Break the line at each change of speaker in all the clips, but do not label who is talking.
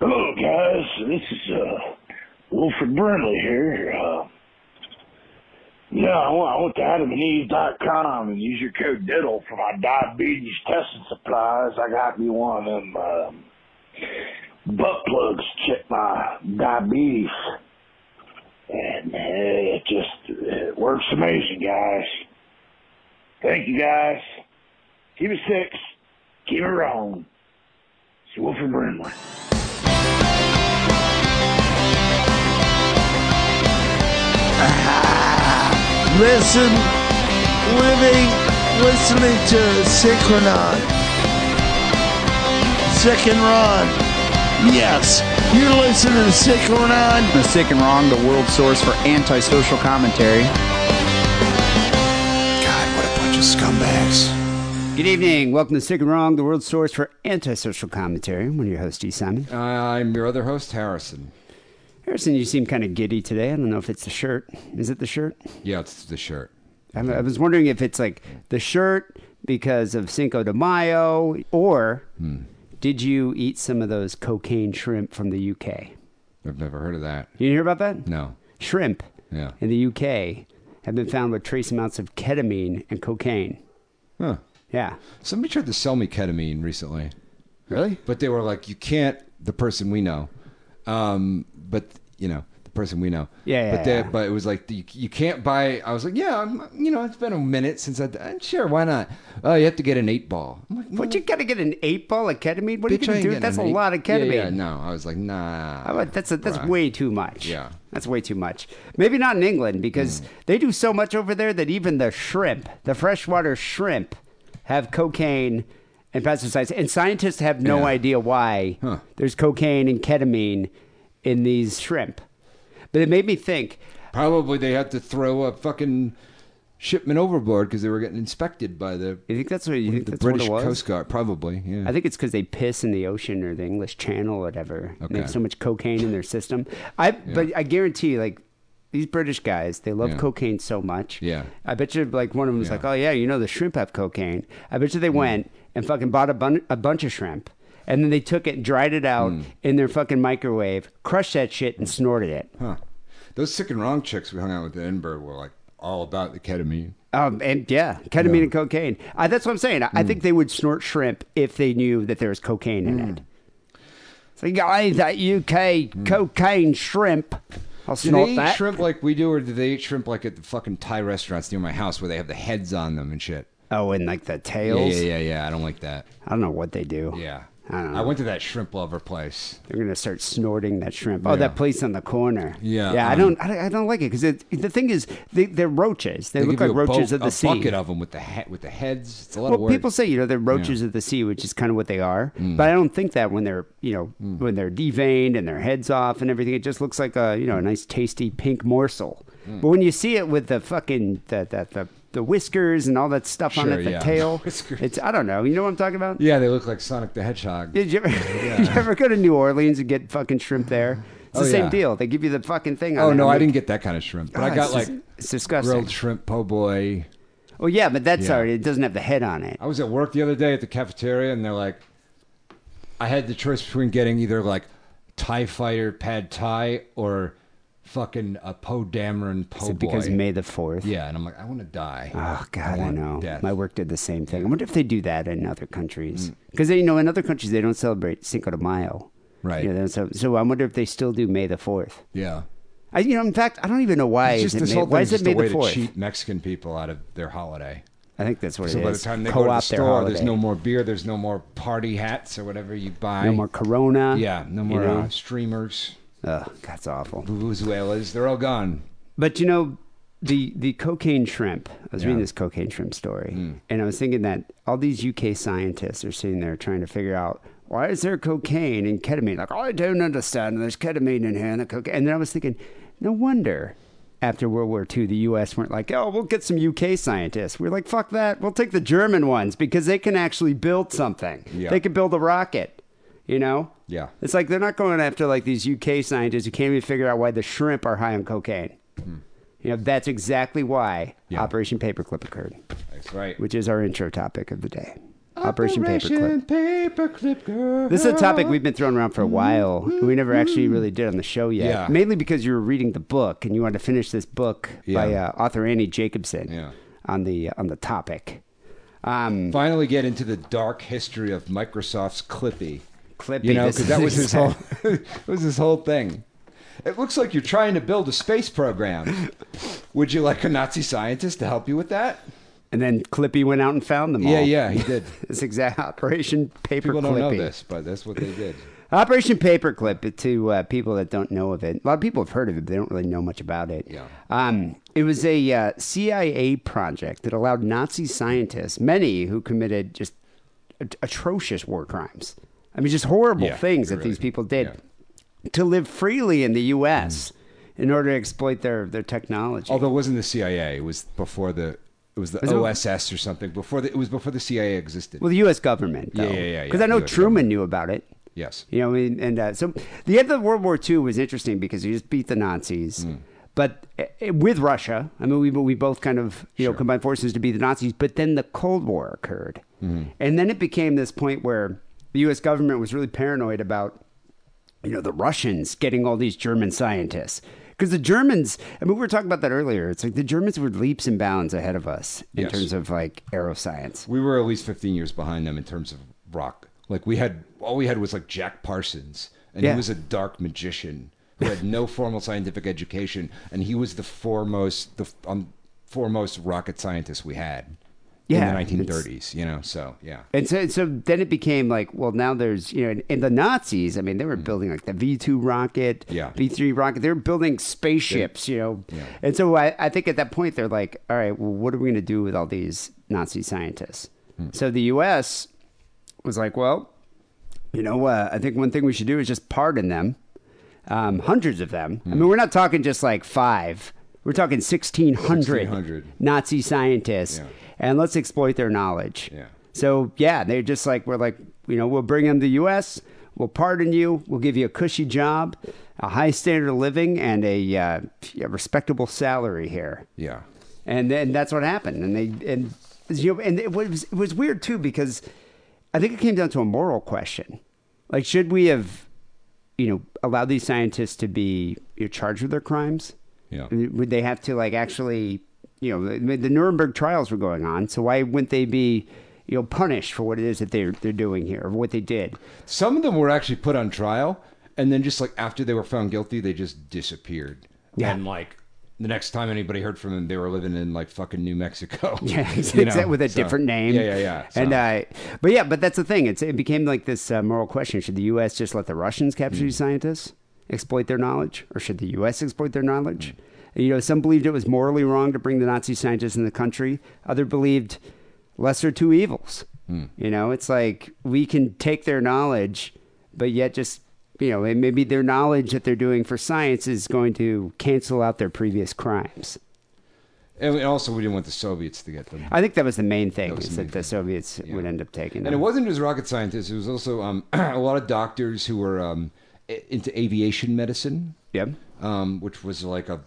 Hello, guys. This is uh, Wilfred Burnley here. Uh, yeah, I went, I went to adamandeve.com and use your code DIDDLE for my diabetes testing supplies. I got me one of them um, butt plugs to check my diabetes. And uh, it just it works amazing, guys. Thank you, guys. Keep it six. Keep it wrong. It's Wilfred Burnley.
Listen, living, listening to Synchronon. Synchronon. Yes, you're listening to Synchronon.
The Sick and Wrong, the world source for antisocial commentary.
God, what a bunch of scumbags.
Good evening. Welcome to Sick and Wrong, the world source for antisocial commentary. I'm one of your hosts, E. Simon.
I'm your other host, Harrison.
Harrison, you seem kind of giddy today. I don't know if it's the shirt. Is it the shirt?
Yeah, it's the shirt.
I, I was wondering if it's like the shirt because of Cinco de Mayo, or
Hmm.
did you eat some of those cocaine shrimp from the UK?
I've never heard of that.
You hear about that?
No.
Shrimp
Yeah.
in the UK have been found with trace amounts of ketamine and cocaine.
Huh.
Yeah.
Somebody tried to sell me ketamine recently,
Really?
but they were like, "You can't." The person we know, um, but you know, the person we know.
Yeah, yeah,
but they-
yeah.
but it was like you, you can't buy. I was like, "Yeah, I'm, you know, it's been a minute since I. uh, Sure, why not? Oh, you have to get an eight ball. I'm like, "Mm,
What you gotta get an eight ball of ketamine? What are you
bitch, I
gonna
ain't
do?
getting
That's a
an eight-
lot of
Yeah,
ketamine.
Yeah, no, I was like, nah.
How about- that's a, that's
Right.
way too much.
Yeah. Hmm.
that's way too much. Maybe not in England because they do so much over there that even the shrimp, the freshwater shrimp, have cocaine and pesticides, and scientists have no
Yeah.
idea why
Huh.
there's cocaine and ketamine in these shrimp. But it made me think.
Probably they had to throw a fucking shipment overboard because they were getting inspected by the
You think that's what you think
the
that's what
British
it was?
Coast Guard, probably. Yeah.
I think it's because they piss in the ocean or the English Channel or whatever. And They have
Okay.
so much cocaine in their system. I but I guarantee, like these British guys, they love
Yeah.
cocaine so much.
Yeah.
I bet you, like one of them was
Yeah. Mm.
like, "Oh yeah, you know the shrimp have cocaine." I bet you they went and fucking bought a, bun- a bunch of shrimp, and then they took it, dried it out
Mm.
in their fucking microwave, crushed that shit, and snorted it.
Huh. Those sick and wrong chicks we hung out with in Edinburgh were like all about the ketamine.
Um, and yeah, ketamine and cocaine. I, that's what I'm saying. I, I
Hmm.
think they would snort shrimp if they knew that there was cocaine in it.
Hmm.
So you go, hey, that UK cocaine shrimp. I'll
Do
snort
they eat
that.
shrimp like we do, or do they eat shrimp like at the fucking Thai restaurants near my house where they have the heads on them and shit?
Oh, and like the
Yeah,
tails.
yeah, yeah, yeah. I don't like that.
I don't know what they do.
Yeah.
I don't know.
went to that shrimp lover place.
They're gonna start snorting that shrimp. Oh,
Yeah.
that place on the corner.
Yeah,
yeah. I
um,
don't, I don't, I don't like it because the thing is, they, they're roaches. They,
They
look
give
like
you a
roaches
bu-
of the
a
sea.
bucket of them with the he- with the heads. It's a lot
well,
of Mm. work.
people say you know they're roaches of the sea, which is kind of what they are. But I don't think that when they're you know
Mm.
when they're deveined and their heads off and everything, it just looks like a you know a nice tasty pink morsel.
Mm.
But when you see it with the fucking the the the, the whiskers and all that stuff on
Sure,
it, the
yeah.
tail,
Whiskers.
it's I don't know. You know what I'm talking about?
yeah, they look like Sonic the Hedgehog.
Did you ever, you ever go to New Orleans and get fucking shrimp there? It's the
Oh,
same
yeah.
deal. They give you the fucking thing.
oh
on
no,
it.
I didn't get that kind of shrimp, but
Ah,
I got
it's
like
dis- it's disgusting.
grilled shrimp po' boy.
Oh yeah, but that's
Yeah. Oh,
already. It doesn't have the head on it.
I was at work the other day at the cafeteria, and they're like, I had the choice between getting either like Thai fighter pad Thai or fucking a Poe Dameron
Is
Poe
it because
boy.
May the fourth?
yeah, and I'm like, I want to die.
Oh God, I,
want
know.
death.
My work did the same thing. I wonder if they do that in other countries
Mm.
because you know in other countries they don't celebrate Cinco de Mayo,
Right.
You know, they don't ce- so I wonder if they still do May the Fourth.
yeah.
I, you know, in fact, I don't even know why is
It's just
it
this
May,
whole
why
thing
is
is
it
just
May
a
the
way to
Fourth.
cheat Mexican people out of their holiday.
I think that's what
So
it
by the
is.
time they
Co-op
go to the
their
store, there's
holiday.
no more beer, there's no more party hats or whatever you buy.
No more Corona.
Yeah, no
you
more
know?
uh, streamers,
Ugh, that's awful.
vuvuzelas. They're all gone.
But you know, the the cocaine shrimp. I was reading
Yeah. Hmm.
this cocaine shrimp story, and I was thinking that all these UK scientists are sitting there trying to figure out why is there cocaine and ketamine. Like, "Oh, I don't understand. There's ketamine in here and the cocaine. And then I was thinking, no wonder. After World War II, the U.S. weren't like, "Oh, we'll get some UK scientists." We're like, "Fuck that! We'll take the German ones because they can actually build something.
Yeah.
They can build a rocket." You know?
Yeah.
It's like they're not going after like these UK scientists who can't even figure out why the shrimp are high on cocaine. You know, that's exactly why
Hmm. Yeah.
Operation Paperclip occurred,
That's right.
which is our intro topic of the day. Operation Paperclip.
Paperclip Girl.
This is a topic we've been throwing around for a while. We never actually really did on the show yet.
Yeah.
Mainly because you were reading the book and you wanted to finish this book by
Yeah.
uh, author Annie Jacobson
Yeah.
on the uh, on the topic. Um,
finally get into the dark history of Microsoft's Clippy.
Clippy,
you know,
this
because that
is
was his whole, it was his whole thing. It looks like you're trying to build a space program. Would you like a Nazi scientist to help you with that?
and then Clippy went out and found them all.
Yeah, yeah, he did.
This exact Operation Paperclip.
People don't know this, but that's what they did.
Operation Paperclip to uh, people that don't know of it. A lot of people have heard of it, but they don't really know much about it.
Yeah.
Um, it was a uh, CIA project that allowed Nazi scientists, many who committed just at- atrocious war crimes. I mean, just horrible
Yeah,
things that
really.
these people did, to live freely in the U.S. in order to exploit their their technology.
Mm. Although it wasn't the CIA, it was before the it was the
it-
OSS or something. Before the, it was before the CIA existed.
well, the U.S. government, though.
Yeah, yeah, yeah, yeah,
Because I know
US
Truman
government.
knew about it.
yes.
You know, what I mean, and uh, so the end of World War II was interesting because you just beat the Nazis,
Mm.
but uh, with Russia, I mean, we we both kind of you know combined forces to beat the Nazis, but then the Cold War occurred,
Mm-hmm.
and then it became this point where the U.S. government was really paranoid about you know, the Russians getting all these German scientists. Because the Germans, I mean, we were talking about that earlier. It's like the Germans were leaps and bounds ahead of us in
Yes.
terms of like aeroscience.
we were at least 15 years behind them in terms of rock. Like we had all we had was like Jack Parsons, and
Yeah.
he was a dark magician who had no formal scientific education, and he was the foremost the um, foremost rocket scientist we had
Yeah,
in the
it's-
1930s. You know, so yeah,
And so, so then it became like, well, now there's, you know, and, and the Nazis, I mean, they were building like the V 2 rocket,
Mm. Yeah.
V 3 rocket. They were building spaceships, you know. And so I, I think at that point, they're like, all right, well, what are we going to do with all these Nazi scientists?
Hmm.
So the U.S. was like, well, you know, uh, I think one thing we should do is just pardon them, um, hundreds of them. I
Hmm.
mean, we're not talking just like five. We're talking 1,600,
1,600.
Nazi scientists,
Yeah.
and let's exploit their knowledge.
Yeah.
So yeah, they're just like we're like you know we'll bring them to the U.S. We'll pardon you. We'll give you a cushy job, a high standard of living, and a, uh, a respectable salary here.
yeah.
And then that's what happened. And they and you know and it was it was weird too because I think it came down to a moral question. Like, should we have you know allowed these scientists to be you know, charged with their crimes?
Yeah.
I mean, Would they have to like actually, you know, the, the Nuremberg trials were going on, so why wouldn't they be, you know, punished for what it is that they're they're doing here or what they did?
Some of them were actually put on trial, and then just like after they were found guilty, they just disappeared.
Yeah.
And like the next time anybody heard from them, they were living in like fucking New Mexico.
Yeah,
you know?
except with a
So-
different name.
Yeah, yeah, yeah.
And
So-
uh, but yeah, but that's the thing. It's it became like this uh, moral question: Should the U.S. just let the Russians capture these
Hmm.
scientists, exploit their knowledge, or should the U.S. exploit their knowledge? You know, some believed it was morally wrong to bring the Nazi scientists in the country. Other believed lesser two evils.
Hmm.
You know, it's like we can take their knowledge, but yet just you know, and maybe their knowledge that they're doing for science is going to cancel out their previous crimes.
And we- also, we didn't want the Soviets to get them.
I think that was the main thing
was
is
the
that the Soviets would end up taking
And it wasn't just rocket scientists; it was also um, a lot of doctors who were um, i- into aviation medicine,
Yep.
um, which was like a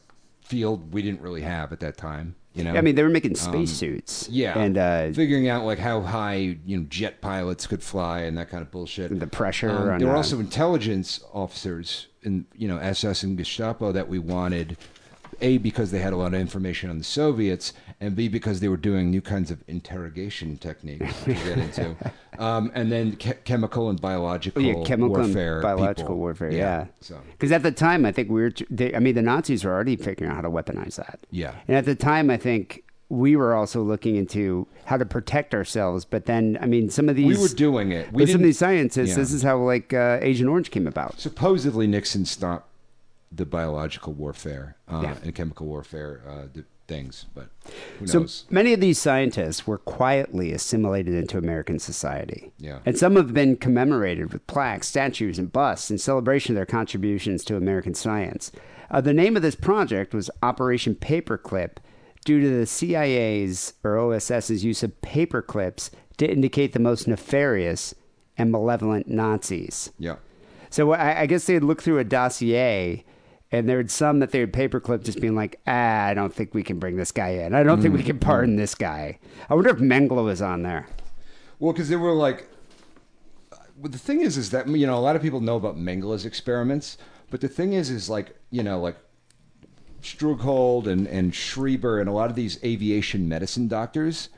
field we didn't really have at that time. You know,
I mean, they were making spacesuits.
Um, yeah,
And uh,
figuring out like how high you know jet pilots could fly and that kind of bullshit. Um,
The pressure on,
there were
uh,
also intelligence officers in you know SS and Gestapo that we wanted. A because they had a lot of information on the Soviets, and B because they were doing new kinds of interrogation techniques to get into, um, and then che- chemical and biological
Oh, yeah, chemical
warfare,
and biological
people.
warfare. Yeah.
So
Because at the time, I think we were. t- They, I mean, the Nazis were already figuring out how to weaponize that.
Yeah.
And at the time, I think we were also looking into how to protect ourselves. But then, I mean, some of these
we were doing it. We
with some of
didn't-
these scientists,
Yeah.
this is how like uh, Agent Orange came about.
supposedly Nixon stopped the biological warfare uh,
Yeah.
and chemical warfare uh, the things, but who
So
knows?
many of these scientists were quietly assimilated into American society.
Yeah.
And some have been commemorated with plaques, statues, and busts in celebration of their contributions to American science. Uh, the name of this project was Operation Paperclip due to the CIA's or OSS's use of paperclips to indicate the most nefarious and malevolent Nazis.
Yeah,
So I, I guess they'd look through a dossier, and there'd some that they would paperclip, just being like, "Ah, I don't
Mm-hmm.
think we can bring this guy in. I don't think we can pardon this guy." I wonder if Mengele was on there.
Well, because they were like, well, the thing is, is that you know a lot of people know about Mengele's experiments, but the thing is, is like you know like Strughold and and Schreiber and a lot of these aviation medicine doctors,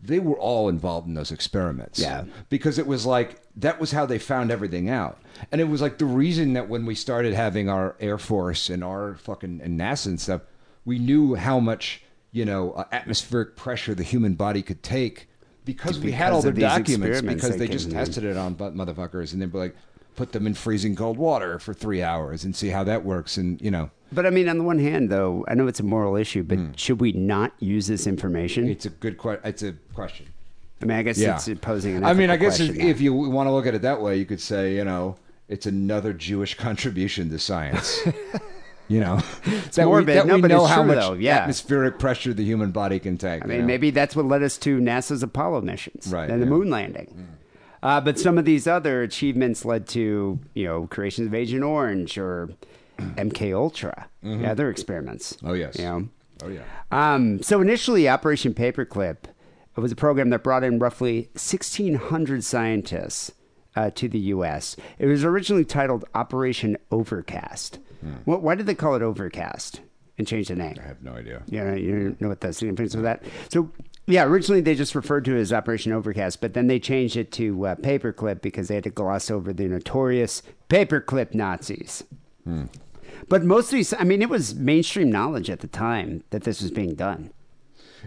they were all involved in those experiments.
Yeah.
because it was like that was how they found everything out, and it was like the reason that when we started having our Air Force and our fucking and NASA and stuff, we knew how much you know uh, atmospheric pressure the human body could take. Because, we had
Because
all the
of these
documents,
experiments
because
they
they just
can-
tested it on but motherfuckers and then be like put them in freezing cold water for three hours and see how that works and you know
But I mean, on the one hand, though, I know it's a moral issue, but should we not use this information?
Mm. it's a good question it's a question
I mean, I guess
yeah
it's posing an.
i mean i
ethical
guess if,
question now.
if you want to look at it that way you could say you know it's another jewish contribution to science you know that
morbid.
we, that
No,
we
but
know
it's
how
true,
much
though. Yeah.
atmospheric pressure the human body can take
I mean, maybe that's what led us to NASA's Apollo missions
Right,
and the
yeah. Mm.
moon landing. Uh, but some of these other achievements led to, you know, creations of Agent Orange or MK Ultra, other experiments.
Mm-hmm. oh yes
You know?
oh yeah
Um, so initially, Operation Paperclip was a program that brought in roughly 1,600 scientists uh, to the U.S. It was originally titled Operation Overcast. Wh- why did they call it Overcast and change the name?
Hmm. i have no idea
You know, you don't know what the significance of that. So, yeah, originally they just referred to it as Operation Overcast, but then they changed it to uh, Paperclip because they had to gloss over the notorious Paperclip Nazis.
Hmm.
But most of these, I mean, it was mainstream knowledge at the time that this was being done.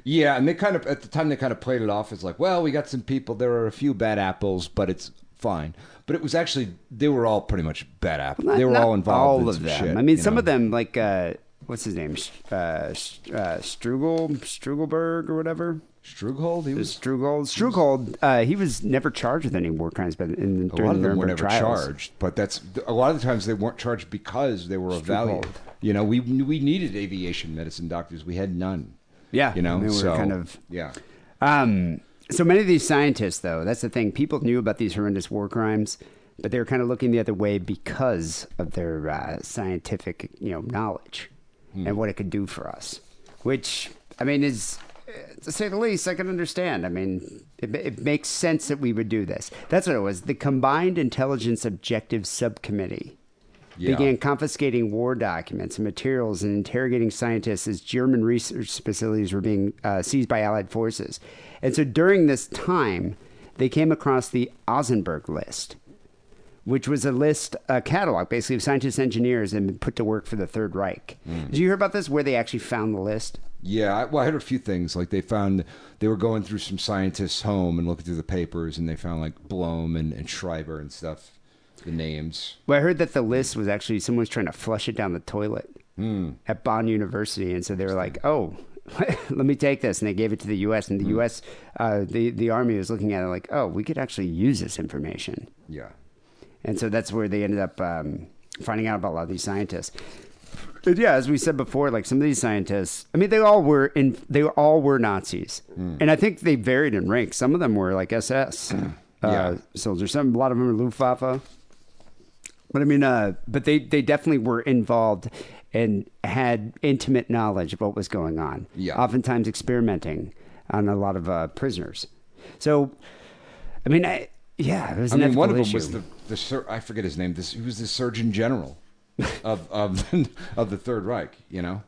Yeah, and they kind of at the time they kind of played it off as like, well, we got some people. There are a few bad apples, but it's fine. But it was actually they were all pretty much bad apples.
Not-
they were
not
all involved. in
All of
some
them.
shit,
I mean,
you
some
know?
of them, like uh, what's his name, Sh- uh, Sh- uh, Strugel, Strugelberg, or whatever.
Strughold, he was.
Strugel, Strugel. Uh, he was never charged with any war crimes, but in, during
A lot of
the
them were
Nuremberg
never
trials.
charged, but that's a lot of the times they weren't charged because they were of value.
Strughold.
You know, we we needed aviation medicine doctors. We had none.
Yeah,
you know,
they were
so
kind of-
yeah.
Um, so many of these scientists, though, that's the thing. People knew about these horrendous war crimes, but they were kind of looking the other way because of their uh, scientific, you know, knowledge and what it could do for us. Which, I mean, is uh, to say the least, I can understand. I mean, it, ma- it makes sense that we would do this. That's what it was. The Combined Intelligence Objective Subcommittee
Yeah.
began confiscating war documents and materials and interrogating scientists as German research facilities were being uh, seized by Allied forces. And so during this time, they came across the Osenberg list, which was a list, a catalog basically of scientists, engineers, and been put to work for the Third Reich. Did you hear about this? Where they actually found the list?
Yeah, I, well, I heard a few things. Like they found they were going through some scientists' home and looking through the papers, and they found like Blom and, and Schreiber and stuff, the names.
Well, I heard that the list was actually someone's trying to flush it down the toilet at Bonn University, and so they were like, "Oh, let me take this," and they gave it to the U.S. and the U.S. Uh, the the army was looking at it like, "Oh, we could actually use this information,"
Yeah,
and so that's where they ended up um, finding out about a lot of these scientists. But yeah, as we said before, like some of these scientists, I mean, they all were in, they all were Nazis, and I think they varied in rank. Some of them were like SS uh,
Hmm. Yeah.
soldiers. Some, a lot of them were Luftwaffe. But I mean, uh, but they they definitely were involved and had intimate knowledge of what was going on.
Yeah.
oftentimes experimenting on a lot of uh, prisoners. So, I mean, I, yeah, it was
I
an
mean, one of
ethical issue.
them was the the sur- I forget his name. This he was the Surgeon General of of of the Third Reich. You know,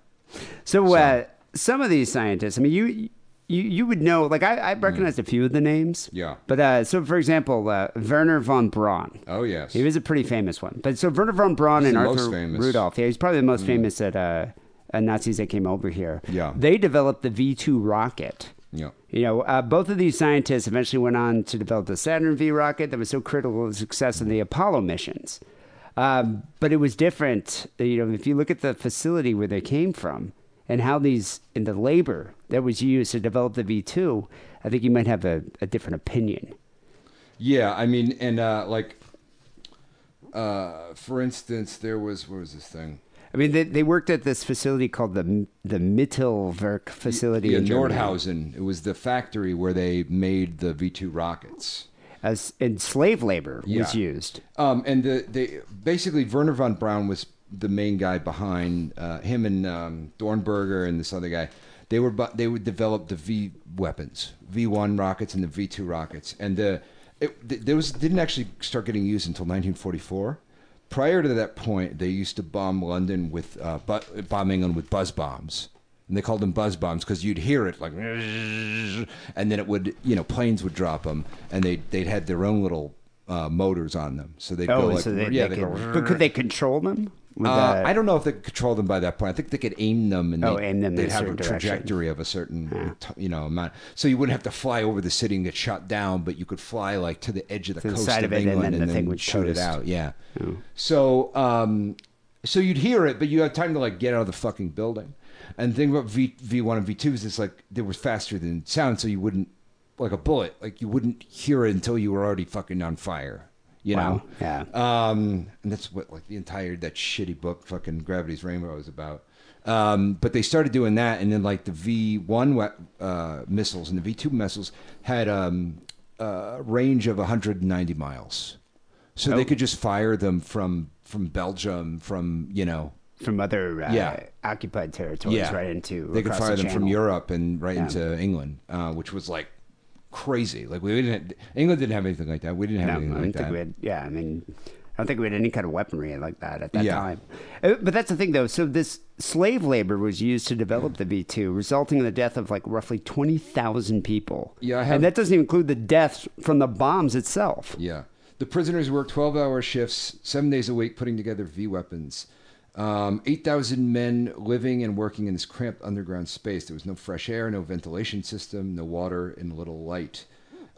So, uh, some of these scientists, I mean, you you you would know. Like I, I recognized a few of the names.
Yeah.
But uh, so, for example, uh, Werner von Braun.
Oh, yes.
He was a pretty famous one. But so Werner von Braun and
the
Arthur
most famous. Mm-hmm.
Rudolph. Yeah, he's probably the most famous at uh, uh, Nazis that came over here.
Yeah.
They developed the V two rocket.
Yeah.
You know, uh, both of these scientists eventually went on to develop the Saturn V rocket that was so critical to success in the Apollo missions. Um, but it was different. You know, if you look at the facility where they came from and how these, and the labor that was used to develop the V2, I think you might have a, a different opinion.
yeah. I mean, and uh, like, uh, for instance, there was what was this thing?
I mean, they, they worked at this facility called the the Mittelwerk facility
Yeah,
in Germany.
Nordhausen. It was the factory where they made the V two rockets.
as and slave labor was
Yeah.
used.
Um, and the they basically Werner von Braun was the main guy behind uh, him and um, Dornberger and this other guy. They were bu- they would develop the V weapons, V one rockets and the V two rockets, and the it th- there was didn't actually start getting used until 1944. Prior to that point, they used to bomb London with uh, bu- bomb England with buzz bombs. And they called them buzz bombs because you'd hear it like, and then it would, you know, planes would drop them, and they they'd had their own little uh, motors on them, so they'd go
Oh,
like,
so they,
yeah,
they
they'd
could,
go,
but could they control them? With
uh,
that-
I don't know if they could control them by that point. I think they could aim them and
Oh,
they'd,
aim them in
they'd
a
have a
certain direction.
trajectory of a certain, t- you know, amount. So you wouldn't have to fly over the city and get shot down, but you could fly like to the edge of the
To the
coast
side
of
of it, and
England
then the thing would
shoot it
coast. Oh.
out. Yeah. So, um, so you'd hear it, but you had time to like get out of the fucking building. And the thing about V V one and V two is it's like they were faster than sound, so you wouldn't like a bullet, like you wouldn't hear it until you were already fucking on fire. You
Wow.
know?
Yeah.
Um, and that's what like the entire that shitty book, fucking Gravity's Rainbow, is about. Um, but they started doing that, and then like the V one we- uh, missiles and the V two missiles had um, a range of 190 miles, so
Oh.
they could just fire them from from Belgium, from you know,
from other uh,
Yeah.
occupied territories
yeah,
Oh, right into
they could
across
fire
the
them from
channel.
Europe and right into England, uh, which was like crazy. Like we didn't, England didn't have anything like that. We didn't have
No, I
anything
don't
like
think
that.
we had. Yeah, I mean, I don't think we had any kind of weaponry like that at that
Yeah.
time. Uh, But that's the thing, though. So this slave labor was used to develop the V two, resulting in the death of like roughly twenty thousand people.
Yeah, I have-
and that doesn't even include the deaths from the bombs itself.
Yeah. The prisoners worked 12 hour shifts, seven days a week, putting together V weapons. Um, 8,000 men living and working in this cramped underground space. There was no fresh air, no ventilation system, no water, and little light.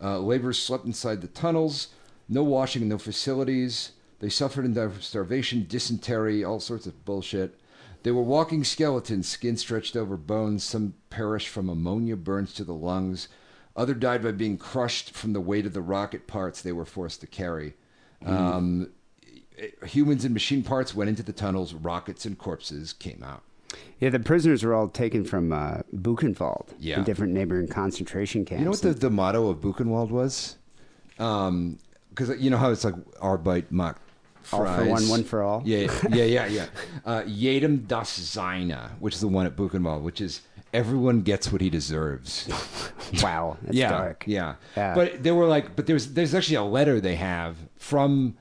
Uh, laborers slept inside the tunnels, no washing, no facilities. They suffered and died from starvation, dysentery, all sorts of bullshit. They were walking skeletons, skin stretched over bones. Some perished from ammonia burns to the lungs. Other died by being crushed from the weight of the rocket parts they were forced to carry. Um, humans and machine parts went into the tunnels. Rockets and corpses came out.
Yeah, the prisoners were all taken from uh, Buchenwald,
Yeah.
and different neighboring concentration camps.
You know what the, the motto of Buchenwald was? Because you know how it's like Arbeit macht
All for
fries.
one, one for all?
Yeah, yeah, yeah, yeah. Uh, Jedem das Seine, which is the one at Buchenwald, which is everyone gets what he deserves.
wow, that's
yeah,
dark.
Yeah.
Yeah.
But they were like, but there's there's actually a letter they have from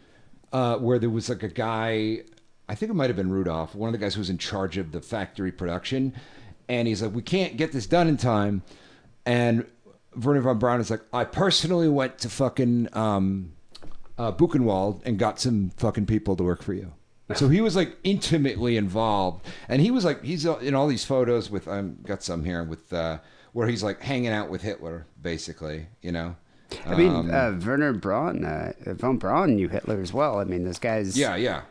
uh, where there was like a guy, I think it might have been Rudolph, one of the guys who was in charge of the factory production, and he's like, we can't get this done in time, and Werner von Braun is like, I personally went to fucking um, uh, Buchenwald and got some fucking people to work for you. So he was like intimately involved, and he was like he's uh, in all these photos with i um, got some here with uh, where he's like hanging out with Hitler, basically, you know.
I mean,
Um,
uh, Werner Braun, uh, von Braun knew Hitler as well. I mean, those guys.
yeah, Mm-hmm. yeah,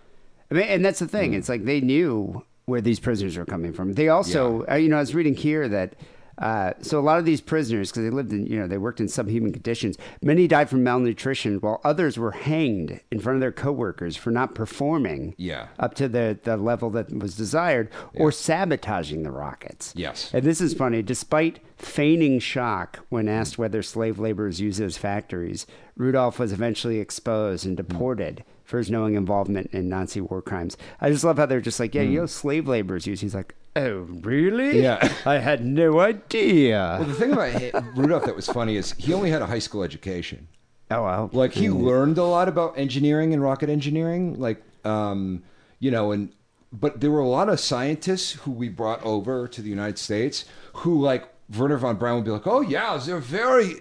I mean, and that's the thing. It's like they knew where these prisoners were coming from. They also, uh, you know, I was reading here that. Uh, so a lot of these prisoners, because they lived in, you know, they worked in subhuman conditions. Many died from malnutrition, while others were hanged in front of their coworkers for not performing
Yeah.
up to the, the level that was desired, or sabotaging the rockets.
Yes.
And this is funny. Despite feigning shock when asked whether slave labor is used as factories, Rudolph was eventually exposed and
Hmm.
deported for his knowing involvement in Nazi war crimes. I just love how they're just like,
Hmm.
yeah, you know, slave labor is used. He's like, oh, really?
Yeah.
I had no idea.
Well, the thing about Hi- Rudolph that was funny is he only had a high school education.
oh, well.
Like he learned a lot about engineering and rocket engineering, like um, you know, and but there were a lot of scientists who we brought over to the United States who like Werner von Braun would be like, "Oh yeah, they're very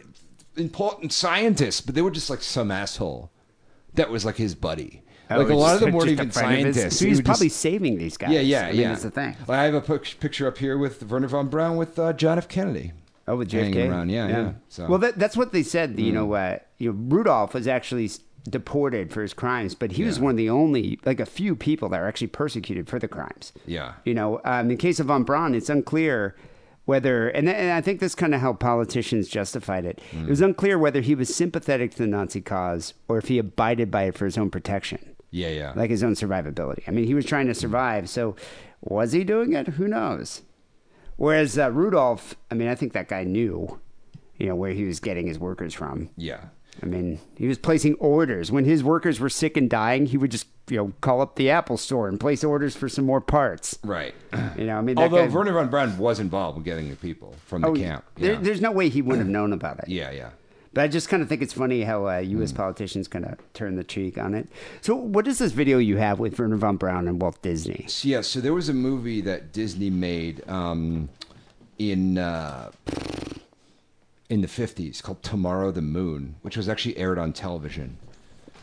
important scientists," but they were just like some asshole that was like his buddy.
Oh,
like a
it's
lot of
just-
them weren't
just a
even
friend of his.
scientists.
So
He
he's
would just-
probably saving these guys.
yeah, yeah,
I mean,
yeah.
That's the thing.
I have a pic- picture up here with Werner von Braun with uh, John F. Kennedy.
Oh, with JFK.
Hanging around, yeah, yeah, so. Mm.
Well, that, that's what they said. You know, uh, you know, Rudolph was actually s- deported for his crimes, but he was
Yeah.
one of the only, like, a few people that were actually persecuted for the crimes.
Yeah.
You know, um, in the case of von Braun, it's unclear whether, and, th- and I think this kind of how politicians justified it. It
Mm.
was unclear whether he was sympathetic to the Nazi cause or if he abided by it for his own protection
Yeah, yeah.
like his own survivability. I mean, he was trying to survive. So was he doing it? Who knows? Whereas uh, Rudolph, I mean, I think that guy knew, you know, where he was getting his workers from.
yeah.
I mean, he was placing orders. When his workers were sick and dying, he would just you know, call up the Apple store and place orders for some more parts.
Right.
You know, I mean, that
Although
guy-
Werner von Braun was involved in getting the people from the
Oh,
camp.
there-
yeah.
there's no way he wouldn't have known about it.
yeah, Mm. yeah.
But I just kind of think it's funny how uh, U.S. politicians kind of turn the cheek on it. So, what is this video you have with Werner von Braun and Walt Disney?
So, yeah, so there was a movie that Disney made um, in uh, in the fifties called Tomorrow the Moon, which was actually aired on television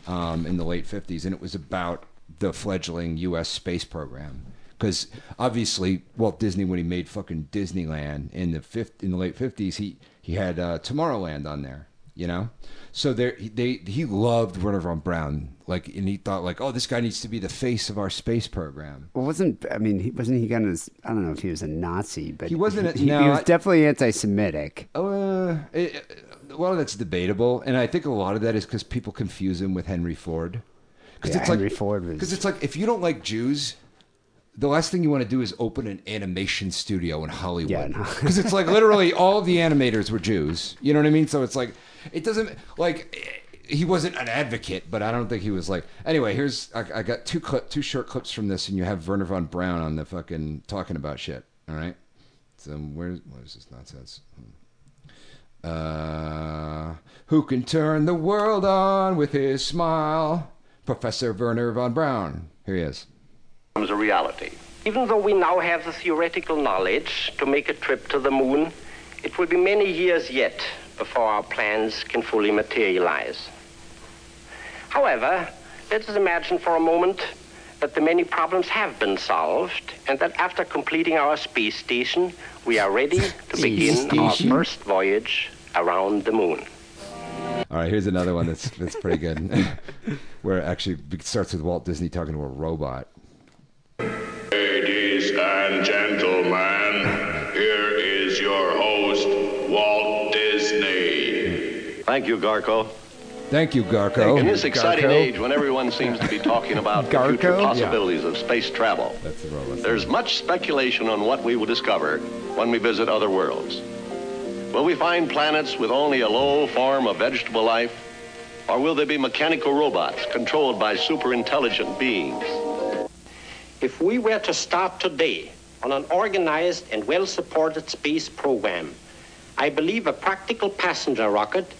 um, in the late fifties, and it was about the fledgling U.S. space program. Because obviously, Walt Disney, when he made fucking Disneyland in the fifth in the late fifties, he he had uh, Tomorrowland on there, you know. So there, he- they he loved Werner von Braun, like, and he thought like, oh, this guy needs to be the face of our space program.
Well, wasn't I mean, he- wasn't he kind of? I don't know if he was a Nazi, but
He wasn't a-
He,
no,
he was
I-
definitely anti-Semitic.
Uh, it, a lot of that's debatable, and I think a lot of that is because people confuse him with Henry Ford. Because
Yeah, Henry Ford was-
Because it's like if you don't like Jews, the last thing you want to do is open an animation studio in
Yeah,
Hollywood.
no.
Because it's like literally all the animators were Jews. You know what I mean? So it's like it doesn't like he wasn't an advocate, but I don't think he was like. Anyway, here's I, I got two clip, two short clips from this, and you have Werner von Braun on the fucking talking about shit. All right. So where's what is this nonsense? Hmm. Uh, who can turn the world on with his smile? Professor Werner von Braun. Here he is.
becomes a reality. Even though we now have the theoretical knowledge to make a trip to the moon, it will be many years yet before our plans can fully materialize. However, let us imagine for a moment that the many problems have been solved and that after completing our space station, we are ready to begin our
station?
first voyage around the moon.
All right, here's another one that's that's pretty good. Where it actually be- starts with Walt Disney talking to a robot.
Ladies and gentlemen, here is your host, Walt Disney.
Thank you, Garco.
Thank you, Garco.
In this exciting
Oh. Garco.
age when everyone seems to be talking about the future
Garco?
possibilities of space travel,
That's the robot.
there's much speculation on what we will discover when we visit other worlds. Will we find planets with only a low form of vegetable life? Or will they be mechanical robots controlled by super intelligent beings?
If we were to start today on an organized and well supported space program, I believe a practical passenger rocket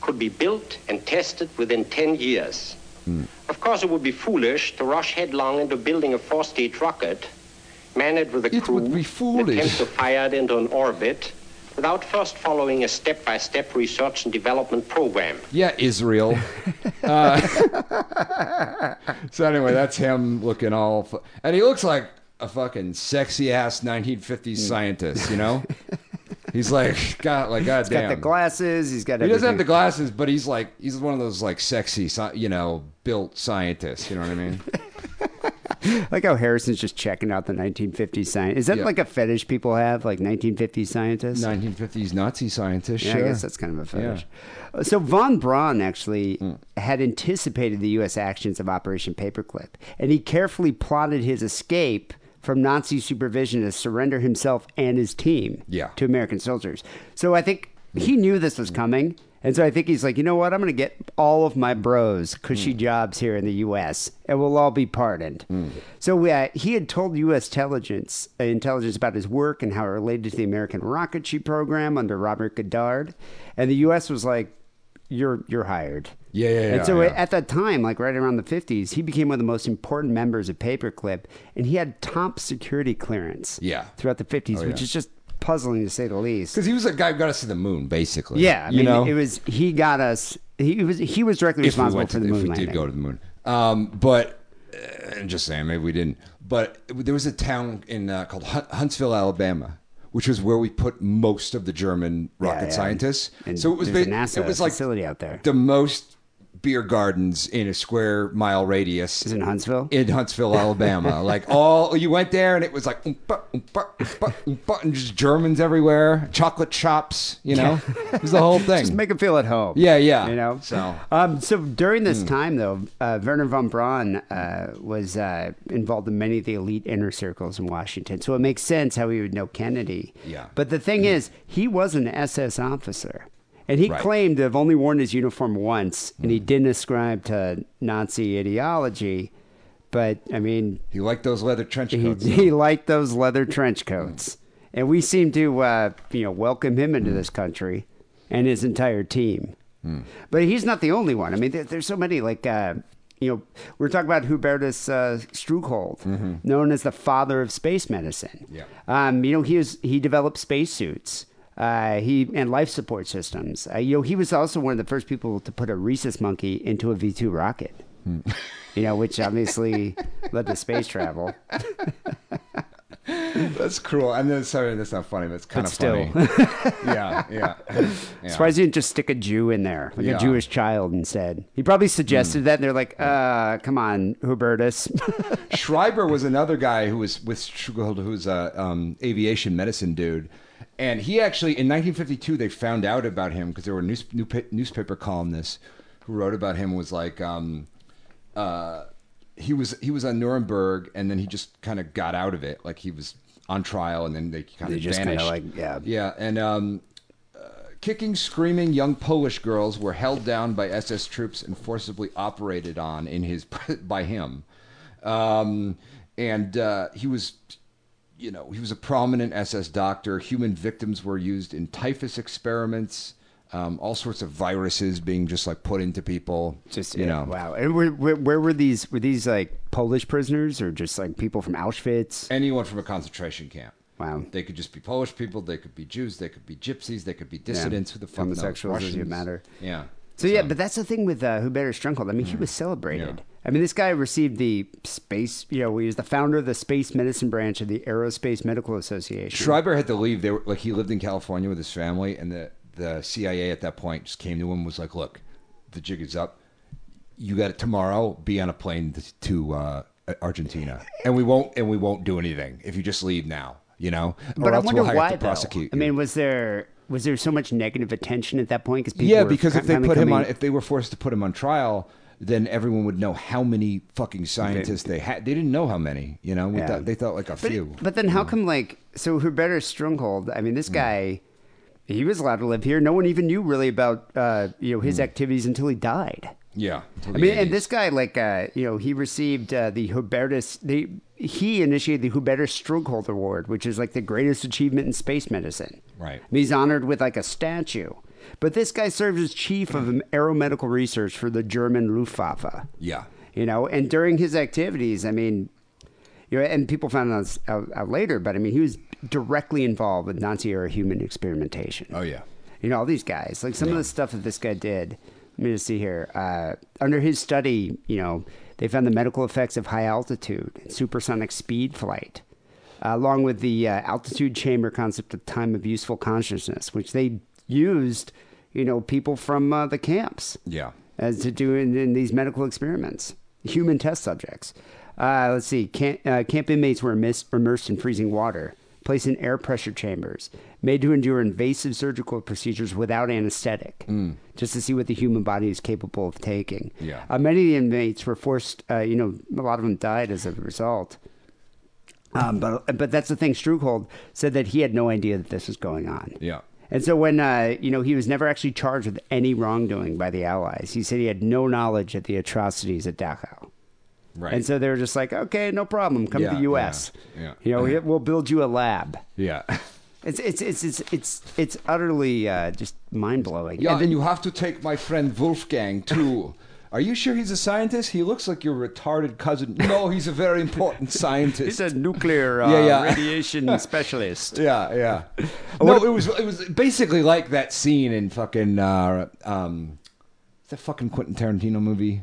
could be built and tested within 10 years.
Hmm.
Of course, it would be foolish to rush headlong into building a four stage rocket, man it with a
It
crew,
would be
and attempt
foolish.
to fire it into an orbit without first following a step by step research and development program.
Yeah, Israel. Uh, so anyway, that's him looking all, fu- and he looks like a fucking sexy ass 1950s scientist. You know, he's like, God, like,
Mm. He's got
goddamn.
the glasses. He's got.
He doesn't have the
everything.
glasses, but he's like, he's one of those like sexy, sci- you know, built scientists. You know what I mean?
Like how Harrison's just checking out the 1950s science. Is that
Yeah.
like a fetish people have, like 1950s scientists?
1950s Nazi scientist.
Yeah,
sure.
I guess that's kind of a fetish. Uh, So von Braun actually
Hmm.
had anticipated the U.S. actions of Operation Paperclip, and he carefully plotted his escape from Nazi supervision to surrender himself and his team
Yeah.
to American soldiers. So I think he knew this was coming. And so I think he's like, you know what? I'm going to get all of my bros
Hmm.
cushy jobs here in the U.S. and we'll all be pardoned. So uh, he had told U.S. intelligence uh, intelligence about his work and how it related to the American rocketry program under Robert Goddard, and the U.S. was like, "You're you're hired."
Yeah, yeah, yeah,
And so
yeah.
at that time, like right around the 50s, he became one of the most important members of Paperclip, and he had top security clearance.
Yeah.
Throughout the 50s,
Oh,
which
yeah.
is just puzzling to say the least.
Because he was the guy who got us to the moon, basically.
Yeah, I
you
mean,
know,
it was he got us. He was he was directly
if we
responsible
went
for
to,
the
if
moon
we
landing.
did go to the moon. Um, but uh, I'm just saying, maybe we didn't. But there was a town in uh, called Hun- Huntsville, Alabama, which was where we put most of the German rocket
yeah.
scientists.
And
so it was
there's a
ba-
NASA
it was like
facility out there.
The most beer gardens in a square mile radius
Is it in Huntsville?
in Huntsville, Alabama. like all you went there and it was like oompa, oompa, oompa, oompa, and just Germans everywhere, chocolate shops, you know. it was the whole thing.
Just make him feel at home.
Yeah, yeah.
You know.
So- Hmm.
um, so during this time though, uh, Werner von Braun uh, was uh, involved in many of the elite inner circles in Washington. So it makes sense how he would know Kennedy.
Yeah. Hmm.
But the thing is, he was an SS officer. And he
Right. Hmm.
claimed to have only worn his uniform once, and he didn't ascribe to Nazi ideology. But I mean,
He liked those leather trench
he,
coats.
he liked those leather trench coats, and we seem to uh, you know welcome him into this country and his entire team. But he's not the only one. I mean, there, there's so many like. Uh, you know, we're talking about Hubertus uh, Strughold, known as the father of space medicine.
Mm-hmm. Yeah.
Um, you know, he was he developed spacesuits. Uh, he and life support systems. Uh, you know, he was also one of the first people to put a rhesus monkey into a V two rocket.
Hmm.
You know, which obviously led to space travel.
That's cruel. I know. Sorry, that's not funny. That's kind
But
of
still.
funny. yeah, yeah. yeah.
Surprised you didn't just stick a Jew in there, like
Yeah. Hmm.
a Jewish child, and said he probably suggested that. And they're like, uh, "Come on, Hubertus."
Schreiber was another guy who was with Strughold, who's a um, aviation medicine dude, and he actually in 1952 they found out about him because there were news, new, newspaper columnists who wrote about him was like um, uh, he was he was on Nuremberg and then he just kind of got out of it like he was on trial and then they kind
They
of
just kinda
vanished
like, yeah.
yeah and um, Kicking, screaming young Polish girls were held down by SS troops and forcibly operated on in his by him, um, and uh, he was, you know, he was a prominent SS doctor. Human victims were used in typhus experiments, um, all sorts of viruses being just like put into people.
just
you know,
wow. And where, where, where were these? Were these like Polish prisoners or just like people from Auschwitz?
anyone from a concentration camp.
Wow.
They could just be Polish people. They could be Jews. They could be gypsies. They could be dissidents. Who the fuck knows?
Homosexuals doesn't
Russians.
matter.
Yeah.
So yeah, but that's the thing with uh, Hubertus Strunkel. I mean, he was celebrated.
Hmm. Yeah.
I mean, this guy received the space. You know, he was the founder of the space medicine branch of the Aerospace Medical Association.
Schreiber had to leave. They were like he lived in California with his family, and the the CIA at that point just came to him and was like, "Look, the jig is up. You got it tomorrow. Be on a plane to, to uh, Argentina, and we won't and we won't do anything if you just leave now. You know,
but
or
I
else
wonder
we'll hire
why.
to
though.
prosecute.
I
you."
mean, was there was there so much negative attention at that point? Cause people
yeah,
were
because if they
finally
put him on,
coming-
if they were forced to put him on trial. Then everyone would know how many fucking scientists they had. They didn't know how many, you know. We
Yeah.
thought, they thought like a
But,
few.
but then how come like so Hubertus Strunghold? I mean,
Hmm.
this guy, he was allowed to live here. No one even knew really about uh, you know his activities until he died.
Hmm. yeah,
I
till the
mean,
80s.
and this guy, like, uh, you know, he received uh, the Hubertus. The, he initiated the Hubertus Strughold Award, which is like the greatest achievement in space medicine.
Right.
And he's honored with like a statue. But this guy serves as chief of aeromedical research for the German Luftwaffe.
Yeah.
You know, and during his activities, I mean, you know, and people found out, out, out later, but I mean, he was directly involved with Nazi era human experimentation
oh yeah,
you know all these guys like some of the stuff that this guy did let me just see here uh, under his study you know they found the medical effects of high altitude and supersonic speed flight uh, along with the uh, altitude chamber concept of time of useful consciousness which they used you know people from uh, the camps
yeah.
as uh, to do in, in these medical experiments, human test subjects. Uh, let's see, camp, uh, camp inmates were immis- immersed in freezing water, placed in air pressure chambers, made to endure invasive surgical procedures without anesthetic, just to see what the human body is capable of taking.
Mm. Yeah.
Uh, many of the inmates were forced, uh, you know, a lot of them died as a result. Um, but but that's the thing. Strughold said that he had no idea that this was going on.
Yeah.
And so when uh, you know he was never actually charged with any wrongdoing by the Allies, he said he had no knowledge of the atrocities at Dachau.
Right.
And so they were just like, okay, no problem, come to
Yeah,
the U.S.
yeah, yeah.
You know, we- we'll build you a lab.
yeah.
It's it's it's it's it's, it's utterly uh, just mind blowing.
Yeah, and then you have to take my friend Wolfgang too. Are you sure he's a scientist? He looks like your retarded cousin. No, he's a very important scientist.
He's a nuclear uh,
Yeah, yeah.
radiation specialist.
yeah, yeah. No, it was it was basically like that scene in fucking uh, um, the fucking Quentin Tarantino movie.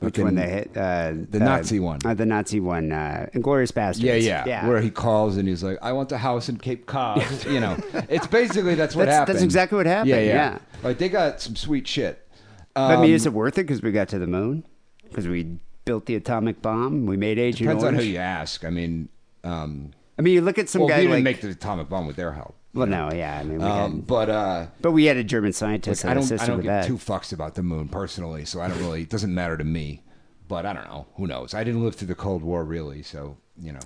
Which
Fucking-
one they hit? Uh,
the Nazi one.
Uh, the Nazi one. Uh, Inglorious Bastards.
Yeah, yeah,
yeah.
Where he calls and he's like, "I want a house in Cape Cod." you know, it's basically that's what
That's- that's
happened.
exactly what happened, yeah.
Like they got some sweet shit.
But I mean, is it worth it because we got to the moon? Because we built the atomic bomb? We made Agent
Depends on
Orange?
who you ask. I mean, um,
I mean, you look at some
well, we
guy
didn't
like.
make the atomic bomb with their help.
well, no, yeah. I mean, we
Um,
had,
but uh,
but we had a German scientist
I
that
don't, I
assisted
don't
with
give
that.
two fucks about the moon personally, so I don't really. It doesn't matter to me. But I don't know. Who knows? I didn't live through the Cold War really, so you know.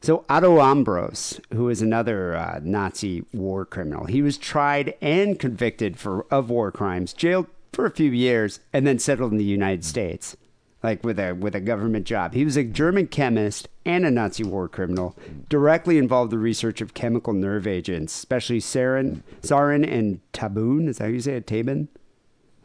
So Otto Ambros, who is another uh, Nazi war criminal, he was tried and convicted for of war crimes, jailed for a few years, and then settled in the United States. like with a with a government job. He was a German chemist and a Nazi war criminal, directly involved in the research of chemical nerve agents, especially sarin, sarin and tabun. Is that how you say it? Tabun.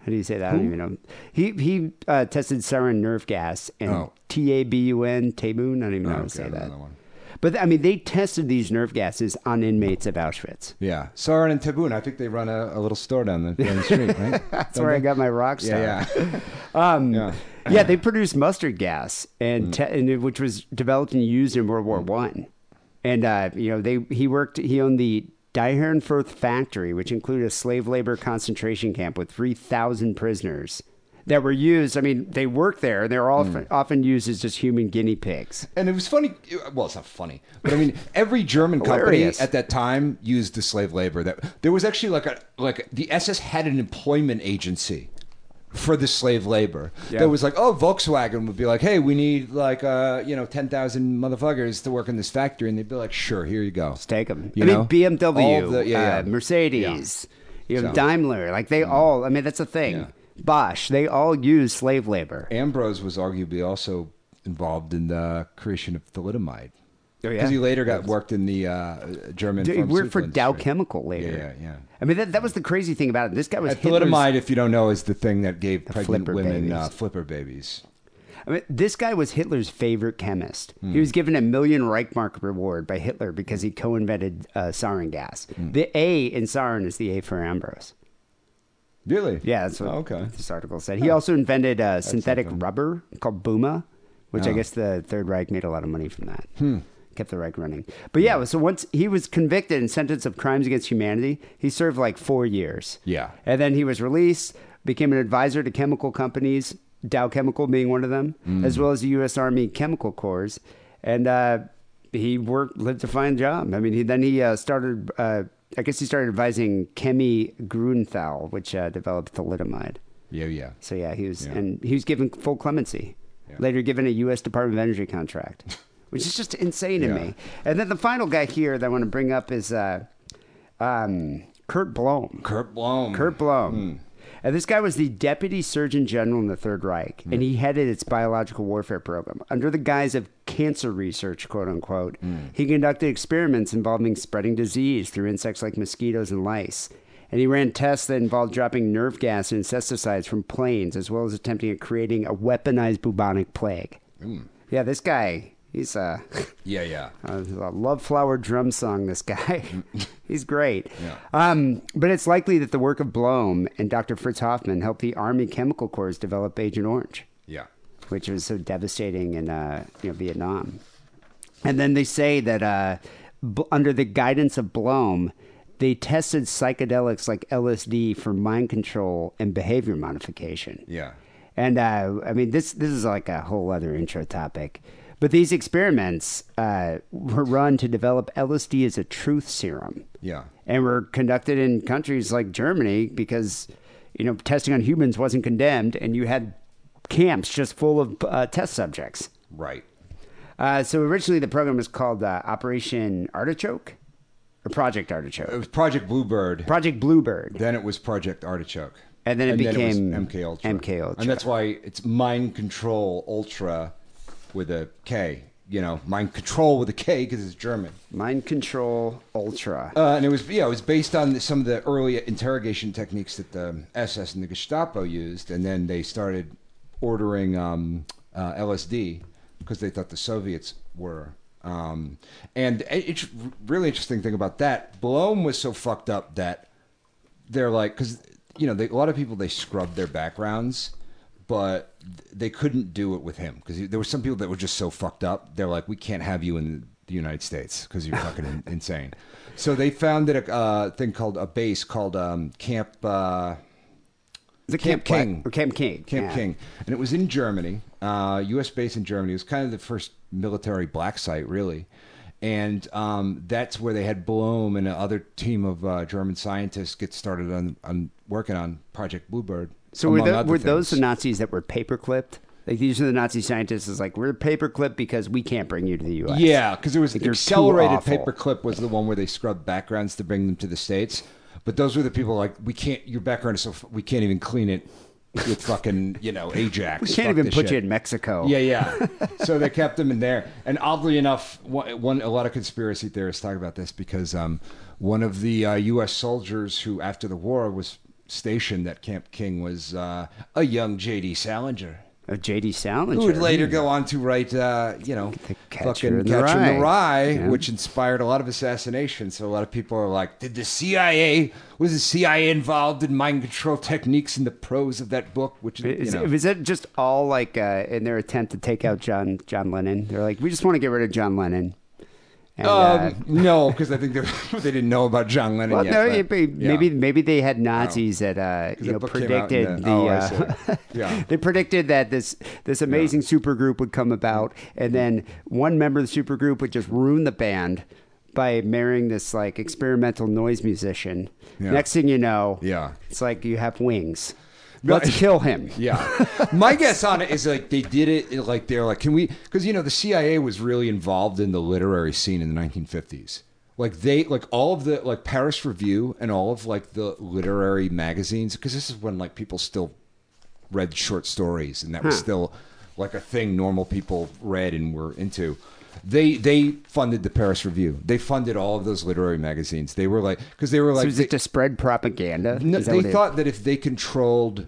How do you say that? I don't even know. He he uh, tested sarin nerve gas and
Oh.
T A B U N tabun. I don't even know how
Okay,
to say that.
another one.
But I mean, they tested these nerve gases on inmates of Auschwitz.
Yeah, Sarin and Tabun. I think they run a, a little store down the, down the street, right?
That's where I got my rock star.
Yeah, yeah.
Um,
Yeah.
yeah. they produced mustard gas,
Mm.
and, te- and it- which was developed and used in World War One. And uh, you know, they he worked. He owned the Dyhernfurth factory, which included a slave labor concentration camp with three thousand prisoners that were used. I mean, they worked there, and they were
Mm.
often often used as just human guinea pigs.
And it was funny. Well, it's not funny, but I mean, every German company
Hilarious.
at that time used the slave labor. That there was actually like a like the SS had an employment agency for the slave labor. That was like, oh, Volkswagen would be like, hey, we need like uh, you know ten thousand motherfuckers to work in this factory, and they'd be like, sure, here you go,
Just take them.
You
I mean,
know? All
BMW,
the- yeah,
uh,
yeah.
Mercedes, you know,
So- Mm.
Daimler. Like they all. I mean, that's a thing.
Yeah. Oh,
Bosch. They all use slave labor.
Ambrose was arguably also involved in the creation of thalidomide.
Oh, yeah.
Because he later got worked in the uh, German.
Dude, he worked for
pharmaceutical
Dow
industry.
Chemical later.
Yeah, yeah, yeah.
I mean, that, that was the crazy thing about it. This guy was
Uh,
Hitler's.
Thalidomide, if you don't know, is the thing that gave pregnant
flipper
women
babies.
Uh, flipper babies.
I mean, this guy was Hitler's favorite chemist.
Mm.
He was given a million Reichmark reward by Hitler because he co-invented uh, sarin gas.
Mm.
The A in sarin is the A for Ambrose.
Really?
Yeah, that's what
Oh, okay.
this article said.
Oh.
He also invented uh, synthetic rubber called Buma, which I
Oh. Hmm.
guess the Third Reich made a lot of money from that. Kept the Reich running. But yeah, so once he was convicted and sentenced of crimes against humanity, he served like four years.
Yeah.
And then he was released, became an advisor to chemical companies, Dow Chemical being one of them,
Hmm.
as well as the U.S. Army Chemical Corps. And uh, he worked, lived a fine job. I mean, he, then he uh, started, uh, I guess he started advising Chemi Grunthal, which uh, developed thalidomide.
Yeah, yeah.
So yeah, he was,
Yeah.
and he was given full clemency. Later, given a U.S. Department of Energy contract, which is just insane to
Yeah.
me. And then the final guy here that I want to bring up is uh, um, Kurt Blom.
Kurt Blom.
Kurt Blom. And this guy was the deputy surgeon general in the Third Reich, and he headed its biological warfare program. Under the guise of cancer research, quote unquote, he conducted experiments involving spreading disease through insects like mosquitoes and lice. And he ran tests that involved dropping nerve gas and insecticides from planes, as well as attempting at creating a weaponized bubonic plague. Yeah, this guy, he's uh,
Yeah, yeah.
Uh, I love flower drum song. This guy, he's great.
Yeah.
Um, but it's likely that the work of Blom and Dr. Fritz Hoffman helped the Army Chemical Corps develop Agent Orange,
Yeah.
which was so devastating in uh, you know, Vietnam. And then they say that uh, b- under the guidance of Blom, they tested psychedelics like LSD for mind control and behavior modification.
Yeah.
And uh, I mean, this this is like a whole other intro topic, but these experiments uh, were run to develop LSD as a truth serum,
Yeah.
and were conducted in countries like Germany because you know testing on humans wasn't condemned, and you had camps just full of uh, test subjects.
Right.
Uh, so originally, the program was called uh, Operation Artichoke or Project
It
Artichoke,
was Project Bluebird.
Project Bluebird.
then it was Project Artichoke.
And then it
was
became
MK Ultra.
MK Ultra.
And that's why it's Mind Control Ultra with a K. You know, Mind Control with a K because it's German.
Mind Control Ultra.
Uh, and it was yeah, it was based on the, some of the early interrogation techniques that the SS and the Gestapo used, and then they started ordering um, uh, LSD because they thought the Soviets were. Um, and it- it's really interesting thing about that. Blom was so fucked up that they're like because you know they, a lot of people they scrub their backgrounds but th- they couldn't do it with him because there were some people that were just so fucked up they're like we can't have you in the united states because you're fucking in- insane so they founded a uh, thing called a base called um, camp uh,
the
Camp
Black-
King.
or Camp King.
Camp
yeah.
King, and it was in Germany, uh, U.S. base in Germany. It was kind of the first military black site, really, and um, that's where they had Blom and another team of uh, German scientists get started on, on working on Project Bluebird.
So were,
among
tho-
other
were those the
things.
Nazis that were paperclipped? Like these are the Nazi scientists. Is like we're paperclipped because we can't bring you to the U.S.
Yeah, because there was
Like,
the
you're too
accelerated
awful.
paperclip was the one where they scrubbed backgrounds to bring them to the states. But those were the people like we can't. Your background is so f- we can't even clean it with fucking you know Ajax.
We can't
Fuck
even
this
put
shit.
you in Mexico.
Yeah, yeah. Oh. so they kept them in there, and oddly enough, one, one a lot of conspiracy theorists talk about this because um, one of the uh, U.S. soldiers who, after the war, was stationed at Camp King was uh, a young J.D. Salinger.
Of J.D. Salinger.
Who would later go on to write, uh, you know,
The Catcher
fucking
in the
Catcher in the Rye,
Rye. Yeah.
which inspired a lot of assassinations. So a lot of people are like, did the CIA, was the CIA involved in mind control techniques in the prose of that book? Which,
Is,
you know,
is that just all like uh, in their attempt to take out John John Lennon? They're like, we just want to get rid of John Lennon. And, uh,
Um, no, because I think they they didn't know about John Lennon
well,
yet.
no,
but-
it, may-
yeah.
maybe maybe they had Nazis that uh,
'Cause
you
that
know
book came out in
predicted the,
the- oh, I
uh,
see. Yeah.
they predicted that this this amazing supergroup would come about, and then one member of the supergroup would just ruin the band by marrying this like experimental noise musician.
Yeah.
Next thing you know,
Yeah.
it's like you have wings.
No,
Let's
it-
kill him.
Yeah, my guess on it is like they did it it, like they're like, can we? Because you know the CIA was really involved in the literary scene in the 1950s. Like they like all of the like Paris Review and all of like the literary magazines because this is when like people still read short stories and that
Hmm.
was still like a thing normal people read and were into they they funded the paris review they funded all of those literary magazines they were like because they were
So
like
is
they-
it to spread propaganda?
no,
Is that
they
what it-
thought that if they controlled,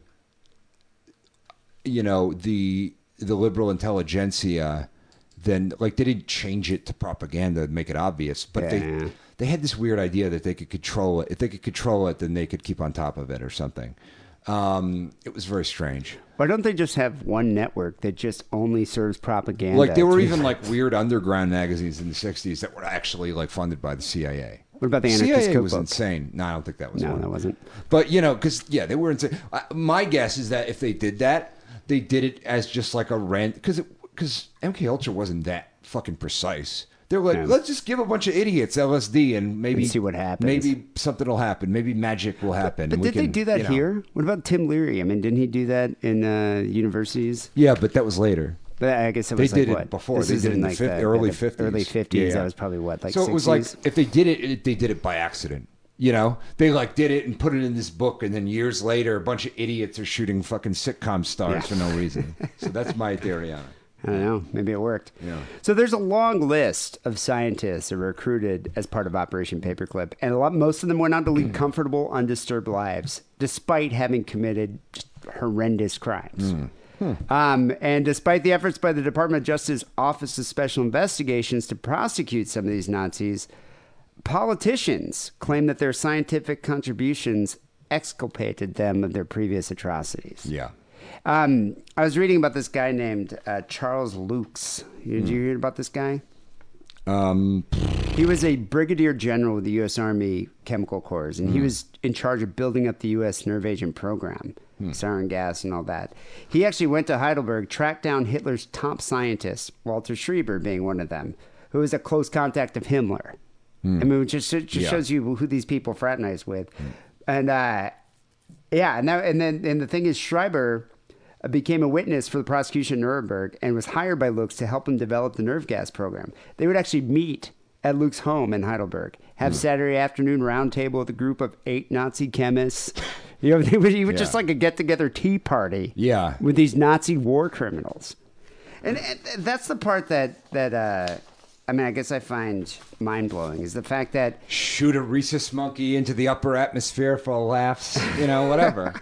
you know, the the liberal intelligentsia, then like they didn't change it to propaganda and make it obvious, but
Yeah.
they they had this weird idea that they could control it. If they could control it, then they could keep on top of it or something. Um, it was very strange.
Why don't they just have one network that just only serves propaganda?
Like there were
to-
even like weird underground magazines in the '60s that were actually like funded by the CIA.
What about the Anarchist
CIA was
Cookbook?
insane. No, I don't think that was.
No,
one.
that wasn't.
But you know, because yeah, they were insane. I, my guess is that if they did that, they did it as just like a rant because because MK Ultra wasn't that fucking precise. They were like,
No.
let's just give a bunch of idiots LSD and maybe
And see what happens.
Maybe something will happen. Maybe magic will happen.
But
and we
did they
can,
do that
you know."
here? What about Tim Leary? I mean, didn't he do that in uh, universities?
Yeah, but that was later.
But I guess it
They
was like
did it
what?
before.
This
They
is
did it in the fif- early
yeah, the
50s.
Early fifties.
Yeah, yeah.
That was probably what like.
so
60s?
it was like if they did it, it, they did it by accident. You know, they like did it and put it in this book, and then years later, a bunch of idiots are shooting fucking sitcom stars
Yeah.
for no reason. so that's my theory on it.
I don't know. Maybe it worked.
Yeah.
So there's a long list of scientists that were recruited as part of Operation Paperclip, and a lot, most of them went on to lead comfortable, undisturbed lives, despite having committed just horrendous crimes. Um, and despite the efforts by the Department of Justice Office of Special Investigations to prosecute some of these Nazis, politicians claim that their scientific contributions exculpated them of their previous atrocities.
Yeah.
Um, I was reading about this guy named uh, Charles Lukes. Did you hear about this guy?
Hmm. Um,
He was a brigadier general with the U.S. Army Chemical Corps, and he
Hmm.
was in charge of building up the U.S. nerve agent program,
Hmm.
sarin gas, and all that. He actually went to Heidelberg, tracked down Hitler's top scientist, Walter Schreiber, being one of them, who was a close contact of Himmler. I mean, it just, it just
Hmm. Yeah. Hmm.
shows you who these people fraternize with. And uh, yeah, and that, and then and the thing is, Schreiber uh, became a witness for the prosecution in Nuremberg and was hired by Lux to help him develop the nerve gas program. They would actually meet at Luke's home in Heidelberg, have
Hmm.
Saturday afternoon roundtable with a group of eight Nazi chemists. You know, they would, you would just
Yeah.
like a get together tea party.
Yeah.
with these Nazi war criminals, and, and that's the part that that uh, I mean, I guess I find mind blowing is the fact that
shoot a rhesus monkey into the upper atmosphere for laughs, you know, whatever.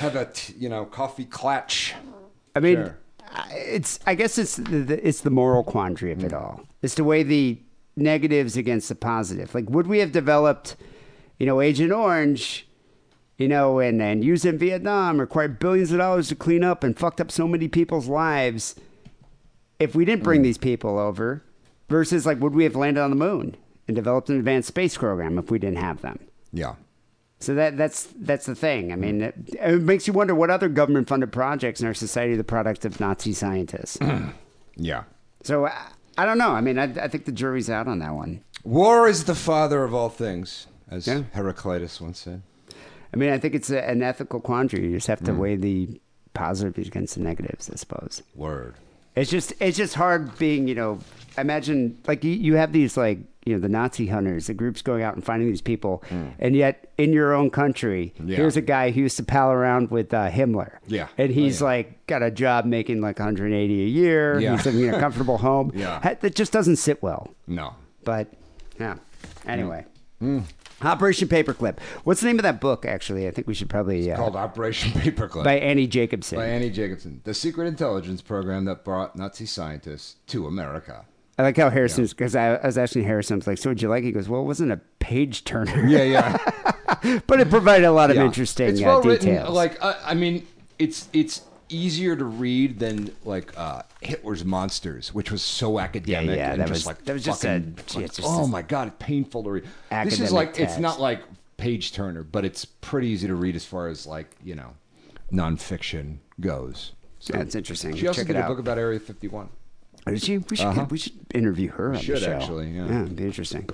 Have a, t- you know, coffee clutch.
I mean,
Sure.
I- it's I guess it's the, the, it's the moral quandary of it all. It's to weigh the negatives against the positive. Like, would we have developed, you know, Agent Orange, you know, and and used in Vietnam, required billions of dollars to clean up and fucked up so many people's lives, if we didn't bring these people over, versus like, would we have landed on the moon and developed an advanced space program if we didn't have them?
Yeah.
So that that's that's the thing. I mean, it, it makes you wonder what other government-funded projects in our society are the product of Nazi scientists.
Yeah.
so I, I don't know. I mean, I, I think the jury's out on that one.
War is the father of all things, as
Yeah.
Heraclitus once said.
I mean, I think it's a, an
Mm.
ethical quandary. You just have to weigh the positives against the negatives, I suppose.
Word.
It's just it's just hard being you know. Imagine like you, you have these like you know the Nazi hunters, the groups going out and finding these people, and yet in your own country,
Mm. Yeah.
here's a guy who used to pal around with uh, Himmler.
Yeah.
and
Oh,
he's
yeah.
like got a job making like 180 a year.
Yeah.
He's living in a comfortable home.
Yeah.
Ha- that just doesn't sit well.
No.
But yeah.
Mm.
Anyway. Operation Paperclip. What's the name of that book? Actually, I think we should probably uh,
Called Operation Paperclip.
by Annie Jacobson.
by Annie Jacobson, the secret intelligence program that brought Nazi scientists to America.
I like how Harrison's because I, I was asking Harrison, I was like, "So would you like?" it?" He goes, "Well, it wasn't a page turner,
Yeah, yeah.
but it provided a lot of
Yeah.
interesting
It's well
uh,
written.
details."
Like I, I mean, it's it's easier to read than like uh, Hitler's Monsters, which was so academic.
yeah,
and
that
just
was-
like
that was just
fucking-
a-
like,
yeah, it's just
oh
a
my god, painful to read. This
academic
is like it's
text.
not like page turner, but it's pretty easy to read as far as like you know nonfiction goes. So
That's interesting.
She also
Check
did
it
a
out.
book about Area 51.
Is she? We should we should interview her. on
should,
the show.
actually, yeah.
it'd be interesting.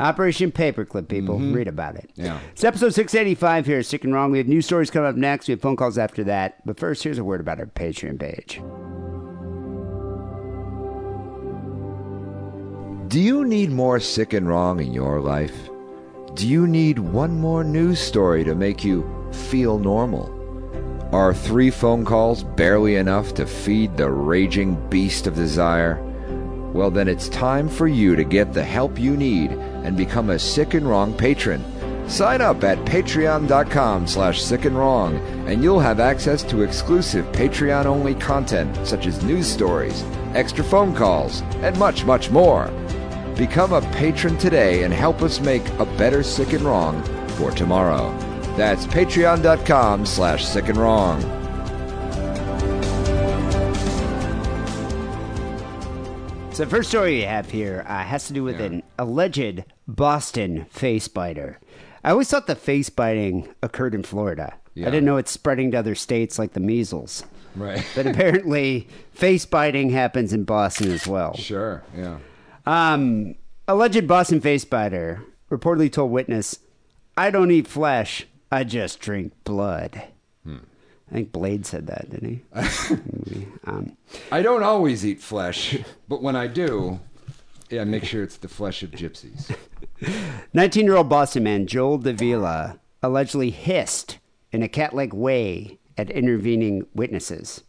Operation Paperclip, people, read about it.
Mm-hmm. Yeah.
It's episode 685 here. Sick and wrong. We have news stories coming up next. We have phone calls after that. But first, here's a word about our Patreon page.
Do you need more sick and wrong in your life? Do you need one more news story to make you feel normal? Are three phone calls barely enough to feed the raging beast of desire? Well, then it's time for you to get the help you need and become a sick and wrong patron. Sign up at patreon.com slash sick and wrong, and you'll have access to exclusive Patreon only content such as news stories, extra phone calls, and much, much more. Become a patron today and help us make a better sick and wrong for tomorrow. That's patreon.com slash sick and wrong.
So, the first story we have here uh, has to do with an alleged Boston face biter. I always thought the face biting occurred in Florida.
Yeah.
I didn't know it's spreading to other states like the measles.
Right.
But apparently, face biting happens in Boston as well.
Sure. Yeah.
Um, alleged Boston face biter reportedly told witness, "I don't eat flesh. I just drink blood." I think Blade said that, didn't he? um,
I don't always eat flesh, but when I do, yeah, I make sure it's the flesh of gypsies.
19 year old Boston man Joel Davila allegedly hissed in a cat like way at intervening witnesses.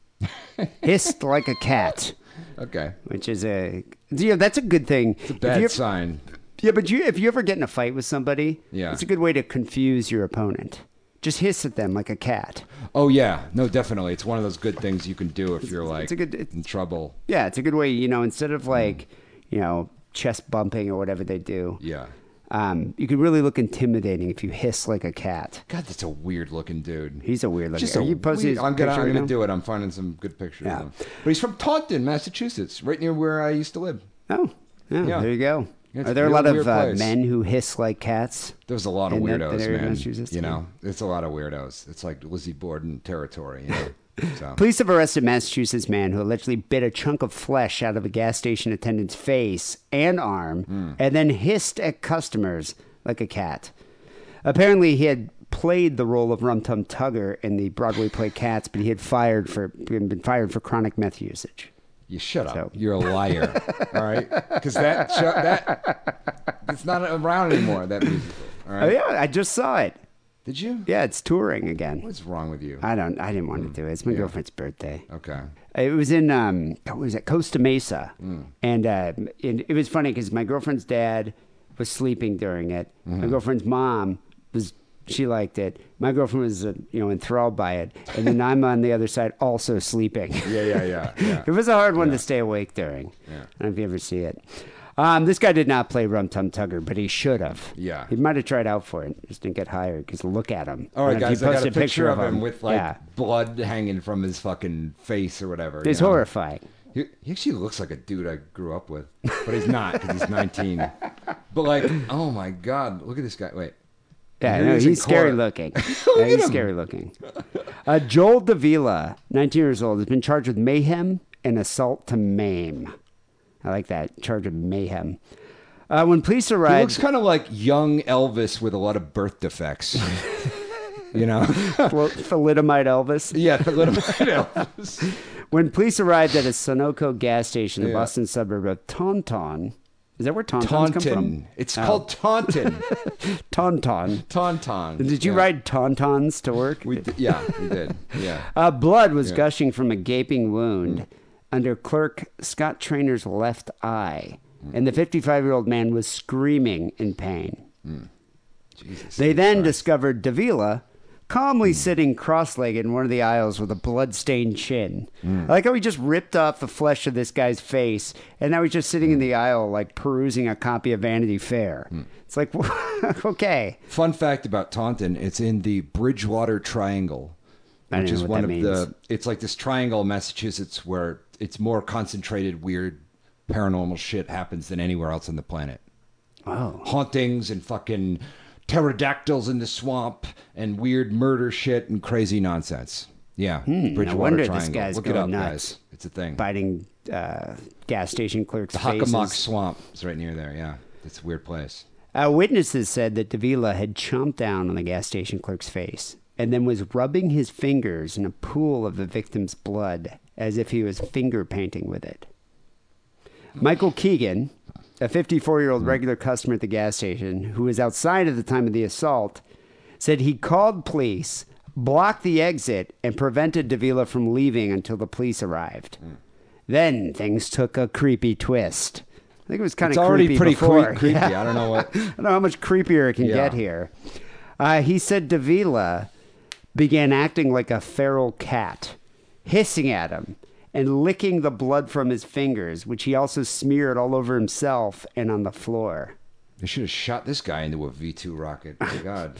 hissed like a cat,
Okay.
which is a, you know, that's a good thing. It's a
Bad sign.
Yeah, but you, if you ever get in a fight with somebody,
Yeah.
it's a good way to confuse your opponent. Just hiss at them like a cat.
Oh yeah, no, definitely. It's one of those good things you can do if you're like
it's a good- it's-
in trouble.
Yeah, it's a good way, you know, instead of like, you know, chest bumping or whatever they do.
Yeah.
Um, you could really look intimidating if you hiss like a cat.
God, that's a weird looking dude.
He's a weird looking.
Just
Are
a
you posting
weird-
his
I'm
picture
gonna, I'm
right
gonna
now?
do it. I'm finding some good pictures.
Yeah.
Of him. But he's from Taunton, Massachusetts, right near where I used to live.
Oh, yeah,
Yeah.
there you go.
Yeah, it's
Are there a
a
lot
real
of
weird
uh,
place.
men who hiss like cats?
There's a lot of
In that- that
weirdos,
area of
man.
Massachusetts,
You
yeah.
know, it's a lot of weirdos. It's like Lizzie Borden territory. You know? so.
Police have arrested a Massachusetts man who allegedly bit a chunk of flesh out of a gas station attendant's face and arm
Hmm.
and then hissed at customers like a cat. Apparently, he had played the role of Rum Tum Tugger in the Broadway play Cats, but he had fired for been fired for chronic meth usage.
You shut up.
So-
You're a liar. all right, because that sh- that it's not around anymore. That musical. All right.
Oh yeah, I just saw it.
Did you?
Yeah, it's touring again.
What's wrong with you?
I don't. I didn't
Hmm.
want to do it. It's my girlfriend's birthday.
okay.
It was in um, what was it Costa Mesa,
Mm.
and uh, and it was funny because my girlfriend's dad was sleeping during it. My
Mm-hmm.
girlfriend's mom was she liked it. My girlfriend was uh, you know enthralled by it, and then I'm on the other side also sleeping.
Yeah, yeah, yeah. yeah.
It was a hard one to stay awake during. I don't know if you ever see it. Um, this guy did not play Rum Tum Tugger, but he should have.
Yeah.
he might have tried out for it, just didn't get hired. Because look at him.
All right,
And if you
guys, I got
post
a picture of him, with like
yeah,
blood hanging from his fucking face or whatever.
it's
you know?
horrifying.
He, he actually looks like a dude I grew up with, but he's not because he's 19. But like, oh my god, look at this guy. Wait,
Yeah,
Here
no,
he is in
he's scary
court.
looking. Yeah, he's scary looking. Uh, Joel Davila, 19 years old, has been charged with mayhem and assault to maim. I like that. Charge of mayhem. Uh, when police
he
arrived,
looks kind of like young Elvis with a lot of birth defects. you know?
Phil- thalidomide Elvis.
yeah, thalidomide Elvis.
When police arrived at a Sunoco gas station in the Boston suburb of Taunton, is that where Tauntons come from? Oh,
Taunton. It's called Taunton.
Taunton.
Taunton.
Did you
Yeah.
ride Tauntons to work?
We d- yeah, we did. Yeah. Mm.
Uh, blood was gushing from a gaping wound under clerk Scott Trainer's left eye,
Mm.
and the 55 year old man was screaming in pain.
Mm.
They then discovered Davila
Mm.
calmly sitting cross legged in one of the aisles with a blood-stained chin.
Mm.
I like how he just ripped off the flesh of this guy's face, and now he's just sitting in
Mm.
the aisle, like perusing a copy of Vanity Fair. It's like, okay.
Fun fact about Taunton: it's in the Bridgewater Triangle,
I don't
which
know
is
what
one of
that
the. It's like this triangle in Massachusetts where it's more concentrated, weird, paranormal shit happens than anywhere else on the planet.
Oh.
hauntings and fucking pterodactyls in the swamp and weird murder shit and crazy nonsense. Yeah, Bridgewater
Hmm, wonder this
Triangle.
guy's
Look it up,
going
guys.
nuts.
It's a thing.
Biting uh, gas station clerks'
the Hockomock
faces.
Swamp is right near there. Yeah, it's a weird place.
Uh, witnesses said that Davila had chomped down on the gas station clerk's face and then was rubbing his fingers in a pool of the victim's blood as if he was finger painting with it. Michael Keegan, a 54
Hmm.
year old regular customer at the gas station who was outside at the time of the assault, said he called police, blocked the exit, and prevented Davila from leaving until the police arrived.
Hmm.
Then things took a creepy twist. I think it was kind
It's
of
already
creepy
pretty cre-
before.
creepy.
Yeah.
I don't know what.
I don't know how much creepier it can
Yeah.
get here. Uh, he said Davila began acting like a feral cat, hissing at him and licking the blood from his fingers, which he also smeared all over himself and on the floor.
They should have shot this guy into a V two rocket. My God,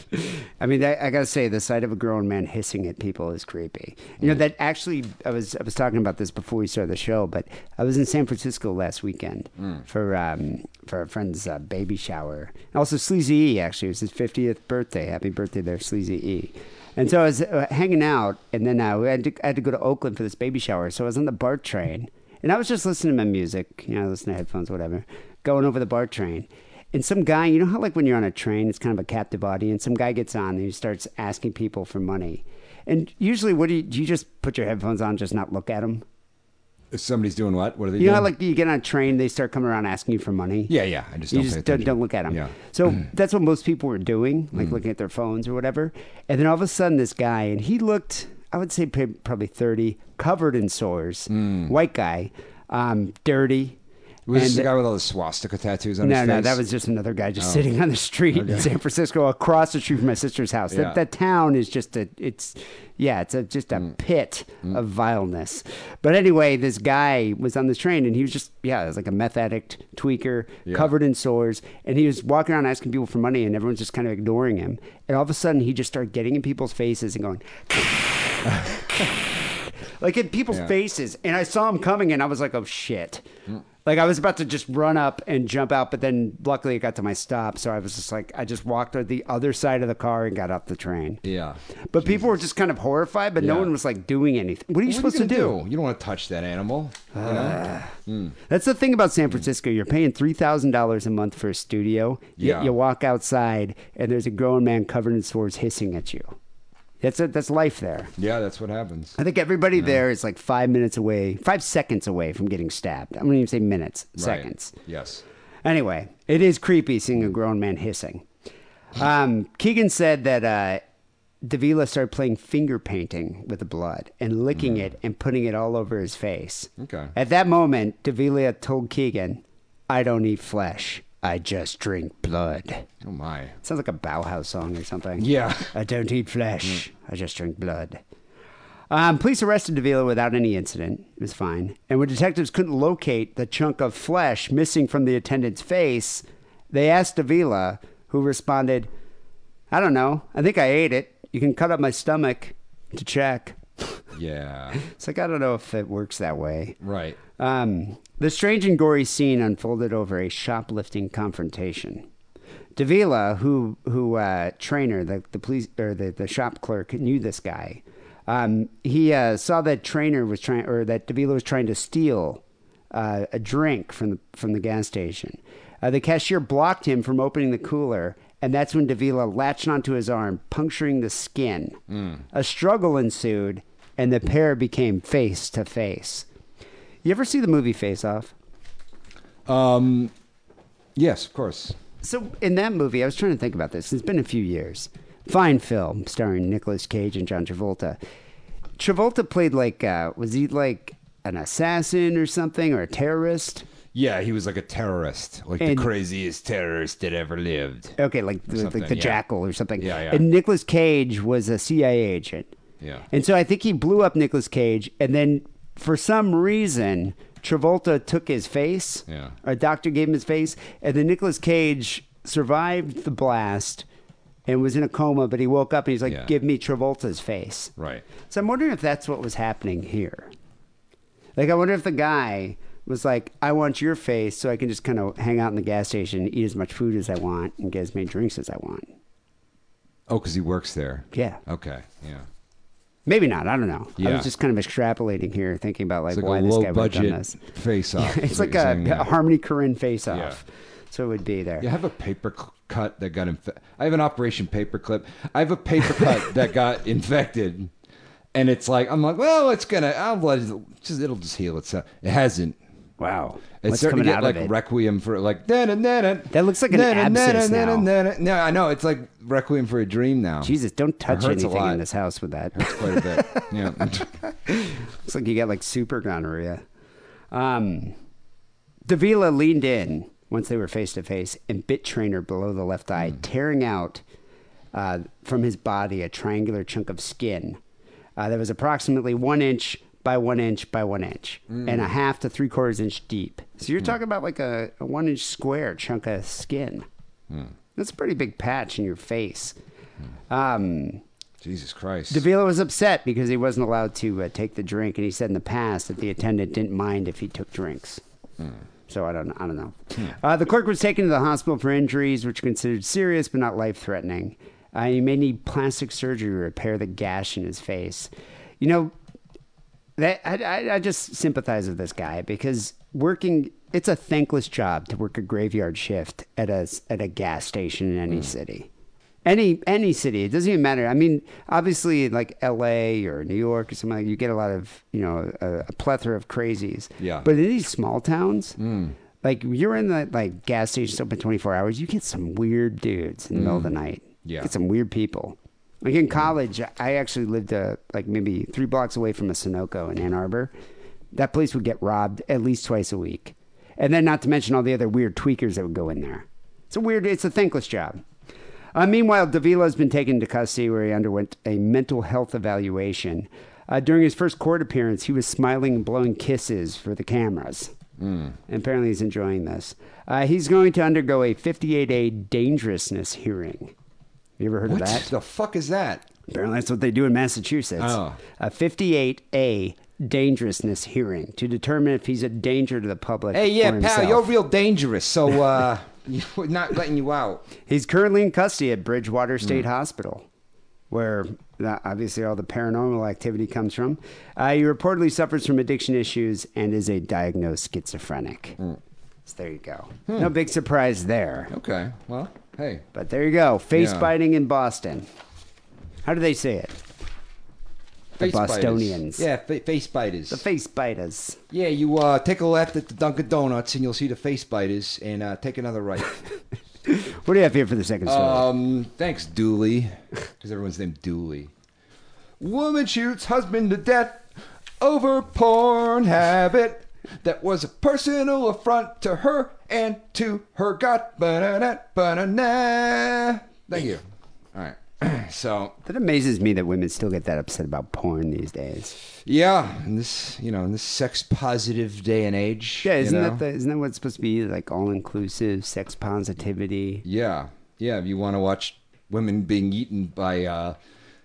I mean, I, I gotta say, the sight of a grown man hissing at people is creepy. You know that actually, I was I was talking about this before we started the show, but I was in San Francisco last weekend for um, for a friend's uh, baby shower, and also Sleazy E. Actually, it was his fiftieth birthday. Happy birthday there, Sleazy E. And so I was uh, hanging out, and then uh, we had to, I had to go to Oakland for this baby shower, so I was on the BART train, and I was just listening to my music, you know, listening to headphones, whatever, going over the BART train. And some guy, you know how like when you're on a train, it's kind of a captive audience. Some guy gets on and he starts asking people for money. And usually, what do you do? You just put your headphones on, just not look at them.
if somebody's doing what? What are they
You
doing?
know, how, like you get on a train, they start coming around asking you for money.
yeah, yeah. I just
you
don't pay
just don't,
attention.
don't look at them.
Yeah. Mm.
So that's what most people were doing, like looking at their phones or whatever. And then all of a sudden, this guy, and he looked, I would say pa- probably 30, covered in sores, white guy, um, dirty.
Mm. Was this
And-
the guy with all the swastika tattoos on
no,
his face?
no, that was just another guy
Oh.
just sitting on the street in San Francisco, across the street from my sister's house.
Yeah.
That, that town is just a, it's, yeah, it's a, just a
Mm.
pit of vileness. But anyway, this guy was on the train and he was just, yeah, it was like a meth addict, tweaker, covered in sores, and he was walking around asking people for money, and everyone's just kind of ignoring him. And all of a sudden, he just started getting in people's faces and going. Like in people's
Yeah.
faces, and I saw him coming, and I was like, "Oh shit!"
Mm.
Like I was about to just run up and jump out, but then luckily it got to my stop, so I was just like, I just walked to the other side of the car and got off the train.
Yeah.
But people were just kind of horrified, but no
Yeah.
one was like doing anything. What are you
What
supposed
are you
to
gonna
do? Ah.
You don't want to touch that animal. you know?
That's the thing about San Francisco. You're paying three thousand dollars a month for a studio. Yet
Yeah.
You, walk outside and there's a grown man covered in sores hissing at you. That's it. That's life there.
Yeah, that's what happens.
I think everybody
Mm.
there is like five minutes away, five seconds away from getting stabbed. I'm gonna even say minutes, seconds.
Right. Yes.
Anyway, it is creepy seeing a grown man hissing. Um, Keegan said that uh, Davila started playing finger painting with the blood and licking it and putting it all over his face.
Okay.
At that moment, Davila told Keegan, I don't eat flesh. I just drink blood.
Oh my.
Sounds like a Bauhaus song or something.
Yeah.
I don't eat flesh. I just drink blood. Um, police arrested Davila without any incident. It was fine. And when detectives couldn't locate the chunk of flesh missing from the attendant's face, they asked Davila, who responded, I don't know. I think I ate it. You can cut up my stomach to check.
Yeah.
It's like, I don't know if it works that way.
Right.
Um, the strange and gory scene unfolded over a shoplifting confrontation. Davila, who who uh, trainer the the police or the, the shop clerk knew this guy. Um, he uh, saw that trainer was trying or that Davila was trying to steal uh, a drink from the from the gas station. Uh, the cashier blocked him from opening the cooler, and that's when Davila latched onto his arm, puncturing the skin. A struggle ensued, and the pair became face to face. You ever see the movie Face Off?
Yes, of course.
So in that movie, I was trying to think about this. It's been a few years. Fine film starring Nicolas Cage and John Travolta. Travolta played like uh, was he like an assassin or something or a terrorist?
Yeah, he was like a terrorist, like
And-
the craziest terrorist that ever lived.
Okay, like the, like
something,
the
yeah.
Jackal or something.
Yeah, yeah.
And Nicolas Cage was a CIA agent.
Yeah.
And so I think he blew up Nicolas Cage, and then for some reason Travolta took his face.
Yeah.
A doctor gave him his face, and then Nicolas Cage survived the blast and was in a coma, but he woke up and he's like,
Yeah.
"Give me Travolta's face."
Right.
So I'm wondering if that's what was happening here. Like, I wonder if the guy was like, I want your face so I can just kind of hang out in the gas station, eat as much food as I want, and get as many drinks as I want.
Oh, because he works there.
Yeah.
Okay. Yeah.
Maybe not. I don't know. I
Oh. Yeah.
was just kind of extrapolating here, thinking about like,
It's like
why
a
this
low
guy would have done
budget
this.
face off.
It's like a, a Harmony Korine face off.
Yeah.
So it would be there.
You have a paper c- cut that got infected. I have an Operation Paperclip. I have a paper cut that got infected, and it's like I'm like, well, it's gonna. I'll let it. Just, it'll just heal itself. It hasn't.
Wow.
It's
What's
starting
coming
to get
out
like
of it?
requiem for like da da da da.
That looks like an abscess now.
No, I know it's like requiem for a dream now.
Jesus, don't touch
hurts a
anything in
lot.
this house with that.
It's quite a bit. Yeah.
Looks like you got like super gonorrhea. Um, Davila leaned in once they were face to face and bit Trainer below the left
Hmm.
eye, tearing out uh, from his body a triangular chunk of skin uh, that was approximately one inch by one inch by one inch
Hmm.
and a half to three quarters inch deep. So you're talking about like a, a one inch square chunk of skin.
Hmm.
That's a pretty big patch in your face. Um,
Jesus Christ.
Davila was upset because he wasn't allowed to uh, take the drink, and he said in the past that the attendant didn't mind if he took drinks. So I don't, I don't know. Uh, the clerk was taken to the hospital for injuries, which are considered serious but not life-threatening. Uh, he may need plastic surgery to repair the gash in his face. You know, that I, I, I just sympathize with this guy because working it's a thankless job to work a graveyard shift at a s- at a gas station in any
Mm.
city any any city it doesn't even matter i mean obviously like la or new york or something like you get a lot of you know a, a plethora of crazies
Yeah. Mm.
but in these small towns like you're in the like gas stations open 24 hours you get some weird dudes in the middle of the night
Mm. Yeah.
get some weird people like in college i actually lived uh, like maybe three blocks away from a sunoco in ann arbor that place would get robbed at least twice a week and then not to mention all the other weird tweakers that would go in there it's a weird it's a thankless job uh, meanwhile, Davila has been taken to custody where he underwent a mental health evaluation. Uh, during his first court appearance, he was smiling and blowing kisses for the cameras. And apparently, he's enjoying this. Uh, he's going to undergo a 58A dangerousness hearing. You ever heard
what
of that?
the fuck is that?
Apparently, that's what they do in Massachusetts.
Oh.
A 58A dangerousness hearing to determine if he's a danger to the public.
Hey, yeah,
or
pal,
himself.
you're real dangerous. So, uh, we're not letting you out.
He's currently in custody at Bridgewater
Hmm.
State Hospital, where uh, obviously all the paranormal activity comes from. Uh, he reportedly suffers from addiction issues and is a diagnosed schizophrenic.
Hmm.
So there you go. No big surprise there.
Okay. Well, hey,
But there you go. Face
Yeah.
biting in Boston. How do they say it?
face biters.
Bostonians.
Yeah, fa- face biters.
The face biters.
yeah, you uh, take a left at the Dunkin' Donuts and you'll see the face biters, and uh, take another right.
What do you have here for the second story?
um, thanks, Dooley, because everyone's named Dooley. Woman shoots husband to death over porn habit that was a personal affront to her and to her God. Ba-da-da, ba-da-da. Thank you. All right. So
that amazes me that women still get that upset about porn these days.
Yeah, in this you know in this sex positive day and age.
Yeah,
you
isn't
know?
that the, isn't that what's supposed to be like all inclusive, sex positivity?
Yeah, yeah. If you want to watch women being eaten by uh,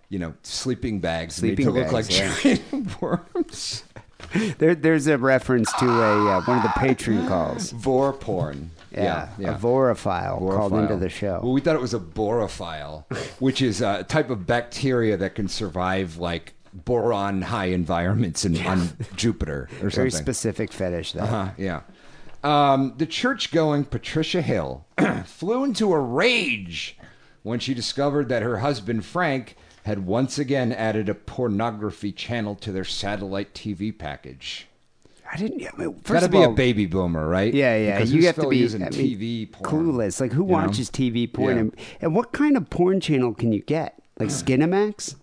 you know sleeping bags,
Sleeping
made to look
bags,
like giant worms.
There, there's a reference to a uh, one of the patron calls.
Vor porn.
Yeah, a vorophile, called
Borophile.
into the show.
Well, we thought it was a borophile, which is a type of bacteria that can survive like boron high environments in, on Jupiter or
Very
something.
specific fetish, though.
Uh, yeah. Um, the church going Patricia Hill flew into a rage when she discovered that her husband, Frank, had once again added a pornography channel to their satellite TV package.
I didn't. I mean, first
Gotta
of
be
all,
a baby boomer, right?
Yeah, yeah.
Because
you
who's
have to
still
be
using
I mean,
TV porn.
clueless. Like who
you know?
watches TV porn?
Yeah.
And, and what kind of porn channel can you get? Like Skinamax,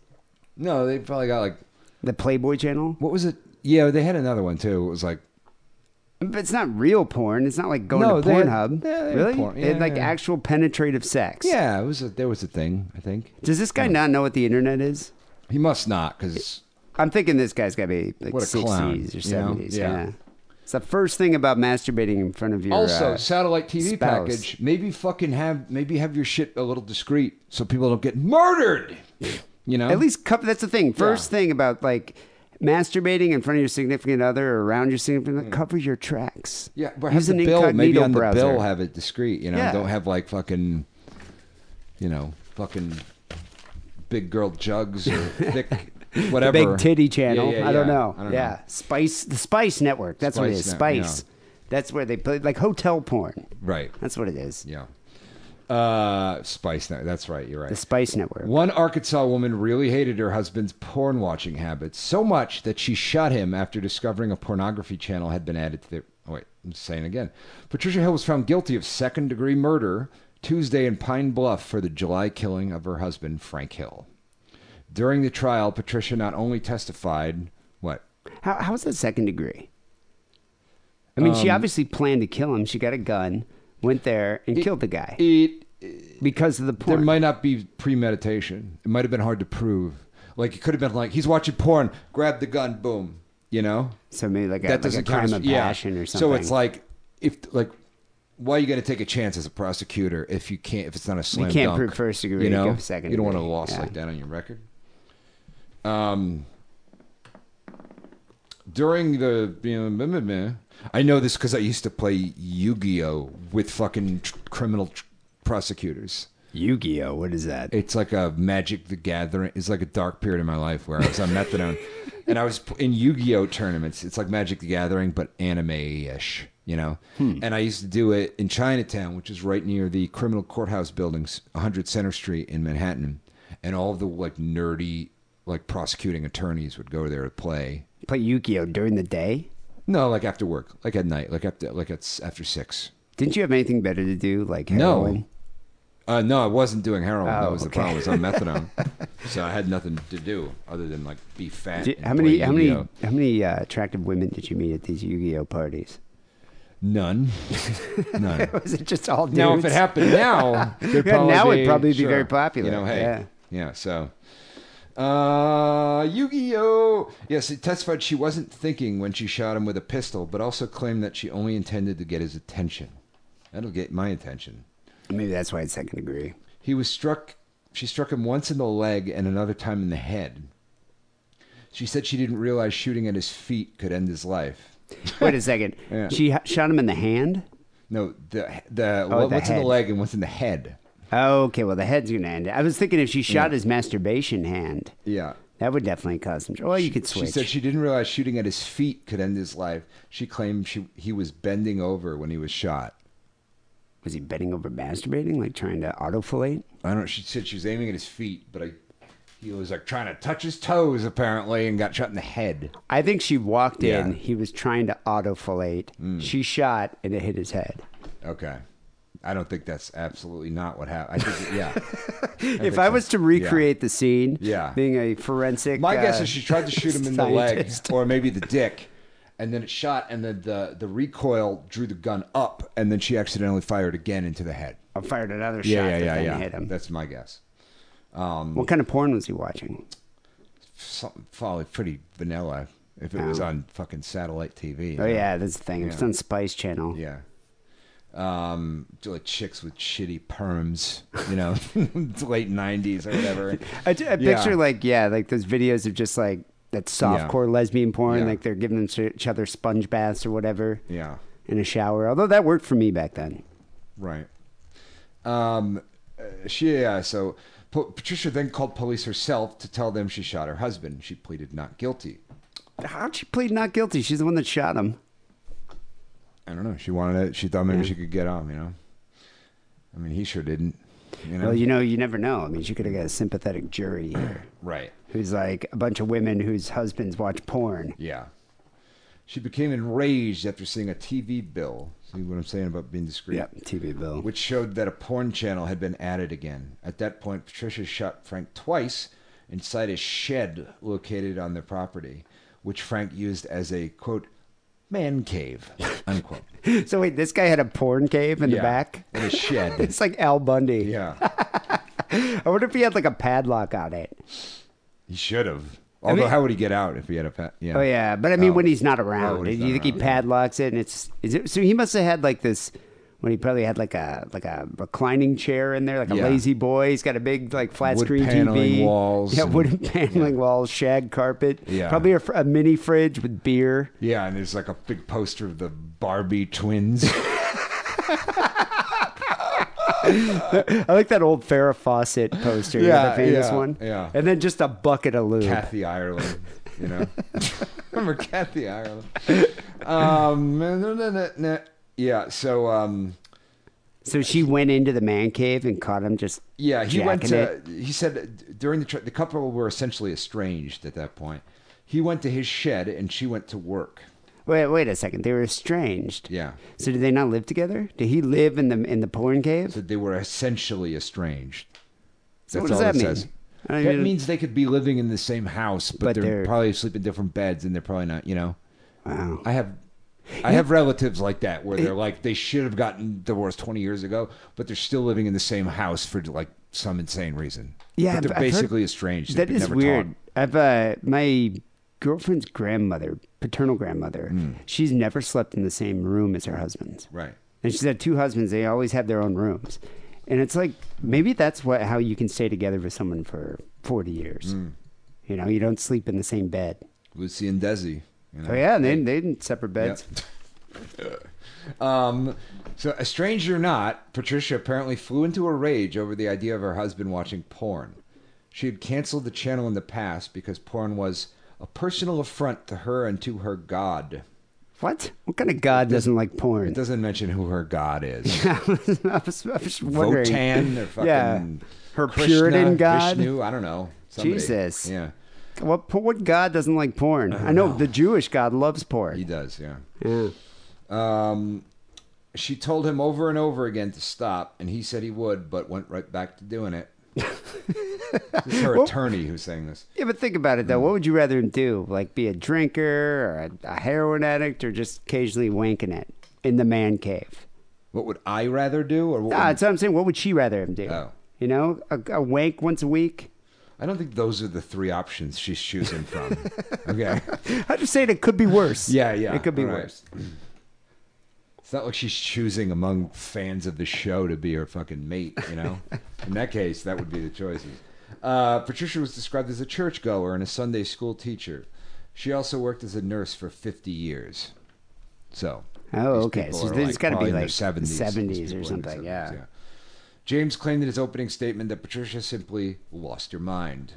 No, they probably got like
the Playboy channel.
what was it? Yeah, they had another one too. It was like
But it's not real porn. It's not like going
No,
to
they had-
Pornhub.
yeah, they had
really?
porn.
They had,
Yeah,
like
yeah.
actual penetrative sex.
yeah, it was a, there was a thing. I think
Does this guy not know what the internet is?
he must not because
I'm thinking this guy's got to be like
What a
60s
clown,
or
you know?
70s.
Yeah.
Yeah. It's the first thing about masturbating in front of your
also
uh,
satellite TV
spouse.
package. Maybe fucking have maybe have your shit a little discreet so people don't get murdered. You know,
At least couple. That's the thing. First thing about like masturbating in front of your significant other or around your significant cover your tracks.
Hmm. Yeah, but have
Use
the
an
bill maybe
incognito
on
browser.
the bill have it discreet. You know,
Yeah.
don't have like fucking, you know, fucking big girl jugs or thick
the
whatever
big titty channel.
Yeah, yeah,
I don't
yeah.
know.
I don't
yeah, Spice the Spice Network. That's what it
Spice
is.
Net- yeah.
Spice. That's where they play like hotel porn.
know. right.
That's what it is.
Yeah, uh, Spice. Net- That's right. You're right.
The Spice Network.
One Arkansas woman really hated her husband's porn watching habits so much that she shot him after discovering a pornography channel had been added to their. Oh, wait, I'm saying it again. Patricia Hill was found guilty of second degree murder Tuesday in Pine Bluff for the July killing of her husband, Frank Hill. During the trial, Patricia not only testified, what?
How how is that second degree? I mean,
Um,
she obviously planned to kill him. She got a gun, went there, and killed the guy
It,
because of the porn.
there might not be premeditation. It might have been hard to prove. Like, it could have been like, he's watching porn, grab the gun, boom. You know?
so maybe like a,
that
like a
doesn't count
crime
as
of
yeah.
passion or something.
So it's like if like why you got to take a chance as a prosecutor if you can't if it's not a slam
can't
dunk,
prove first degree, you
You know,
go second
you don't want a
degree,
loss
yeah.
like that on your record. Um. During the you know, meh, meh, meh, I know this because I used to play Yu-Gi-Oh with fucking tr- criminal tr- prosecutors.
Yu-Gi-Oh. What is that?
It's like a Magic the Gathering. It's like a dark period in my life where I was on methadone, and I was p- in Yu-Gi-Oh tournaments. It's like Magic the Gathering, but anime-ish, you know. And I used to do it in Chinatown, which is right near the criminal courthouse buildings, 100 Center Street in Manhattan. And all the like nerdy, like prosecuting attorneys would go there to play.
Play Yu-Gi-Oh during the day.
No, like after work, like at night, like after like at s- after six.
Didn't you have anything better to do? Like
No.
heroin?
Uh, no, I wasn't doing heroin. that
Oh,
was the
okay.
problem. I was on methadone, so I had nothing to do other than like be fat.
Did-
and
how many?
play
How many?
Yu-Gi-Oh.
How many uh, attractive women did you meet at these Yu-Gi-Oh parties?
None. None.
Was it just all dudes?
now, if it happened now, there'd
Yeah,
probably
now
be,
it'd probably be
sure.
very popular,
You know, hey,
yeah.
yeah so. Uh, Yu-Gi-Oh! Yes, it testified she wasn't thinking when she shot him with a pistol, but also claimed that she only intended to get his attention. That'll get my attention.
Maybe that's why it's second degree.
He was struck. She struck him once in the leg and another time in the head. She said she didn't realize shooting at his feet could end his life.
Wait a second.
Yeah.
She ha- shot him in the hand.
No, the the,
Oh,
what-
the
what's in
head.
the leg and what's in the head.
Okay, well the head's gonna end. it. I was thinking if she shot his masturbation hand,
Yeah.
that would definitely cause some. Well, you could switch.
She said she didn't realize shooting at his feet could end his life. She claimed she he was bending over when he was shot.
was he bending over masturbating, like trying to autofillate?
I don't. She said she was aiming at his feet, but I, he was like trying to touch his toes apparently, and got shot in the head.
I think she walked
Yeah. Mm.
in. He was trying to autofillate. She shot and it hit his head.
Okay. I don't think that's absolutely not what happened. I think, yeah.
if
think
I
so.
was to
Yeah.
recreate the scene,
Yeah.
being a forensic,
My guess
uh,
is she tried to shoot him in the leg
scientist.
or maybe the dick, and then it shot, and then the, the recoil drew the gun up, and then she accidentally fired again into the head.
I fired another shot.
Yeah,
that
yeah, yeah,
then
yeah.
Hit him.
That's my guess.
what kind of porn was he watching?
Something probably pretty vanilla if it was
Yeah.
on fucking satellite TV. you
Oh
know?
yeah, that's the thing. It's
Yeah.
on Spice Channel.
Yeah. Um, to, like chicks with shitty perms, you know, late '90s or whatever.
I, ju- I
Yeah.
picture like yeah, like those videos of just like that softcore lesbian porn,
Yeah.
like they're giving them to each other sponge baths or whatever
Yeah.
in a shower. Although that worked for me back then.
Right. Um, uh, she, yeah, so po- Patricia then called police herself to tell them she shot her husband. She pleaded not guilty.
How'd she plead not guilty? She's the one that shot him.
I don't know. She wanted it. She thought maybe she could get off, you know? I mean, he sure didn't. You know?
Well, you know, you never know. I mean, you could have got a sympathetic jury here
right.
who's like a bunch of women whose husbands watch porn.
Yeah. She became enraged after seeing a TV bill. See what I'm saying about being discreet?
Yep, TV bill.
Which showed that a porn channel had been added again. At that point, Patricia shot Frank twice inside a shed located on their property, which Frank used as a quote man cave unquote
so wait, this guy had a porn cave in
Yeah,
the back?
in a shed.
It's like Al Bundy.
yeah,
I wonder if he had like a padlock on it.
he should have. Although,
mean-
how would he get out if he had a pet? Yeah.
Oh yeah, but I mean
Oh.
when he's not
Oh,
around,
when
do
he's
you
not
think he
around, yeah.
padlocks it? And it's is it, so he must have had like this when he probably had like a like a reclining chair in there, like a
Yeah.
lazy boy. He's got a big like flat
Wood
screen
paneling
TV,
walls
yeah,
and-
wooden paneling walls, shag carpet,
Yeah.
probably a, fr- a mini fridge with beer.
Yeah, and there's like a big poster of the Barbie twins.
I like that old Farrah Fawcett poster, you know,
Yeah,
the famous
yeah,
one,
yeah.
and then just a bucket of lube.
Kathy Ireland, you know. Remember Kathy Ireland? Um, no, no, no, no. yeah. So, um,
So she went into the man cave and caught him just
yeah, he went
jacking
to.
it.
He said during the trip, the couple were essentially estranged at that point. He went to his shed, and she went to work.
Wait, wait a second. They were estranged.
Yeah.
So did they not live together? Did he live in the in the porn cave?
So they were essentially estranged.
So what does that mean? I don't
That
even-
means they could be living in the same house, but,
But
they're,
they're-
probably sleeping in different beds, and they're probably not. You know,
Wow.
I have, I have relatives like that where they're like they should have gotten divorced twenty years ago, but they're still living in the same house for like some insane reason.
Yeah,
but they're
I've- I've heard-
basically estranged.
That
They
is
never
weird.
talk.
I've uh, my girlfriend's grandmother, paternal grandmother. She's never slept in the same room as her husband's.
Hmm. Right.
And she's had two husbands. They always have their own rooms. And it's like maybe that's what how you can stay together with someone for forty years.
Hmm.
You know, you don't sleep in the same bed.
Lucy and Desi. You know?
Oh yeah, and they they in separate beds.
Um, so, estranged or not, Patricia apparently flew into a rage over the idea of her husband watching porn. She had canceled the channel in the past because porn was a personal affront to her and to her God.
What? What kind of god doesn't like porn?
It doesn't mention who her God is.
I was, I was, I was wondering.
Votan or fucking
yeah. Her
Krishna,
Puritan god.
Vishnu, I don't know. Somebody.
Jesus.
Yeah,
What what god doesn't like porn? I, know, the Jewish God loves
he
porn.
does, yeah.
Yeah.
Um, she told him over and over again to stop, and he said he would, but went right back to doing it. this is her attorney who's saying this.
Yeah, but think about it
Hmm.
though. What would you rather do? Like be a drinker or a, a heroin addict or just occasionally wanking it in the man
Hmm.
cave?
What would I rather do, or what
Ah,
would,
that's what I'm saying. What would she rather him do?
Oh.
You know, a, a wank once a week.
I don't think those are the three options she's choosing from. okay.
I'm just saying it could be worse.
Yeah, yeah.
It could be
all right.
worse.
It's not like she's choosing among fans of the show to be her fucking mate, you know? In that case, that would be the choices. Uh, Patricia was described as a churchgoer and a Sunday school teacher. She also worked as a nurse for 50 years. So.
Oh,
these
okay.
people
So
are,
there's gotta be,
probably in their
like,
70s
70s
These
or
people are in their
something, yeah.
James claimed in his opening statement that Patricia simply lost her mind.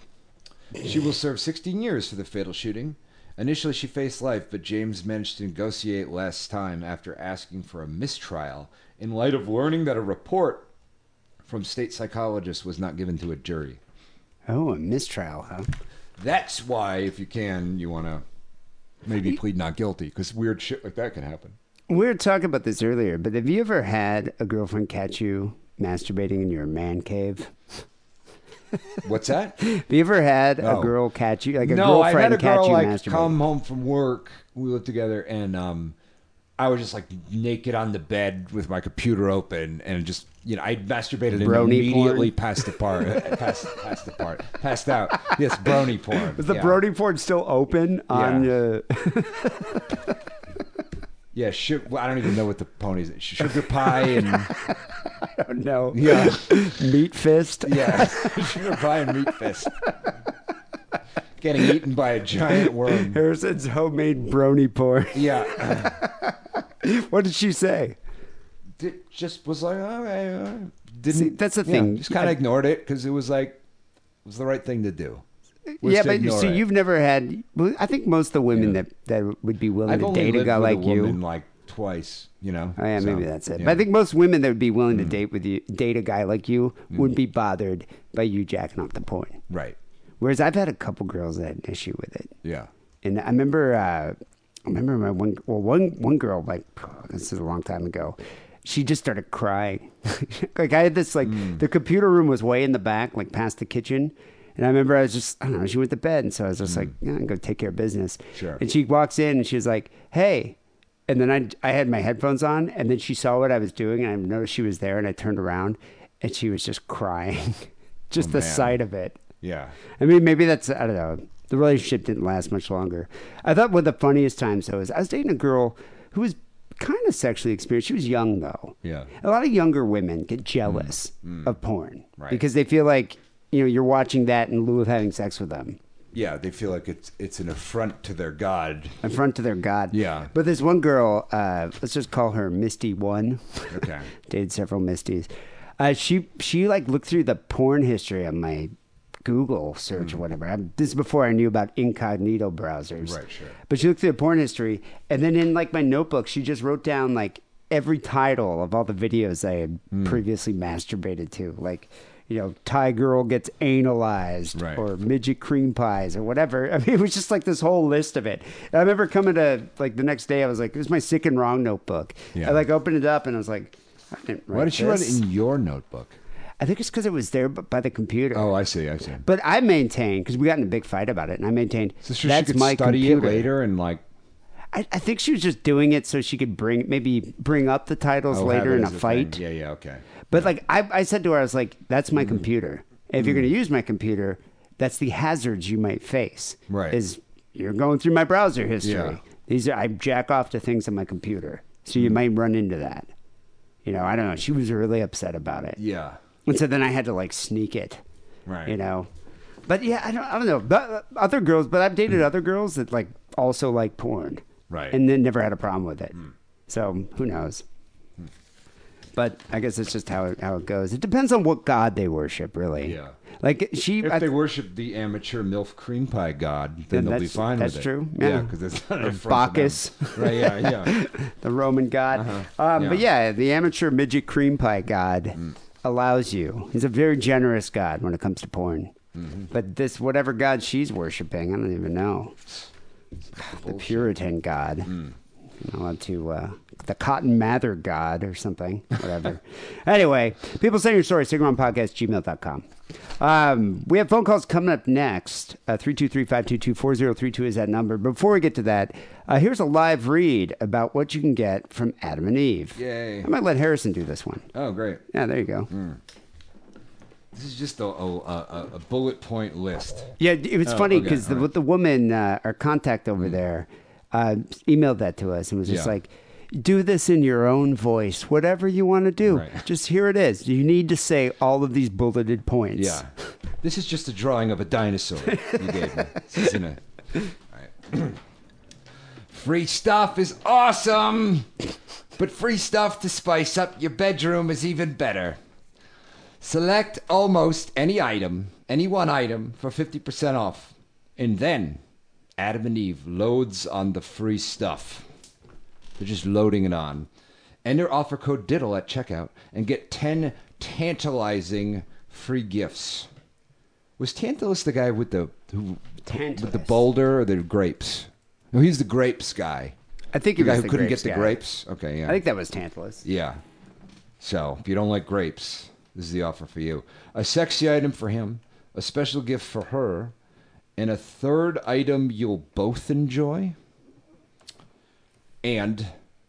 She will serve 16 years for the fatal shooting. Initially, she faced life, but James managed to negotiate last time after asking for a mistrial in light of learning that a report from state psychologists was not given to a jury.
Oh, a mistrial, huh?
That's why, if you can, you want to maybe plead not guilty because weird shit like that can happen.
We were talking about this earlier, but have you ever had a girlfriend catch you masturbating in your man cave?
What's that?
Have you ever had
No.
a girl catch you, like a
no, I
girlfriend
had a
catch
girl
you
like
masturbating?
come home from work. We lived together, and um, I was just like naked on the bed with my computer open, and just you know, I masturbated and
Brony porn?
immediately passed apart, passed, passed apart, passed out. Yes, brony porn.
Is the
yeah.
Brody porn still open on
Yeah.
the?
Yeah, shit. Well, I don't even know what the ponies. Sugar pie and
no,
yeah,
meat fist.
yeah, sugar pie and meat fist. Getting eaten by a giant worm.
Harrison's homemade brony porn.
Yeah.
what did she say?
di- just was like, all right, all right. didn't.
See, that's the thing.
Just kind
I-
of ignored it because it was like, it was the right thing to do. was
yeah,
to
but you
ignore
see,
it.
you've never had. well, I think most of the women that that would be willing
I've
to
only
date a
lived
guy
with
like
a woman
you.
like twice, you know?
Oh, yeah,
So,
maybe that's it.
yeah. Mm.
But I think most women that would be willing to date with you, date a guy like you, wouldn't be bothered by you jacking off the porn.
Right.
Whereas I've had a couple girls that had an issue with it,
Yeah.
and I remember, uh, I remember my one, well, one one girl like this is a long time ago. She just started crying. like I had this like the computer room was way in the back, like past the kitchen. And I remember I was just I don't know, she went to bed and so I was just like, yeah, I'm gonna take care of business.
Sure.
And she walks in and she was like, Hey, and then I, I had my headphones on, and then she saw what I was doing, and I noticed she was there, and I turned around, and she was just crying, just the
man.
sight of it.
Yeah.
I mean, maybe that's I don't know. The relationship didn't last much longer. I thought one of the funniest times though is I was dating a girl who was kind of sexually experienced. She was young though.
Yeah.
A lot of younger women get jealous of porn
Right.
because they feel like you know you're watching that in lieu of having sex with them
Yeah. They feel like it's it's an affront to their god.
in front to their god.
Yeah.
But this one girl, uh, let's just call her Misty One.
Okay.
dated several Misties. Uh, she she like looked through the porn history on my Google search or whatever. i this is before I knew about incognito browsers.
Right, sure.
But she looked through the porn history, and then in like my notebook, she just wrote down like every title of all the videos I had previously masturbated to, like. You know, Thai girl gets analyzed,
Right.
or midget cream pies, or whatever. I mean, it was just like this whole list of it. And I remember coming to like the next day, I was like, "It was my sick and wrong notebook."
Yeah.
I like opened it up, and I was like, "I didn't
Why did you write it
this.
in your notebook?
I think it's because it was there, but by the computer.
Oh, I see. I see.
But I maintained because we got in a big fight about it, and I maintained
So she
that's
could
my
study
computer.
it later and like
I, I think she was just doing it so she could bring maybe bring up the titles
oh, have
later
it
in a
as
fight.
thing. Yeah. Yeah. Okay.
But like I, I said to her, I was like, "That's
Mm-hmm.
my computer. If you're going to use my computer, that's the hazards you might face.
Right.
Is you're going through my browser history.
Yeah. Mm-hmm.
These are I jack off to things on my computer, so you might run into that. You know, I don't know. She was really upset about it.
Yeah.
And so then I had to like sneak it.
Right.
You know. But yeah, I don't, I don't know. But uh, other girls, but I've dated other girls that like also like porn.
Mm. Right. Mm.
And then never had a problem with it. So who knows? But I guess it's just how it, how it goes. It depends on what god they worship, really.
Yeah.
Like she,
If
I-
they worship the amateur MILF cream pie god,
Then
then they'll be
that's-
fine
that's
with it.
true, yeah.
Yeah, because it's not
Or
a front to
Bacchus.
them. Right, yeah, yeah.
the Roman god.
Uh-huh.
Um, But
Yeah. Mm.
yeah, the amateur midget cream pie god allows you. He's a very generous god when it comes to porn.
Mm-hmm.
But this, whatever god she's worshiping, I don't even know. The Puritan god.
Mm.
I want to uh, the Cotton Mather God or something, whatever. anyway, people send your story, sigaronpodcast, gmail.com. Um, we have phone calls coming up next. uh, 323 522 4032 is that number. Before we get to that, uh, here's a live read about what you can get from Adam and Eve.
Yay.
I might let Harrison do this one.
Oh, great.
Yeah, there you go.
This is just a, a, a, a bullet point list.
Yeah, it was
Oh,
funny
okay,
because the,
all right. Mm.
the woman, uh, our contact over there, uh, emailed that to us and was just
Yeah.
like, do this in your own voice, whatever you want to do.
Right.
Just here it is. You need to say all of these bulleted points.
Yeah. This is just a drawing of a dinosaur you gave me. This is in a- Alright. free stuff is awesome, but free stuff to spice up your bedroom is even better. Select almost any item, any one item, for 50% off. And then Adam and Eve loads on the free stuff. They're just loading it on. Enter offer code DIDDLE at checkout and get 10 tantalizing free gifts. Was Tantalus the guy with the who, with the
Tantalus.
boulder or the grapes? No, he's the grapes guy.
I think
The
it
guy
was
who
the
couldn't
grapes
get the
guy.
grapes. Okay, yeah.
I think that was Tantalus.
Yeah. So if you don't like grapes, this is the offer for you. A sexy item for him, a special gift for her, and a third item you'll both enjoy. And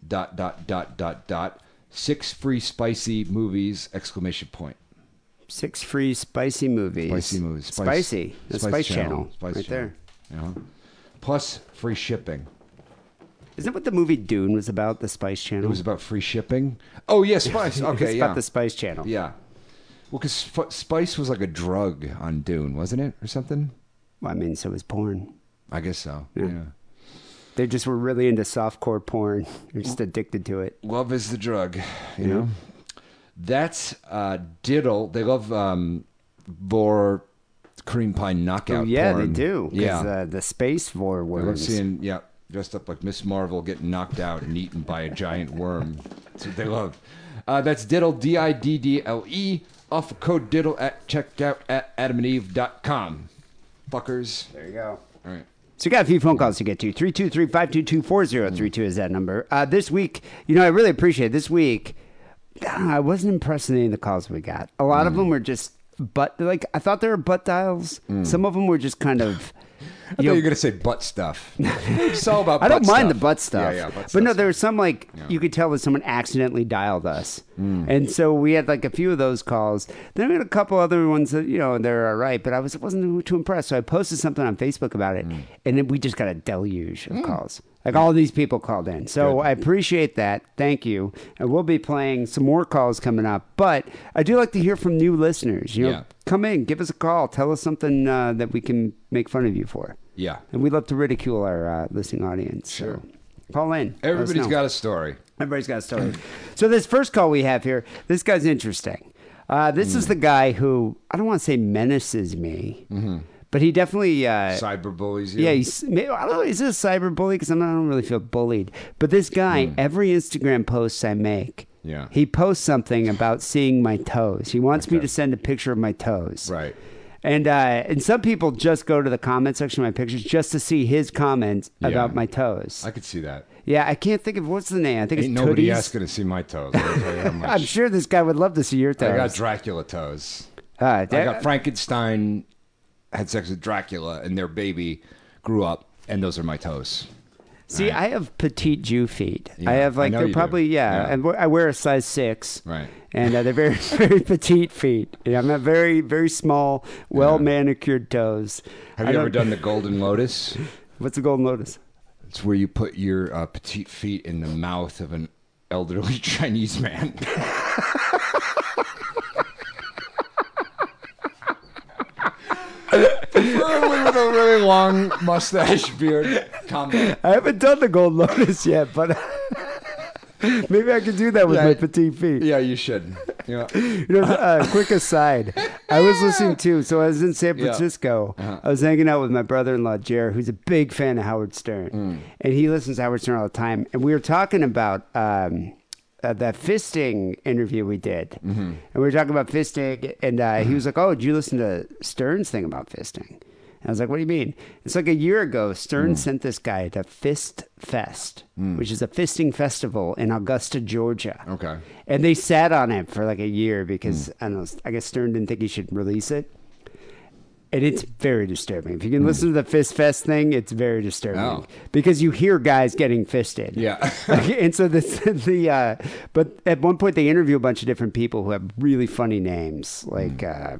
dot dot dot dot dot six free spicy movies exclamation point.
Six free spicy movies.
Spicy movies.
Spicy. The Spice, Channel.
Spice
right
Channel.
there.
Yeah. Plus free shipping.
Isn't that what the movie Dune was about? The Spice Channel?
It was about free shipping. Oh yeah, spice. Okay,
it's
yeah.
about the Spice Channel.
Yeah. Well, because sp- spice was like a drug on Dune, wasn't it, or something?
Well, I mean, so was porn.
I guess so.
Yeah.
Yeah.
They just were really into softcore porn. They're just addicted to it.
Love is the drug, you know. That's uh, diddle. They love um, vor cream pie knockout.
Oh, yeah,
porn.
they do. 'cause,
Yeah.
uh, the space war
I love
worms.
seeing. Yeah. dressed up like Miss Marvel, getting knocked out and eaten by a giant worm. That's what they love. Uh, that's Diddle, D I D D L E. Off of code Diddle at checkout at adamandeve.com. Fuckers.
There you go.
All right.
So we got a few phone calls to get to. 323-522-4032 is that number. Uh, this week, you know, I really appreciate it. this week. I don't know, I wasn't impressed with any of the calls we got. A lot of
Mm.
them were just butt like I thought they were butt dials. Some of them were just kind of
Mm. I thought you were going to say butt stuff. it's all about
I don't
butt
mind
stuff.
the butt stuff.
Yeah, yeah, butt
but no,
stuff's
there was some like you could tell that someone accidentally dialed us,
Hmm.
and so we had like a few of those calls. Then we had a couple other ones that you know they're all right, but I was wasn't too impressed. So I posted something on Facebook about
Hmm.
it, and then we just got a deluge of calls. Like all these people called in, so I appreciate that. Thank you, and we'll be playing some more calls coming up. But I do like to hear from new listeners. You know,
Yeah.
come in, give us a call, tell us something uh, that we can make fun of you for.
Yeah.
And we love to ridicule our uh, listening audience. Sure. So call in. Let us
Everybody's
know.
got a story.
Everybody's got a story. so this first call we have here, this guy's interesting. Uh, this
Hmm.
is the guy who I don't want to say menaces me,
Mm-hmm.
but he definitely. Uh,
Cyberbullies. you.
yeah, he's, maybe, I don't know. Is this cyber bully? Because I don't really feel bullied. But this guy, every Instagram post I make,
Hmm. Yeah.
he posts something about seeing my toes. He wants me to send a picture of my toes.
Right.
And uh, and some people just go to the comment section of my pictures just to see his comments about my toes.
I could see that.
yeah, I can't think of what's the name. I think
Ain't
it's
nobody
Tooties.
asking to see my toes. I'll tell you how much.
I'm sure this guy would love to see your toes.
I got Dracula toes.
Uh,
I
that-
got Frankenstein had sex with Dracula, and their baby grew up, and those are my toes.
See, I have petite Jew feet.
Yeah,
I have
I
like
know you
they're
do.
probably yeah.
Yeah.
And we- I wear a size six.
Right.
And uh, they're very very petite feet. And I'm a very very small, well manicured toes.
Have
I
you ever
don't-
done the Golden Lotus?
What's the golden lotus?
It's where you put your uh, petite feet in the mouth of an elderly Chinese man. Preferably with a really long mustache, beard, combo.
I haven't done the golden lotus yet, but maybe I could do that with
Yeah,
my
I-
petite feet.
Yeah, you should. Yeah.
You know, uh, quick aside, I was listening to, so I was in San
Yeah.
Francisco. I was hanging out with my brother in law, Jer, who's a big fan of Howard Stern. And he listens to Howard Stern all the time. And we were talking about um, uh, that fisting interview we did. And we were talking about fisting. And uh, he was like, Oh, did you listen to Stern's thing about fisting? And I was like, what do you mean? It's like a year ago, Stern sent this guy to Fist Fest, which is a fisting festival in Augusta, Georgia.
Okay.
And they sat on it for like a year because I don't know. I guess Stern didn't think he should release it. And it's very disturbing. If you can listen to the fist fest thing, it's very disturbing
Hmm. Oh.
because you hear guys getting fisted.
Yeah.
Like, and so this the uh, but at one point they interview a bunch of different people who have really funny names like
Hmm.
uh,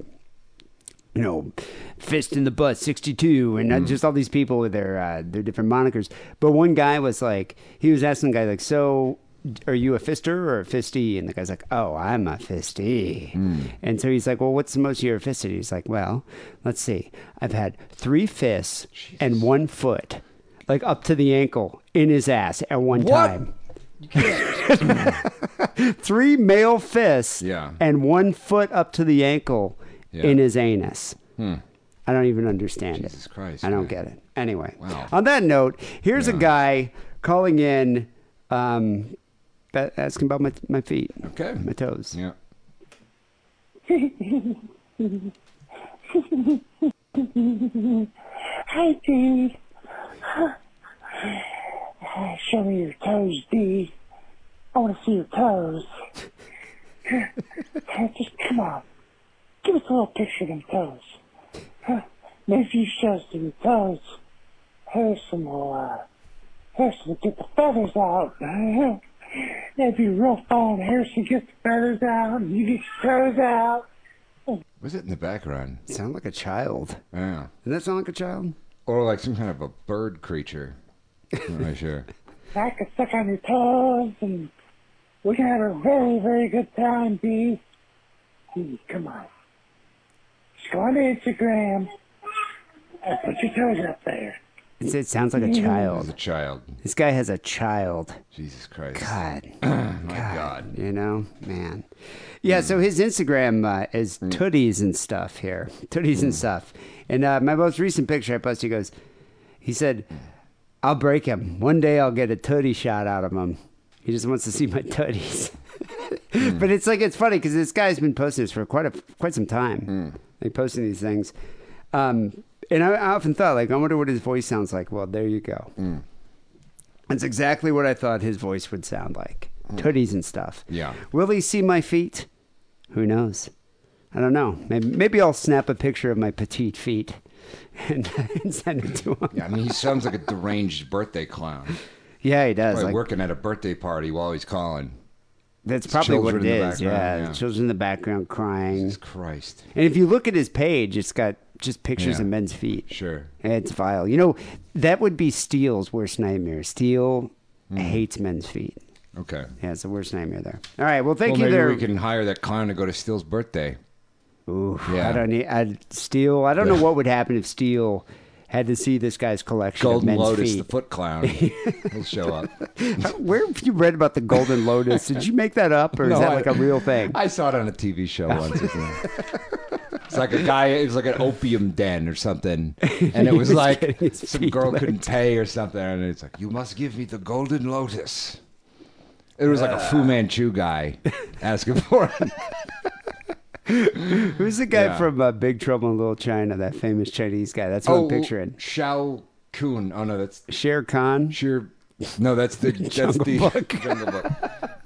you know fist in the butt 62 and uh,
Mm.
just all these people with their uh, their different monikers but one guy was like he was asking the guy like so are you a fister or a fisty and the guy's like oh i'm a fisty
Mm.
and so he's like well what's the most you ever fisted he's like well let's see i've had three fists and one foot like up to the ankle in his ass at one
What?
time three male fists
Yeah.
and one foot up to the ankle
Yeah. Hmm.
in his anus. I don't even understand it.
Jesus Christ,
I don't
man.
get it. Anyway,
Wow.
on that note, here's a
Yeah.
guy calling in um, ba- asking about my, my feet,
Okay.
my toes.
Yeah.
Hi, Dee. Show me your toes, Dee. I want to see your toes. Just come on. Give us a little picture of them toes. Maybe if you show us your toes, Harrison will, uh, Harrison will get the feathers out. That'd be real fun. Harrison gets the feathers out, and you get your toes out.
Was it in the background?
Sound like a child.
Yeah.
Doesn't that sound like a child?
Or like some kind of a bird creature. I'm not sure.
I could suck on your toes, and we can have a very, very good time, B. Hey, come on. Just go on to Instagram and put your toes up there.
It's, it sounds like a
As a
child.
child.
This guy has a child.
Jesus Christ.
God.
My God. Hmm.
You know, man. Yeah, so his Instagram uh, is tooties and stuff
Hmm.
here, tooties and stuff. And uh, my most recent picture I posted, he goes, he said, I'll break him. One day I'll get a toady shot out of him. He just wants to see my toadies. But it's like it's funny because this guy's been posting this for quite a quite some time.
Hmm.
Like posting these things, um, and I, I often thought like, I wonder what his voice sounds like. Well, there you go.
Hmm.
That's exactly what I thought his voice would sound like. Toadies and stuff.
Hmm. Yeah.
Will he see my feet? Who knows? I don't know. Maybe, maybe I'll snap a picture of my petite feet and, and send it to him.
Yeah, I mean, he sounds like a deranged birthday clown.
Yeah, he does.
Probably
Like,
working at a birthday party while he's calling.
that's probably what it
children in the
is. Yeah,
background, yeah.
the children in the background crying.
Jesus Christ.
And if you look at his page, it's got just pictures
Yeah.
of men's feet.
Sure.
It's vile. You know, that would be Steele's worst nightmare. Steele
Hmm.
hates men's feet.
Okay.
Yeah, it's the worst nightmare there. All right. Well, thank
well,
you
maybe
there.
we can hire that clown to go to Steele's birthday.
Ooh,
Yeah.
I don't need. I, Steele. I don't know what would happen if Steele had to see this guy's collection
Golden
of men's
Lotus, the
feet.
foot clown. He'll show up.
Where have you read about the Golden Lotus? Did you make that up, or is
No,
that
I-
like a real thing? Oh.
I saw it on a TV show once. Isn't it? It's like a guy. It was like an opium den or something, and it was,
was
like
getting his
some
feet
girl couldn't pay or something, and it's like you must give me the golden lotus. It was like a
Uh.
Fu Manchu guy asking for it.
Who's the guy
Yeah.
from uh, Big Trouble in Little China? That famous Chinese guy. That's what
Oh,
I'm picturing.
Shao Kun. Oh no, that's
Shere Khan.
sure. No, that's the that's
Jungle
the
Book.
Jungle Book.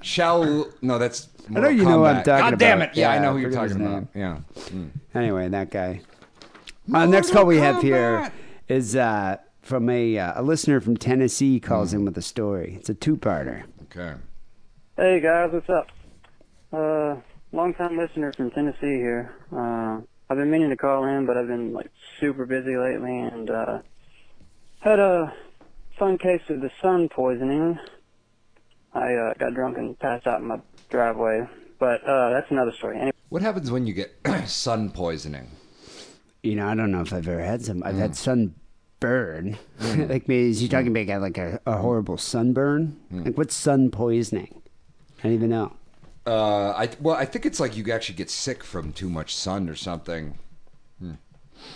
Shao. No, that's.
I know you know what I'm
Kombat.
talking
God damn
about.
it! Yeah, I
Yeah,
know
I
who you're
forget his
talking about. Yeah.
Anyway, that guy. Uh, next call we have
Kombat.
here is uh, from a uh, a listener from Tennessee calls in with a story. It's a two-parter.
Okay.
Hey guys, what's up? Uh, long time listener from Tennessee here. Uh, I've been meaning to call in, but I've been like super busy lately and, uh, had a fun case of the sun poisoning. I, uh, got drunk and passed out in my driveway, but, uh, that's another story. Anyway,
What happens when you get sun poisoning?
You know, I don't know if I've ever had some. I've had
Mm.
sunburn. like, maybe, is you talking about like a, a horrible sunburn?
Mm.
Like, what's sun poisoning? I don't even know.
Uh, I well, I think it's like you actually get sick from too much sun or something.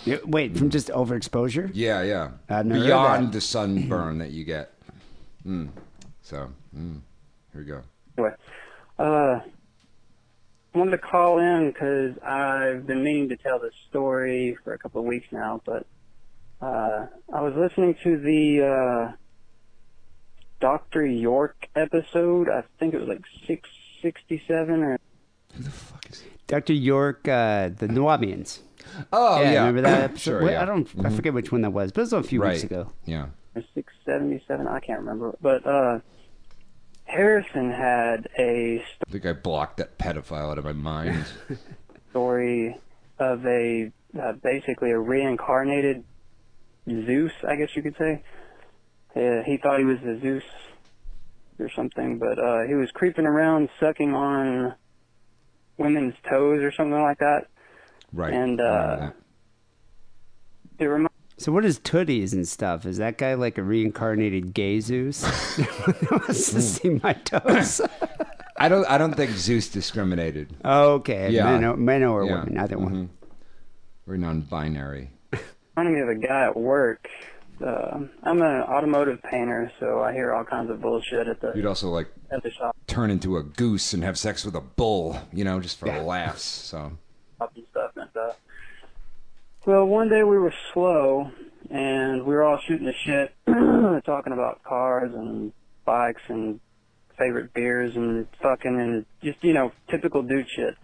Yeah, Wait,
Mm.
from just overexposure?
Yeah, yeah.
I've never heard
Beyond
that.
the sunburn that you get. Mm. So, mm. here we go.
Anyway, uh, wanted to call in because I've been meaning to tell this story for a couple of weeks now, but uh, I was listening to the uh, Doctor York episode. I think it was like six sixty-seven or
Dr. York, uh, the Nubians.
Oh yeah,
remember that episode?
sure,
Wait,
yeah. Mm-hmm.
I don't. I forget which one that was, but it was a few
right.
weeks ago.
Yeah.
six seventy-seven. I can't remember, but uh, Harrison had a
I think I blocked that pedophile out of my mind.
story of a uh, basically a reincarnated Zeus, I guess you could say. Uh, he thought he was the Zeus or something, but uh, he was creeping around sucking on women's toes or something like that.
right.
And,
I remember
uh,
that.
It reminds
So what is tooties and stuff? Is that guy like a reincarnated gay Zeus? That wants
Mm.
to see my toes.
I don't. I don't think Zeus discriminated.
okay,
Yeah.
men, or, men or
Yeah. Mm-hmm.
women, either one.
We're non-binary.
reminded me of a guy at work. Uh, I'm an automotive painter, so I hear all kinds of bullshit at
You'd
the
also like
at the shop
turn into a goose and have sex with a bull, you know, just for laughs. So.
up and stuff. And uh, well, one day we were slow, and we were all shooting the shit, talking about cars and bikes and favorite beers and fucking and just you know typical dude shit.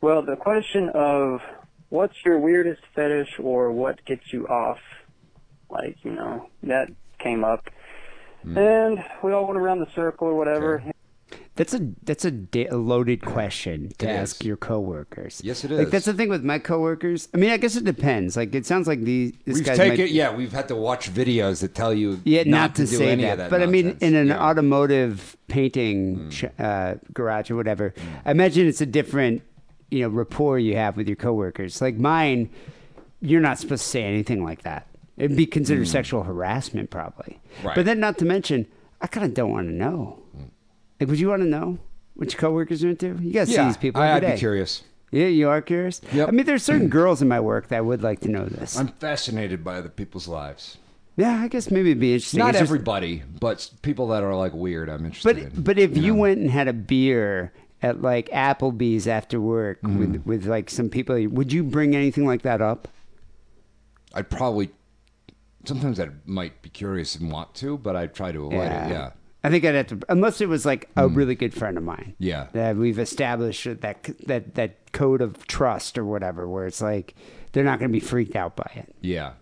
Well, the question of what's your weirdest fetish or what gets you off, like you know that came up. And we all went around the circle or whatever,
Okay.
That's a that's a, da- a loaded question to
It
ask
is.
your coworkers.
Yes, it
Like
is.
that's the thing with my coworkers. I mean, I guess it depends. Like it sounds like the this
We've
guy's
taken,
might-
yeah, we've had to watch videos that tell you
Yeah,
not, to, do
say
any
that.
of that.
but
nonsense.
I mean, in an
yeah. Mm.
automotive painting sh uh, garage or whatever, I imagine it's a different, you know, rapport you have with your coworkers. Like mine, you're not supposed to say anything like that. It'd be considered sexual harassment, probably.
Mm. Right. Mm.
But then, not to mention, I kind of don't want to know. Like, would you want to know what your coworkers are into? You guys see
yeah,
these people.
I,
every
I'd be
day.
curious.
Yeah, you are curious.
Yep.
I mean, there's certain girls in my work that would like to know this.
I'm fascinated by other people's lives.
Yeah, I guess maybe it'd be interesting.
Not
It's just-
everybody, but s- people that are like weird. I'm interested in.
But but if you went and had a beer at like Applebee's after work
Mm-hmm.
with with like some people, would you bring anything like that up?
I'd probably sometimes I might be curious and want to, but I'd try to avoid it. Yeah.
I think I'd have to, unless it was like a really good friend of mine.
Mm. Yeah.
that we've established that that that code of trust or whatever, where it's like they're not going to be freaked out by it.
Yeah.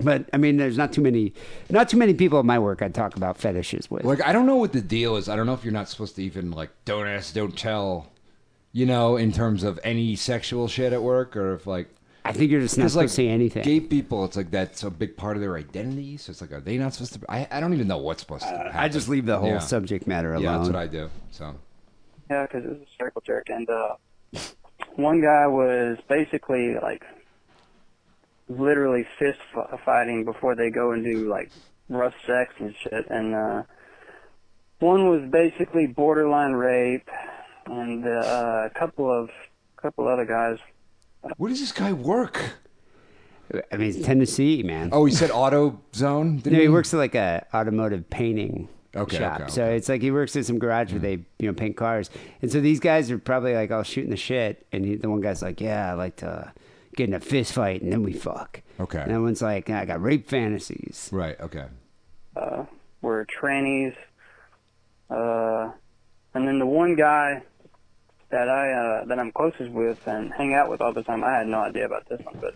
But I mean, there's not too many, not too many people at my work I talk about fetishes with.
Like I don't know what the deal is. I don't know if you're not supposed to even like don't ask, don't tell. You know, in terms of any sexual shit at work, or if like
I think you're just not
Because
supposed
like
to say anything.
gay people, it's like that's a big part of their identity. So it's like, are they not supposed to? I, I don't even know what's supposed to. Happen.
Uh, I just leave the whole
Yeah.
subject matter alone.
Yeah, that's what I do. So
Yeah, because it was a circle jerk, and uh, one guy was basically like literally fist f- fighting before they go and do like rough sex and shit. And uh, one was basically borderline rape, and uh, a couple of couple other guys.
where does this guy work?
I mean, it's Tennessee, man.
Oh, he said auto zone. Didn't
No, he works at like a automotive painting
Hmm. Okay,
shop.
okay,
so
okay. Hmm.
it's like he works in some garage where they you know paint cars, and so these guys are probably like all shooting the shit, and he, the one guy's like, "Yeah, I like to get in a fist fight and then we fuck."
Okay.
And that one's like, "I got rape fantasies."
Right. Okay.
were trannies. Uh, and then the one guy that I uh, that I'm closest with and hang out with all the time, I had no idea about this one, but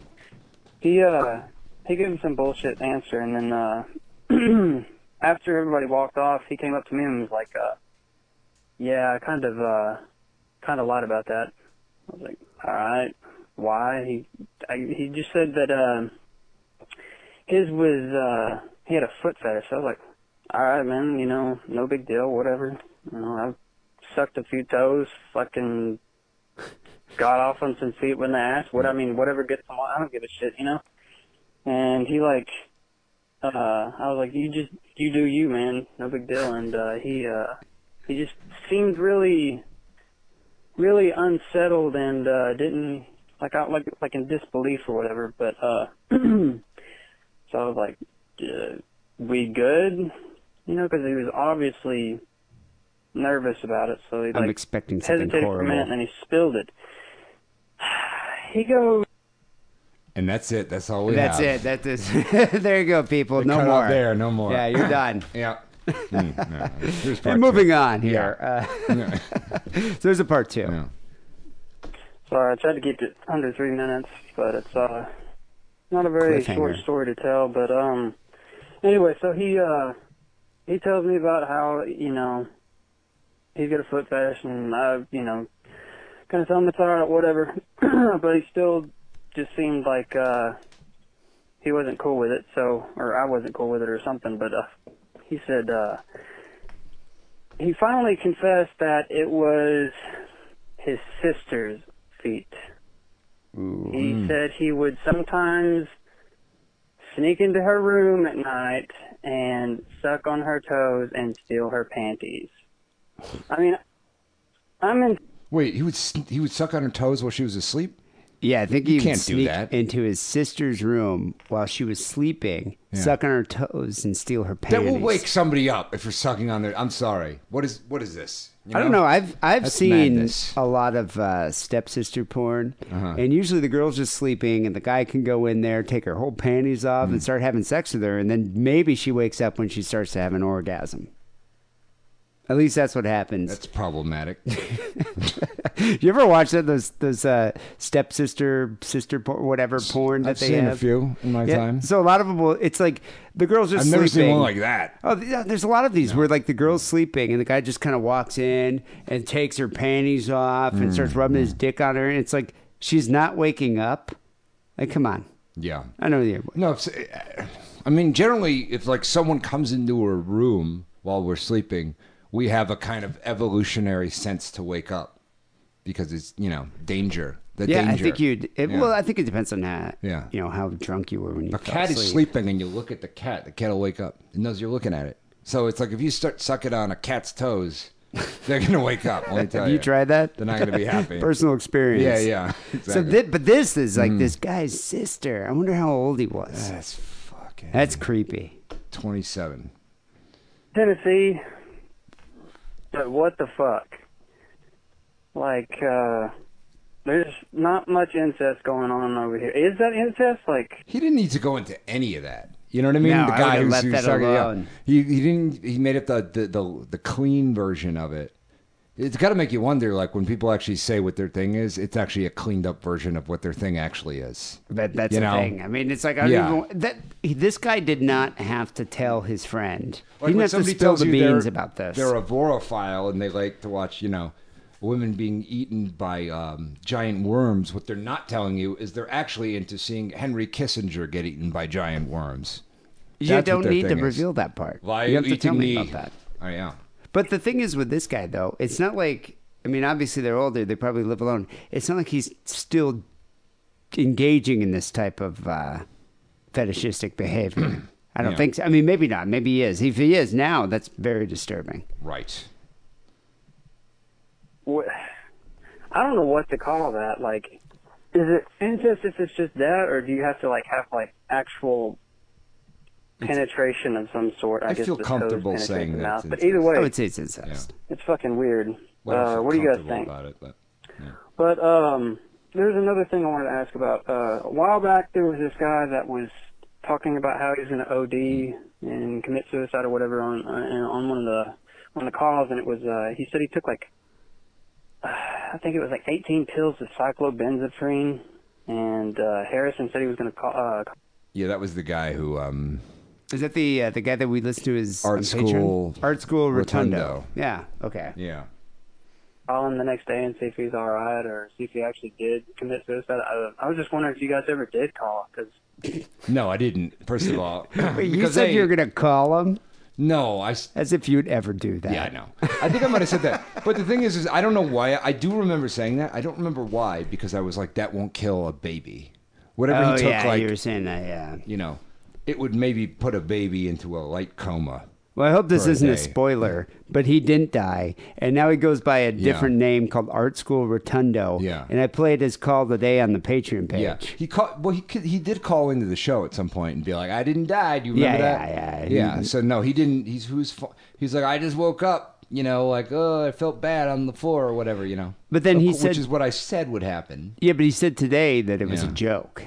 he uh, he gave him some bullshit answer, and then uh, after everybody walked off, he came up to me and was like, uh, "Yeah, I kind of uh, kind of lied about that." I was like, "All right, why?" He I, he just said that uh, his was uh, he had a foot fetish. I was like all right, man, you know, no big deal, whatever. You know, I've sucked a few toes, fucking got off on some feet when they asked. What I mean, whatever gets them on, I don't give a shit, you know. And he like, uh, I was like, you just you do you, man, no big deal. And uh, he uh, he just seemed really, really unsettled and uh, didn't like I like like in disbelief or whatever. But uh, so I was like. Uh, we good, you know, because he was obviously nervous about it. So he
I'm
like
expecting something
hesitated for a minute
horrible.
and he spilled it. He goes,
And that's it. That's all we
That's
have.
it. That is. there you go, people.
They
no
cut out
more.
there, no more.
Yeah, you're done.
Yeah. Mm, yeah. Here's part
and moving
two.
on here. Uh,
Yeah.
so there's a part two.
Yeah.
sorry, I tried to keep it under three minutes, but it's uh, not a very short
Cliffhanger.
story to tell. But um, anyway, so he uh, he tells me about how you know he's got a foot fetish, and I you know kind of tell him it's all right, whatever. but he still just seemed like uh, he wasn't cool with it, so or I wasn't cool with it or something. But uh, he said uh, he finally confessed that it was his sister's feet. He said he would sometimes sneak into her room at night and suck on her toes and steal her panties. I mean, I'm in
Wait, he would sn- he would suck on her toes while she was asleep.
Yeah, I think
You
he would
can't do
sneak
that.
into his sister's room while she was sleeping,
Yeah.
suck on her toes, and steal her
That
panties.
will wake somebody up if you're sucking on their. I'm sorry. What is what is this? You
I don't know. I've I've
That's
seen
madness. Uh-huh.
a lot of uh, stepsister porn, and usually the girl's just sleeping, and the guy can go in there, take her whole panties off,
Hmm.
and start having sex with her, and then maybe she wakes up when she starts to have an orgasm. At least that's what happens.
That's problematic.
you ever watch that those those uh, stepsister sister porn, whatever porn that
I've
they
seen
have?
a few in my
Yeah,
time.
So a lot of them will. It's like the girls just.
I've never seen
sleeping.
one like that.
Oh, th- yeah, there's a lot of these where like the girl's sleeping and the guy just kind of walks in and takes her panties off and
Mm,
starts rubbing his dick on her, and it's like she's not waking up. Like, come on,
Yeah.
I know you.
No, if, I mean generally, if like someone comes into a room while we're sleeping, we have a kind of evolutionary sense to wake up because it's you know danger. The
Yeah,
danger.
I think you'd. It,
Yeah.
Well, I think it depends on how.
Yeah.
You know how drunk you were when you.
A
fell
cat is
asleep.
sleeping, and you look at the cat. The cat will wake up. It knows you're looking at it. So it's like if you start sucking on a cat's toes, they're gonna wake up. Let me tell
Have you tried that?
They're not gonna be happy.
Personal experience.
Yeah, yeah.
So,
exactly. Mm.
thi- but this is like this guy's sister. I wonder how old he was.
Uh, That's fucking.
That's creepy.
27.
Tennessee. But what the fuck? Like, uh, there's not much incest going on over here. Is that incest? Like,
He didn't need to go into any of that. You know what I mean?
No,
the
I
guy
would've
who's,
left
who's
that
talking, yeah.
alone.
He he didn't. He made up the the the, the clean version of it. It's got to make you wonder, like when people actually say what their thing is, it's actually a cleaned up version of what their thing actually is.
But that's
You
the
know?
thing. I mean, it's like I don't
Yeah.
even that he- this guy did not have to tell his friend.
Like
he didn't
when
have to
somebody
spill
tells
the
you they're-
beans about this.
They're a vorophile and they like to watch, you know, women being eaten by um, giant worms. What they're not telling you is they're actually into seeing Henry Kissinger get eaten by giant worms.
you
That's what
don't
their
need to
thing is.
reveal that part.
Why
you have to
eating
tell me
me?
about that.
Oh yeah.
But the thing is with this guy though, it's not like I mean, obviously they're older, they probably live alone. It's not like he's still engaging in this type of uh, fetishistic behavior. I don't
Yeah.
think so. I mean, maybe not. Maybe he is. If he is now, that's very disturbing.
Right.
what? I don't know what to call that. Like, is it incest if it's just that, or do you have to like have like actual penetration of some sort? I,
I
guess
feel
the toes
comfortable
penetrate
saying
the
that
mouth.
it's
But either way,
I would say it's incest.
it's fucking weird.
Well, I
uh,
feel
what do you guys
comfortable
think?
about it, but-
But um, there's another thing I wanted to ask about. Uh, a while back, there was this guy that was talking about how he was going to OD and commit suicide or whatever on on on one of the on the calls, and it was uh, he said he took like I think it was like 18 pills of cyclobenzaprine, and uh, Harrison said he was going to call. Uh,
Yeah, that was the guy who um
Is that the uh, the guy that we listen to is
Art
on Patreon?
School
Art School Rotundo.
Rotundo.
Yeah. Okay.
yeah.
call him the next day and see if he's all right or see if he actually did commit suicide. I, I was just wondering if you guys ever did call because
No, I didn't. First of all,
Wait, you
because
said
they-
you were gonna call him
No, I s-
as if you'd ever do that.
Yeah, I know. I think I might have said that. But the thing is, is I don't know why. I do remember saying that. I don't remember why because I was like, that won't kill a baby. Whatever
Oh
he took,
yeah,
like
you were saying that. Yeah.
you know, it would maybe put a baby into a light coma.
Well, I hope this
For a
isn't a
day.
spoiler, but he didn't die, and now he goes by a different name called Art School Rotundo.
Yeah.
And I played his call today on the Patreon page.
Yeah, he called. Well, he could- he did call into the show at some point and be like, "I didn't die." Do you
Yeah,
remember that?
yeah, yeah.
yeah. so no, he didn't. He's who's fu- he's like, I just woke up. You know, like oh, I felt bad on the floor or whatever. You know.
But then he
which
said-
is what I said would happen.
Yeah, but he said today that it was a
Yeah.
joke.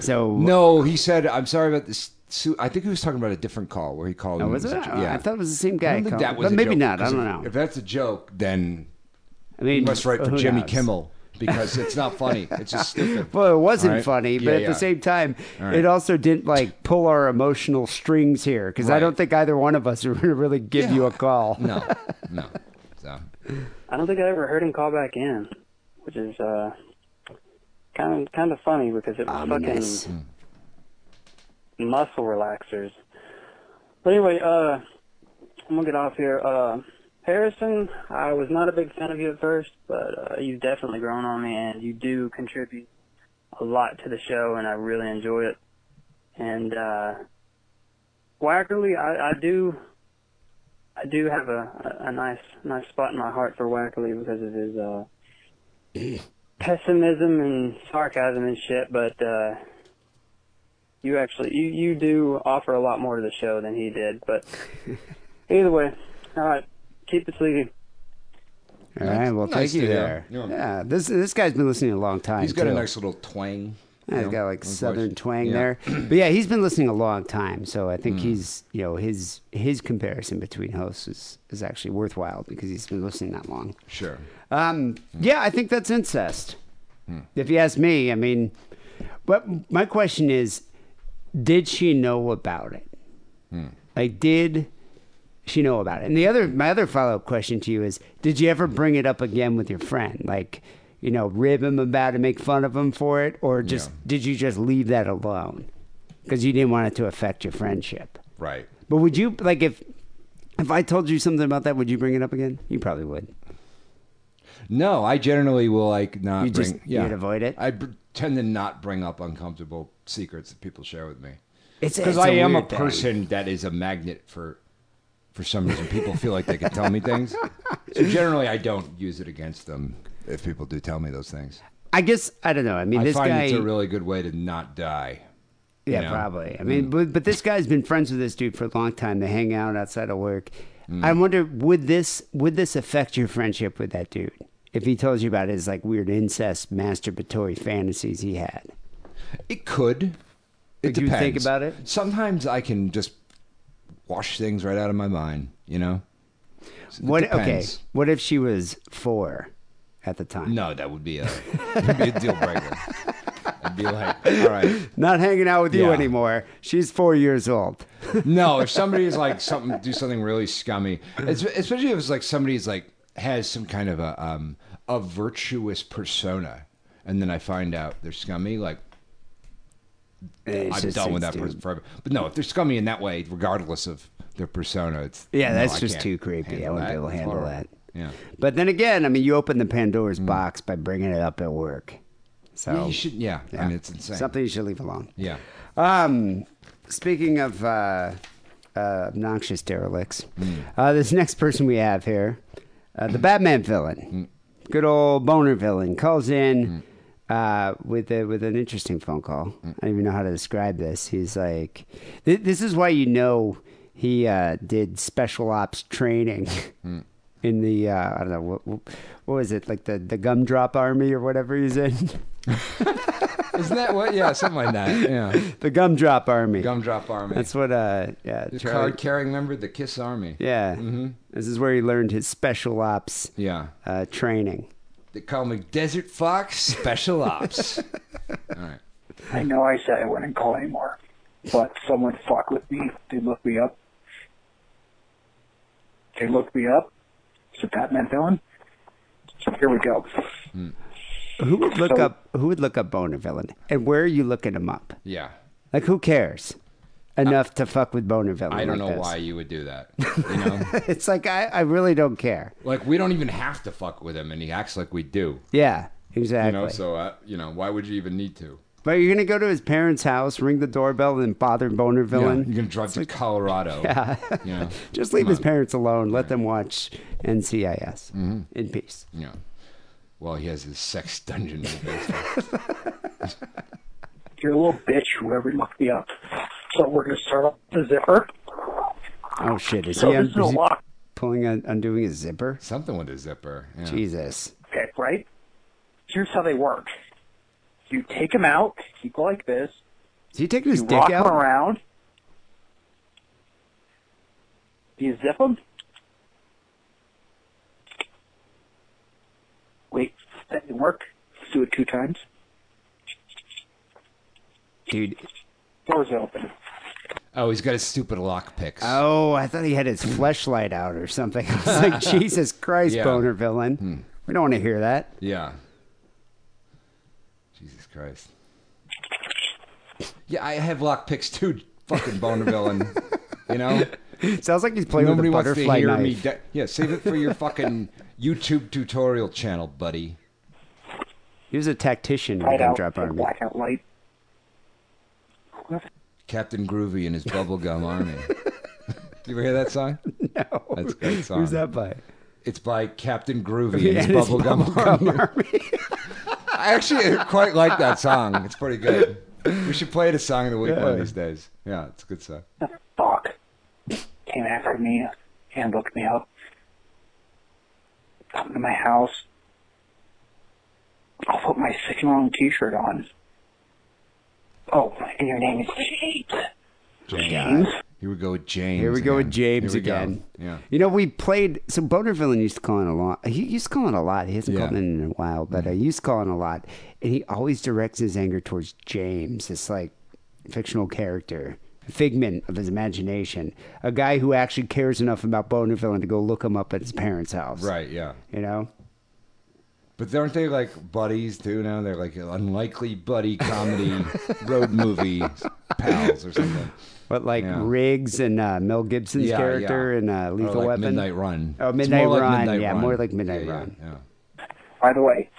So
No, he said, "I'm sorry about this." Su- I think he was talking about a different call where he called.
Oh,
and
was it?
a jo-
I thought it was the same guy
I don't think
calling,
that was
but
a
maybe
joke,
not, I
'cause
don't
if-
know.
If that's a joke, then
I mean,
he must write for
who
Jimmy
knows?
Kimmel because it's not funny. It's just stupid.
Well, it wasn't
All right?
funny, but
Yeah,
at
yeah.
the same time,
All right.
it also didn't like pull our emotional strings here because I
Right.
don't think either one of us are going to really give you a call.
no, no. So
I don't think I ever heard him call back in, which is uh, kind of kind of funny because it was
Ah, Ominous.
fucking muscle relaxers. But anyway, uh, I'm gonna get off here. Uh, Harrison, I was not a big fan of you at first, but uh, you've definitely grown on me, and you do contribute a lot to the show, and I really enjoy it. And uh, Wackerly, I, I do I do have a, a, a nice nice spot in my heart for Wackerly because of his uh, pessimism and sarcasm and shit. But uh, you actually you, you do offer a lot more to the show than he did. But either way, all right, keep it sleepy.
All right, well,
Nice
thank you
to hear.
there.
Yeah.
Yeah. this this guy's been listening a long time.
he's got
too.
a nice little twang.
Yeah,
you
he's
know,
got like
little voice.
southern twang
Yeah. Mm.
there, but yeah, he's been listening a long time. So I think he's you know his his comparison between hosts is is actually worthwhile because he's been listening that long.
Sure.
Um, Yeah, I think that's incest. If you ask me, I mean, but my question is, did she know about it? Like, did she know about it? And the other, my other follow up question to you is, did you ever bring it up again with your friend? Like, you know, rib him about it, make fun of him for it, or just did you just leave that alone because you didn't want it to affect your friendship?
Right.
But would you like if if I told you something about that, would you bring it up again? You probably would.
No, I generally will like not.
You
bring,
just- you'd avoid it?
I b- tend to not bring up uncomfortable secrets that people share with me.
It's
because
it's
I am a
weird thing.
person that is a magnet for for some reason. People feel like they can tell me things, so generally I don't use it against them if people do tell me those things.
I guess I don't know. I mean,
I
this
find
guy.
it's a really good way to not die.
Yeah,
know? mm.
probably. I mean, but, but this guy's been friends with this dude for a long time. They hang out outside of work.
Mm.
I wonder would this would this affect your friendship with that dude if he told you about his like weird incest masturbatory fantasies he had?
It could. It
Would you
depends.
think about it?
Sometimes I can just wash things right out of my mind. You know. It
what?
depends.
Okay. What if she was four at the time?
No, that would be a, that'd be a deal breaker. I'd be like, all right.
Not hanging out with you
Yeah.
anymore. She's four years old.
No, if somebody's like something, do something really scummy, es- especially if it's like somebody's like has some kind of a um a virtuous persona, and then I find out they're scummy. Like
It's
I'm
just
done with
it's
that
too-
person forever. But no, if they're scummy in that way, regardless of their persona, it's
Yeah,
no,
that's
I
just
can't
too creepy. I
handle
wouldn't be
that.
able to
It's
handle
horrible.
that.
Yeah. Mm.
But then again, I mean, you open the Pandora's box by bringing it up at work. So
Yeah, you should. Yeah, I mean, it's insane.
Something you should leave alone.
Yeah.
Um, speaking of uh, uh, obnoxious derelicts,
Hmm.
uh, this next person we have here, uh, the Batman
Hmm.
villain, good old boner villain, calls in
Hmm.
uh, with a, with an interesting phone call. I don't even know how to describe this. He's like, th- this is why you know he uh, did special ops training.
Hmm.
In the uh, I don't know what what was it like the the gumdrop army or whatever he's in
Isn't that what? Yeah, something like that. Yeah.
the gumdrop army
Gumdrop Army.
That's what uh yeah
the
Charlie-
card Mm-hmm. carrying member, of the Kiss Army.
yeah this is where he learned his special ops
Yeah.
uh, training.
They call me Desert Fox Special Ops. All right.
I know I said I wouldn't call anymore, but someone fucked with me. They looked me up. They looked me up. It's a Batman villain. So here we go.
Who would look
So-
up who would look up boner villain and where are you looking him up?
Yeah.
Like who cares enough to fuck with boner villain?
I don't know
like
why you would do that. You know,
this? It's like I, I really don't care.
like we don't even have to fuck with him, and he acts like we do.
Yeah, exactly.
You know, so uh, you know, why would you even need to?
but you're gonna go to his parents' house, ring the doorbell, and bother boner
Yeah,
villain.
you're gonna drive to Colorado.
Yeah.
You know,
Just leave
come
his
on. Mm-hmm.
parents alone. Let them watch NCIS in peace.
Yeah. Well, he has his sex dungeon in the basement.
You're a little bitch, whoever looked me up. So we're going to start off with the zipper.
Oh shit! Is
So
he, un-
this is a
is he
lock
pulling un- undoing his zipper?
Something with his zipper. Yeah.
Jesus.
pick, right? Here's how they work. You take them out. You go like this.
Is he taking his
You
dick
rock 'em
out?
around. You zip them. Wait, that didn't work. Let's do it two times.
Dude.
Door's open.
Oh, he's got his stupid lock picks.
Oh, I thought he had his fleshlight out or something. I was like, Jesus Christ,
Yeah. Hmm.
boner villain. We don't want to hear that.
Yeah. Jesus Christ. Yeah, I have lock picks too. Fucking boner villain. you know.
Sounds like he's playing
Nobody
with a
wants to
butterfly
hear
knife.
me. di- yeah, save it for your fucking YouTube tutorial channel, buddy.
he was a tactician in
Light out.
Gumdrop Army.
Blackout light.
Captain Groovy and his bubblegum army. you ever hear that song?
No.
That's a great song.
Who's that by?
It's by Captain Groovy and his
And his
bubblegum army.
Bubblegum Army.
I actually quite like that song. It's pretty good. We should play it a song of the week one of these days. Yeah, it's a good song.
Fuck. Came after me and looked me up. Come to my house. I'll put my sick and wrong t-shirt on. Oh, and your name is James.
James. Here we go with James.
Here we go with
again.
James
Here we go.
again.
Yeah.
You know, we played. So Boner Villain used to call in a lot. He used to call in a lot. He hasn't
Yeah. Mm-hmm.
called in in a while, but uh, he used to call in a lot. And he always directs his anger towards James, this like fictional character, figment of his imagination, a guy who actually cares enough about Boner Villain to go look him up at his parents' house.
Right, yeah.
You know?
But aren't they like buddies too now? They're like unlikely buddy comedy road movie pals or something.
But like
Yeah.
Riggs and uh, Mel Gibson's
Yeah,
character
yeah.
and uh,
Or
Lethal
like
Weapon.
Midnight Run.
Oh,
It's
Midnight
more like
Run.
Midnight
yeah,
Run.
more like Midnight
Yeah, yeah,
Run.
yeah.
By the way,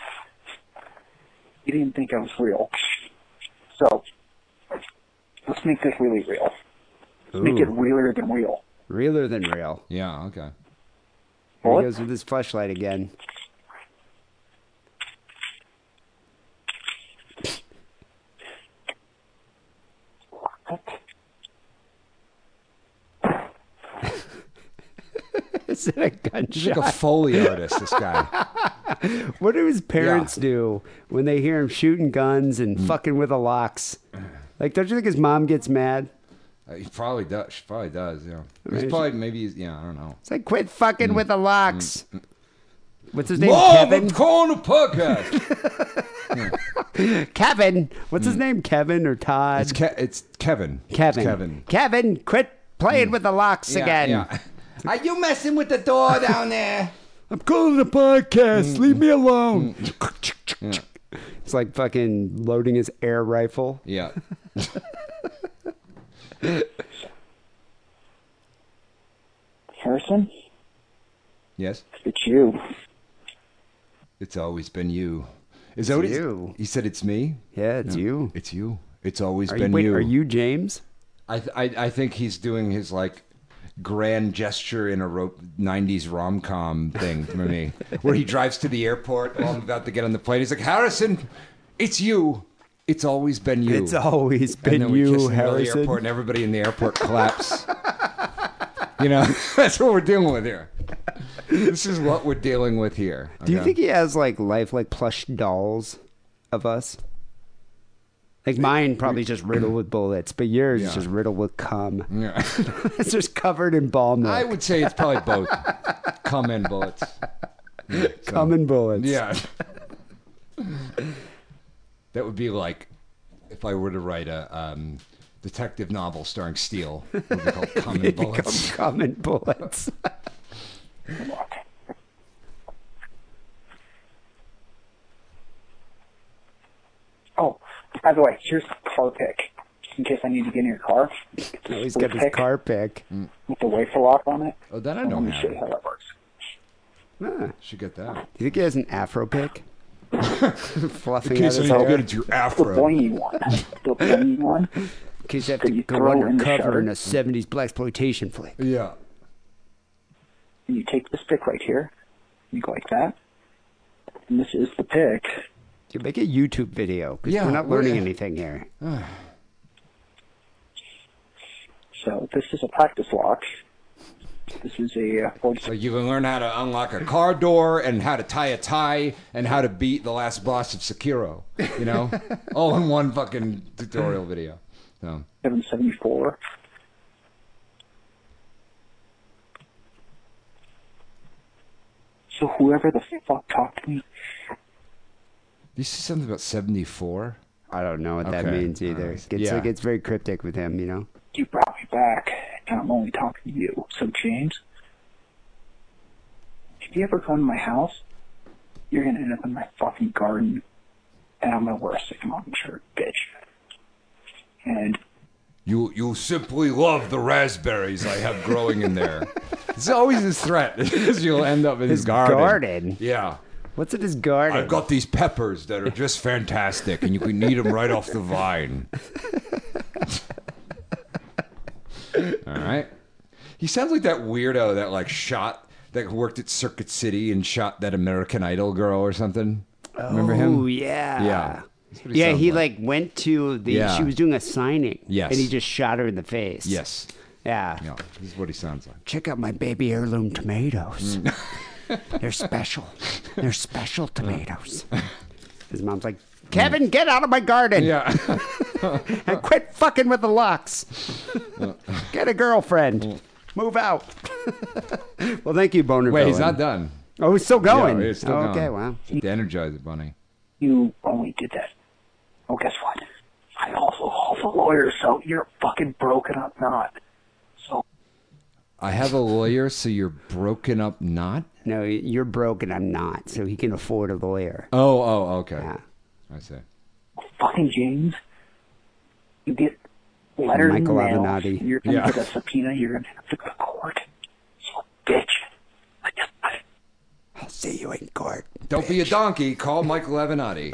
you didn't think I was real. So, let's make this really real. Let's make it
Ooh.
realer than real.
Realer than real.
Yeah, okay.
Here
What?
he goes with his flashlight again. than a
He's like
gunshot.
a foley artist, this guy.
what do his parents do when they hear him shooting guns and fucking with the locks? Like, don't you think his mom gets mad?
Uh, He probably does. She probably does. Yeah,
mean,
he's
she-
probably maybe. He's, yeah, I don't know.
It's like, quit fucking with the locks. What's his name?
Mom,
Kevin.
I'm calling a podcast.
Kevin. What's his name? Kevin or Todd?
it's Ke- it's Kevin. It's
Kevin.
Kevin. Mm.
Kevin, quit playing with the locks
Yeah,
again.
yeah. Are you messing with the door down there? Mm,
I'm calling a podcast. Leave me alone. It's like fucking loading his air rifle.
Yeah.
Harrison,
Yes.
it's you.
It's always been you. Is that what he-
you.
He said it's me.
Yeah, it's you.
It's you. It's always
Are you,
been
wait,
you.
are you James?
I, th- I I think he's doing his like grand gesture in a rope 90s rom-com thing for me where he drives to the airport all about to get on the plane he's like harrison it's you it's always been you
It's always
and then
been
we kiss
you,
in the middle of the
Harrison.
airport and everybody in the airport claps you know that's what we're dealing with here this is what we're dealing with here
Do you
okay?
think he has like life like plush dolls of us? Like mine probably just riddled with bullets, but yours is
Yeah.
just riddled with cum.
yeah.
it's just covered in ball milk.
i would say it's probably both come in bullets
cum and bullets.
Yeah. that would be like if I were to write a um, detective novel starring Steele. It would be called Common
Cum,
Bullets.
cum and bullets.
Oh, by the way, here's the car pick. In case I need to get in your car.
Oh, he's got his car pick.
With the wafer lock on it.
Oh, that I don't
Let me show you how
have.
that works.
Should get that.
Do you think he has an afro pick? Fluffing out
Okay, so
his
you
hair.
get into your
The
afro.
boingy one. The boingy one.
In case you have
Could
to
you
go
throw in the
undercover
shirt?
in a 70s black exploitation flick.
Yeah.
And you take this pick right here. You go like that. And this is the pick.
Dude, make a YouTube video because
Yeah,
we're not
we're-
learning anything here.
So this is a practice lock. This is a uh, Ford
So you can learn how to unlock a car door and how to tie a tie and how to beat the last boss of Sekiro. You know, all in one fucking tutorial video. So
774. So whoever the fuck talked to me,
you see something about seventy four.
I don't know what that
Okay,
means either.
alright.
It's
Yeah.
like it's very cryptic with him, you know.
you brought me back, and I'm only talking to you. So James, if you ever come to my house, you're gonna end up in my fucking garden, and I'm gonna wear a Sigmund shirt, bitch. And
You you simply love the raspberries I have growing in there. it's always his threat is you'll end up in his,
His
garden.
garden?
Yeah.
What's in his garden?
I've got these peppers that are just fantastic and you can eat them right off the vine. All right. He sounds like that weirdo that like shot that worked at Circuit City and shot that American Idol girl or something. Remember him?
Oh yeah,
Yeah. That's what he
yeah.
sounds
He
like.
like went to the.
Yeah.
She was doing a signing.
Yes.
and he just shot her in the face.
Yes.
yeah.
Yeah. This is what he sounds like.
Check out my baby heirloom tomatoes.
Mm.
They're special. They're special
Uh.
tomatoes. His mom's like, Kevin, get out of my garden
Mm. Yeah.
and quit fucking with the locks.
Uh.
get a
Mm.
girlfriend. Move out. well, thank you, Boner.
Wait, he's
Villain.
not done.
Oh, he's still going.
Yeah, it's still
Oh, okay,
going.
wow.
The Energizer Bunny.
you only did that. Oh, guess what? I also called the lawyer, so you're fucking broken up not.
I have a lawyer, so you're broken up not?
No, you're broken. I'm not. So he can afford a lawyer.
Oh, oh, okay.
Yeah.
I see.
fucking James, you get letters
Michael
and mail.
Avenatti.
You're gonna
Yeah.
get a subpoena. You're gonna have to go to court. So, bitch, I just I
I'll see you in court,
Don't be a donkey. Call Michael Avenatti.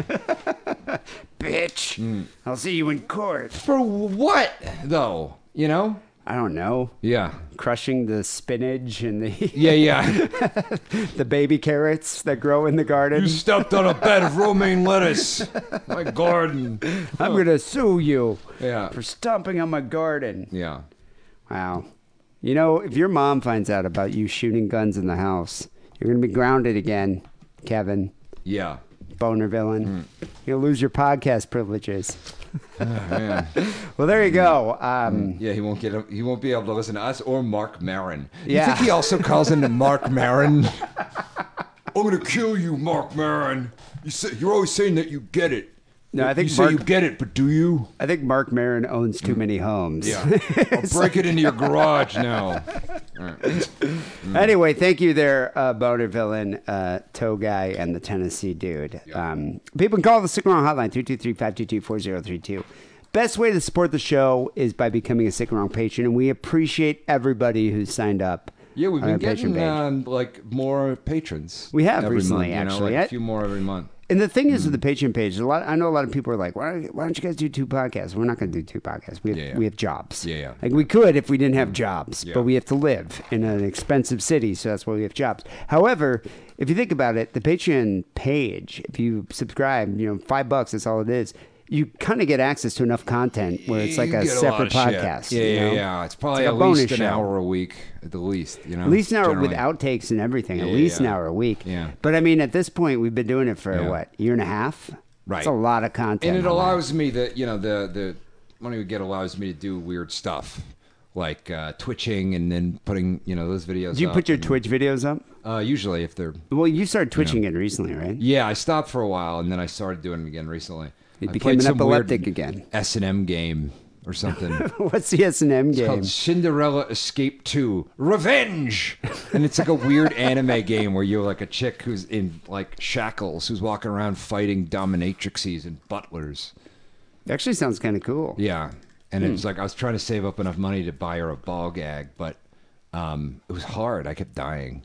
bitch.
Mm.
I'll see you in court.
For what, though? You know?
I don't know.
Yeah.
Crushing the spinach and the
Yeah, yeah.
the baby carrots that grow in the garden.
you stepped on a bed of romaine lettuce. My garden.
I'm gonna sue you
Yeah.
for stomping on my garden.
Yeah.
Wow. You know, if your mom finds out about you shooting guns in the house, you're going to be grounded again, Kevin,
Yeah.
boner villain.
Hmm.
You'll lose your podcast privileges.
Oh, Man.
Well, there you go. Um,
Yeah, he won't get. He won't be able to listen to us or Mark Maron.
Yeah.
You think he also calls into Mark Maron? I'm gonna kill you, Mark Maron. You say, you're always saying that you get it.
No, I think
you
Mark-
say you get it, but do you?
I think Mark Marin owns too many homes.
Yeah. I'll break it into your garage now. Mm-hmm.
Anyway, thank you there, uh, Boner Villain, uh, Toe Guy, and the Tennessee Dude. Um, people can call the Sick and Wrong Hotline, 323-522-4032. Best way to support the show is by becoming a Sick and Wrong patron, and we appreciate everybody who signed up.
Yeah, we've
on
been
our Patreon
getting
page.
um, like more patrons.
We have
every
recently,
month, you know,
actually.
like
I-
a few more every month.
And the thing is with
Mm.
the Patreon page, a lot. I know a lot of people are like, why, why don't you guys do two podcasts? We're not going to do two podcasts. We have,
Yeah, yeah.
we have jobs.
Yeah, yeah.
Like we could if we didn't have jobs,
Yeah.
but we have to live in an expensive city, so that's why we have jobs. However, if you think about it, the Patreon page, if you subscribe, you know, five bucks, that's all it is. You kind of get access to enough content where it's like
You
a
get lot
separate
of shit.
podcast.
Yeah,
you
yeah,
know?
yeah. It's probably
like
at
a bonus
least an
show.
hour a week, at the least. You know,
At least an hour
generally.
with outtakes and everything. at
Yeah,
least
yeah.
an hour a week.
Yeah.
But I mean, at this point, we've been doing it for
Yeah.
what year and a half.
Right.
It's a lot of content.
and it
on that.
allows me the you know the the money we get allows me to do weird stuff like uh, twitching and then putting you know those videos.
Do you
up
put your
and-
Twitch videos up?
Uh, usually, if they're
Well, you started twitching it recently, right?
yeah, I stopped for a while and then I started doing them again recently.
You
I
became
played
an
some
epileptic again.
S and M game or something.
What's the S and M
It's
game?
called Cinderella Escape 2 Revenge. And it's like a weird anime game where you're like a chick who's in like shackles, who's walking around fighting dominatrixes and butlers.
It actually sounds kind of cool.
Yeah. And
Hmm.
it was like I was trying to save up enough money to buy her a ball gag, but um, it was hard. I kept dying.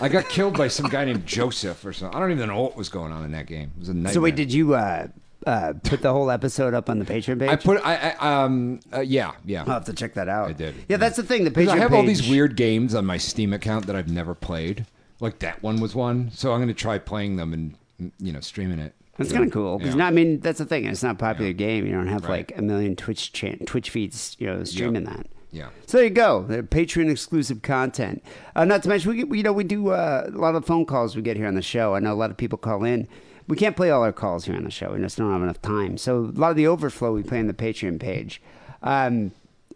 I got killed by some guy named Joseph or something. I don't even know what was going on in that game. It was a nightmare.
So wait, did you uh, uh, put the whole episode up on the Patreon page?
I put I, I um uh, yeah yeah.
I'll have to check that out.
I did.
Yeah, that's the thing. The Patreon
Because I have
page,
all these weird games on my Steam account that I've never played. Like that one was one, so I'm going to try playing them and mm, you know streaming it.
That's kind of cool. 'cause
Yeah.
not- I mean, that's the thing. It's not a popular game. You don't have
Right.
like a million Twitch chan Twitch feeds, you know, streaming that.
Yeah.
So there you go. They're Patreon exclusive content. Uh, not to mention, we get- we- you know we do uh, a lot of phone calls we get here on the show. I know a lot of people call in. We can't play all our calls here on the show. We just don't have enough time. So a lot of the overflow we play on the Patreon page. Um,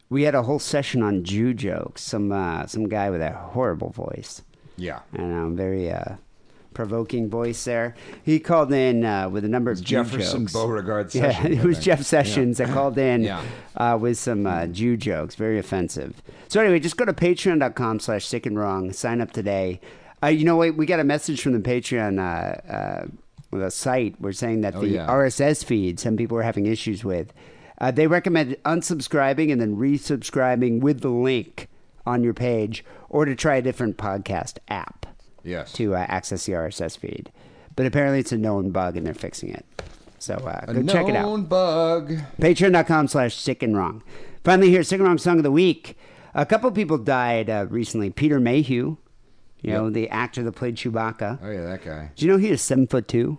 we had a whole session on Jew jokes. Some uh, some guy with a horrible voice
Yeah.
and um, very uh, provoking voice there. He called in uh, with a number of Jew
Jefferson
jokes.
Beauregard
Yeah,
Sessions,
it
I
was
think.
Jeff Sessions that called in
Yeah.
uh, with some uh, Jew jokes, very offensive. So anyway, just go to patreon.com slash sick and wrong, sign up today. Uh, you know what? We got a message from the Patreon uh, uh, the site. We're saying that the
Oh, yeah.
RSS feed, some people are having issues with. Uh, they recommend unsubscribing and then resubscribing with the link on your page or to try a different podcast app
Yes.
to uh, access the RSS feed. But apparently it's a known bug and they're fixing it. So uh,
A
go check it out.
known bug.
Patreon.com slash sick and wrong. Finally, here's sick and wrong song of the week. A couple people died uh, recently. Peter Mayhew, you know, the actor that played Chewbacca.
Oh yeah, that guy.
Do you know he is seven foot two?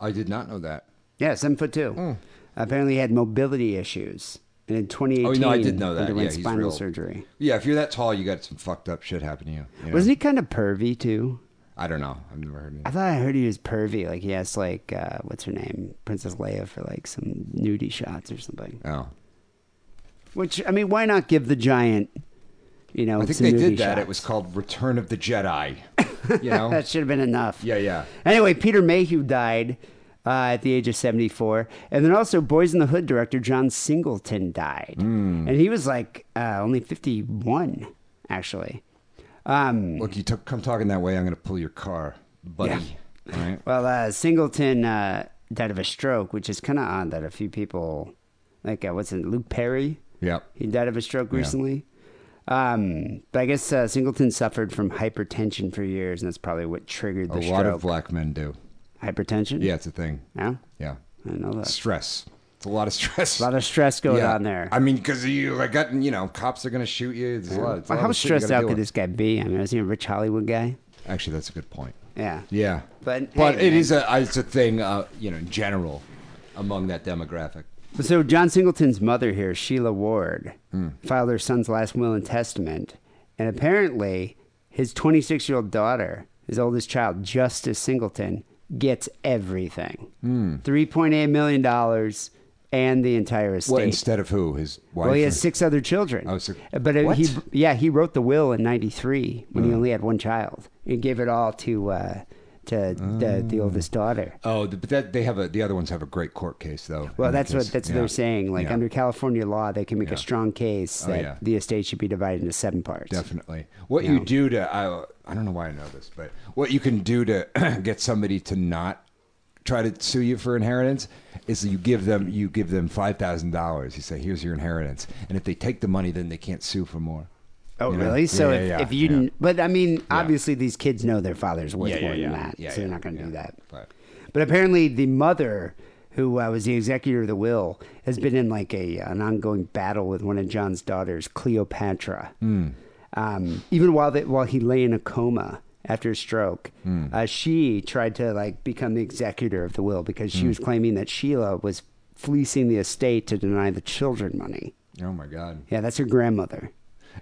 I did not know that.
Yeah, seven foot two. Apparently, he had mobility issues. And in 2018,
Hmm. Oh no, I did know that.
underwent
Yeah, he's
spinal
real.
surgery.
Yeah, if you're that tall, you got some fucked up shit happen to you. you know?
Wasn't he kind of pervy too?
I don't know. I've never heard of
I
it.
thought I heard he was pervy. Like he asked, like uh, what's her name, Princess Leia, for like some nudie shots or something.
Oh.
Which I mean, why not give the giant? You know,
I think
some
they did
nudie
that. It
shots?
was called Return of the Jedi. You know?
that should have been enough.
Yeah, yeah.
Anyway, Peter Mayhew died uh, at the age of 74. And then also, Boys in the Hood director John Singleton died.
Hmm.
And he was like uh, only 51, actually. Um,
Look, you took, come talking that way. I'm going to pull your car, buddy. All right.
well, uh, Singleton uh, died of a stroke, which is kind of odd that a few people, like, uh, what's it, Luke Perry?
Yep.
He died of a stroke recently. Um, but I guess uh, Singleton suffered from hypertension for years, and that's probably what triggered the
A
stroke.
lot of black men do.
hypertension?
Yeah, it's a thing.
No?
Yeah.
I didn't know that.
Stress. It's a lot of stress.
A lot of stress going
yeah.
on there.
I mean, because you, I got, you know, cops are going to shoot you. It's a lot. It's a
Well,
lot
how
of shit you
stressed
gotta
out
deal
could
with.
this guy be? I mean, is he a rich Hollywood guy?
Actually, that's a good point.
Yeah.
Yeah.
But,
but
hey,
it
man.
uh, is a, it's a thing, uh, you know, in general among that demographic.
So John Singleton's mother here, Sheila Ward,
Hmm.
filed her son's last will and testament, and apparently his 26-year-old daughter, his oldest child, Justice Singleton, gets everything:
Hmm.
3.8 million dollars and the entire estate.
Well, instead of who? His wife?
Well, he has
or-
six other children.
Oh, so-
but uh, he,
What? Hmm.
yeah, he wrote the will in '93 when he only had one child. He gave it all to uh, to the, the oldest daughter.
Oh, th- but that they have a. The other ones have a great court case, though.
Well,
in that
that's what
case.
that's what
Yeah.
they're saying. Like
Yeah.
under California law, they can make a strong case
Oh,
that
yeah.
the estate should be divided into seven parts.
Definitely. What you do to I I don't know why I know this, but what you can do to get somebody to not try to sue you for inheritance is you give them you give them five thousand dollars. You say, "Here's your inheritance," and if they take the money, then they can't sue for more.
Oh,
You know?
really? So
Yeah,
if,
yeah,
if you,
yeah.
didn't but I mean, obviously these kids know their father's worth
Yeah, yeah,
more than
yeah.
that,
Yeah,
so they're
yeah,
not going to do
yeah.
that.
But-
But apparently, the mother, who uh, was the executor of the will, has been in like a uh, an ongoing battle with one of John's daughters, Cleopatra. Um, even while they, while he lay in a coma after a stroke, uh, she tried to like become the executor of the will because she was claiming that Sheila was fleecing the estate to deny the children money.
Oh my God!
Yeah, that's her grandmother.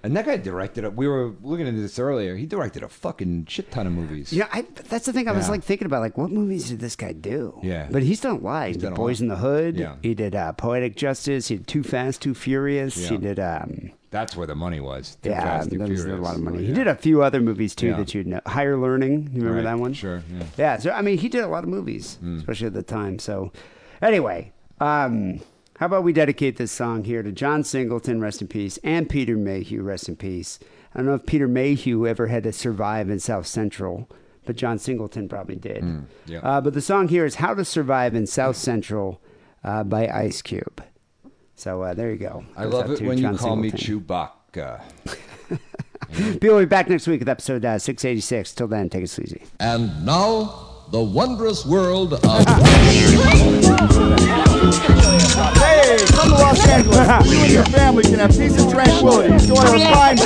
And that guy directed. A, we were looking into this earlier. He directed a fucking shit ton of movies.
You know, I, that's the thing I was
Yeah.
like thinking about, like what movies did this guy do?
Yeah.
but he's done a lot. He
done
did
a
Boys
lot.
in the Hood.
Yeah.
he did uh, Poetic Justice. He did Too Fast, Too Furious. He
Yeah.
did, um,
That's where the money was. Too
yeah,
Fast, Too
that was a
Furious. Oh,
lot of money. He
Yeah.
did a few other movies too
Yeah.
that you know, Higher Learning. You remember
Right,
that one?
Sure. Yeah. Mm.
Yeah, so I mean, he did a lot of movies, especially at the time. So, anyway, um, how about we dedicate this song here to John Singleton, rest in peace, and Peter Mayhew, rest in peace. I don't know if Peter Mayhew ever had to survive in South Central, but John Singleton probably did.
Mm, yeah.
uh, but the song here is "How to Survive in South Central" uh, by Ice Cube. So uh, there you go.
I
Goes
love
out
it
to
when
John
you call
Singleton.
me Chewbacca.
People will be back next week with episode uh, 686. Till then, take it sleazy.
And now, the wondrous world of.
Hey, come to Los Angeles. You and your family can have peace and tranquility. Enjoy our fine.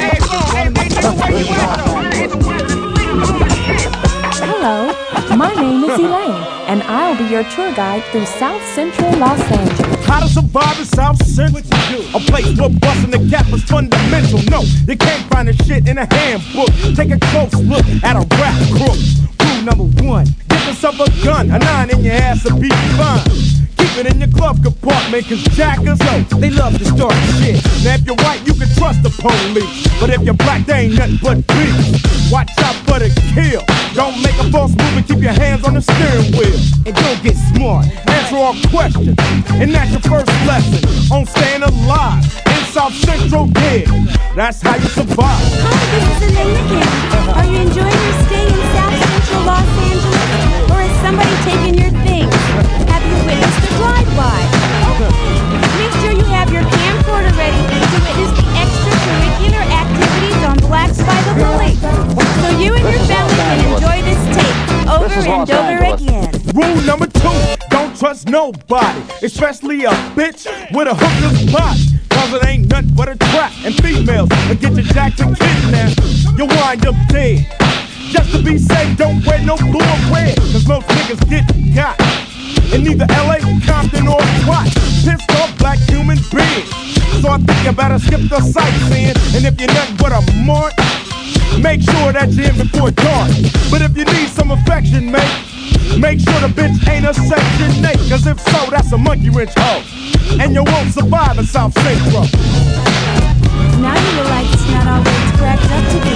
Hello, my name is Elaine, and I'll be your tour guide through South Central Los Angeles.
How to survive in South Central? A place where busting the cap is fundamental. No, you can't find this shit in a handbook. Take a close look at a rap crook. Rule number one: get yourself a gun, a nine in your ass to be fine. Keep it in your glove compartment, cause jackers, oh, they love to start shit. Now, if you're white, you can trust the police. But if you're black, they ain't nothing but beef. Watch out for the kill. Don't make a false move and keep your hands on the steering wheel. And don't get smart. Answer all questions. And that's your first lesson on staying alive in South Central Dig. That's how you survive.
Hi, this is Elaine again. Are you enjoying your stay in South Central Los Angeles, or is somebody taking your things? Have you witnessed a drive-by? Okay, make sure you have your camcorder ready to witness the extracurricular activities on Blacks by the Bully, so you and your family can enjoy this tape over and over again.
Rule number two, don't trust nobody, especially a bitch with a hooker's body. Cause it ain't nothing but a trap, and females will get you jacked and kidnapped. You wind up dead. Just to be safe, don't wear no blue or red, cause most niggas get got. In either LA, Compton, or what? Pissed off black human beings. So I think you better skip the sightseeing, and if you're nothing but a mort, Make sure that you're in before dark. But if you need some affection, mate, make sure the bitch ain't a section eight. Cause if so, that's a monkey wrench hoe. And you won't survive in South Central.
Now you realize it's not all that it's cracked up to be.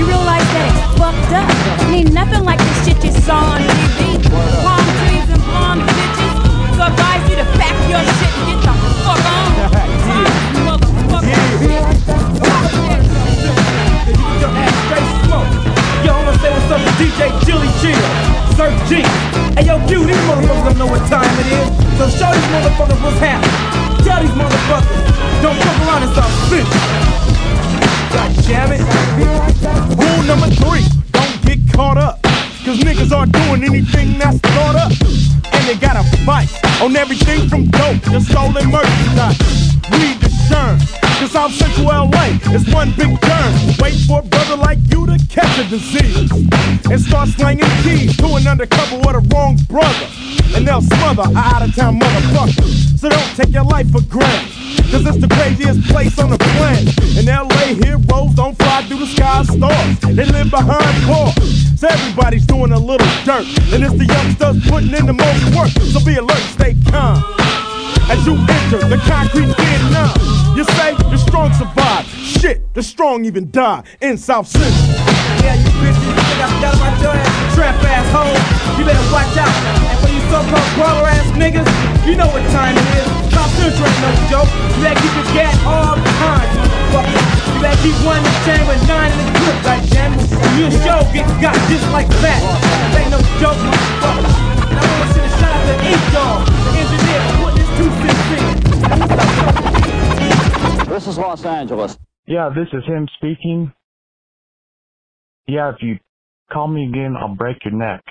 You realize that it's fucked up. It ain't nothing like the shit you saw on TV. Palm trees and palm bitches. So I advise you to pack your shit and get the fuck on. Motherfucker.
Your ass straight smoke. Yo, I'ma say what's up to DJ Jilly Chill. Sir G. Hey, yo, Q, these motherfuckers don't know what time it is. So show these motherfuckers what's happening. Tell these motherfuckers, don't come around and start bitch. God damn it. Rule number three, don't get caught up. Cause niggas aren't doing anything that's thought up. And they got a fight on everything from dope to stolen merchandise. Read the churn. Cause South Central LA is one big turn. Wait for a brother like you to catch a disease. And start slanging keys to an undercover or the wrong brother. And they'll smother a out of town motherfucker. So don't take your life for granted. Cause it's the craziest place on the planet. In LA, heroes don't fly through the sky stars. They live behind bars. So everybody's doing a little dirt. And it's the youngsters putting in the most work. So be alert, stay calm. As you enter the concrete Vietnam, you say the strong survive. Shit, the strong even die in South Central.
Yeah, you bitches, you think I'm done about your ass, trap asshole. You better watch out. And for you so-called brawler ass niggas, you know what time it is. Top Central ain't no joke. You better keep your gat all behind, motherfucker. You better keep one in the chamber, nine in the grip, goddamn. And you'll sure get got just like that. This ain't no joke, motherfucker. And I wanna send a shout out to East Dog, the engineer, for putting this two
This is Los Angeles.
Yeah, this is him speaking. Yeah, if you call me again, I'll break your neck.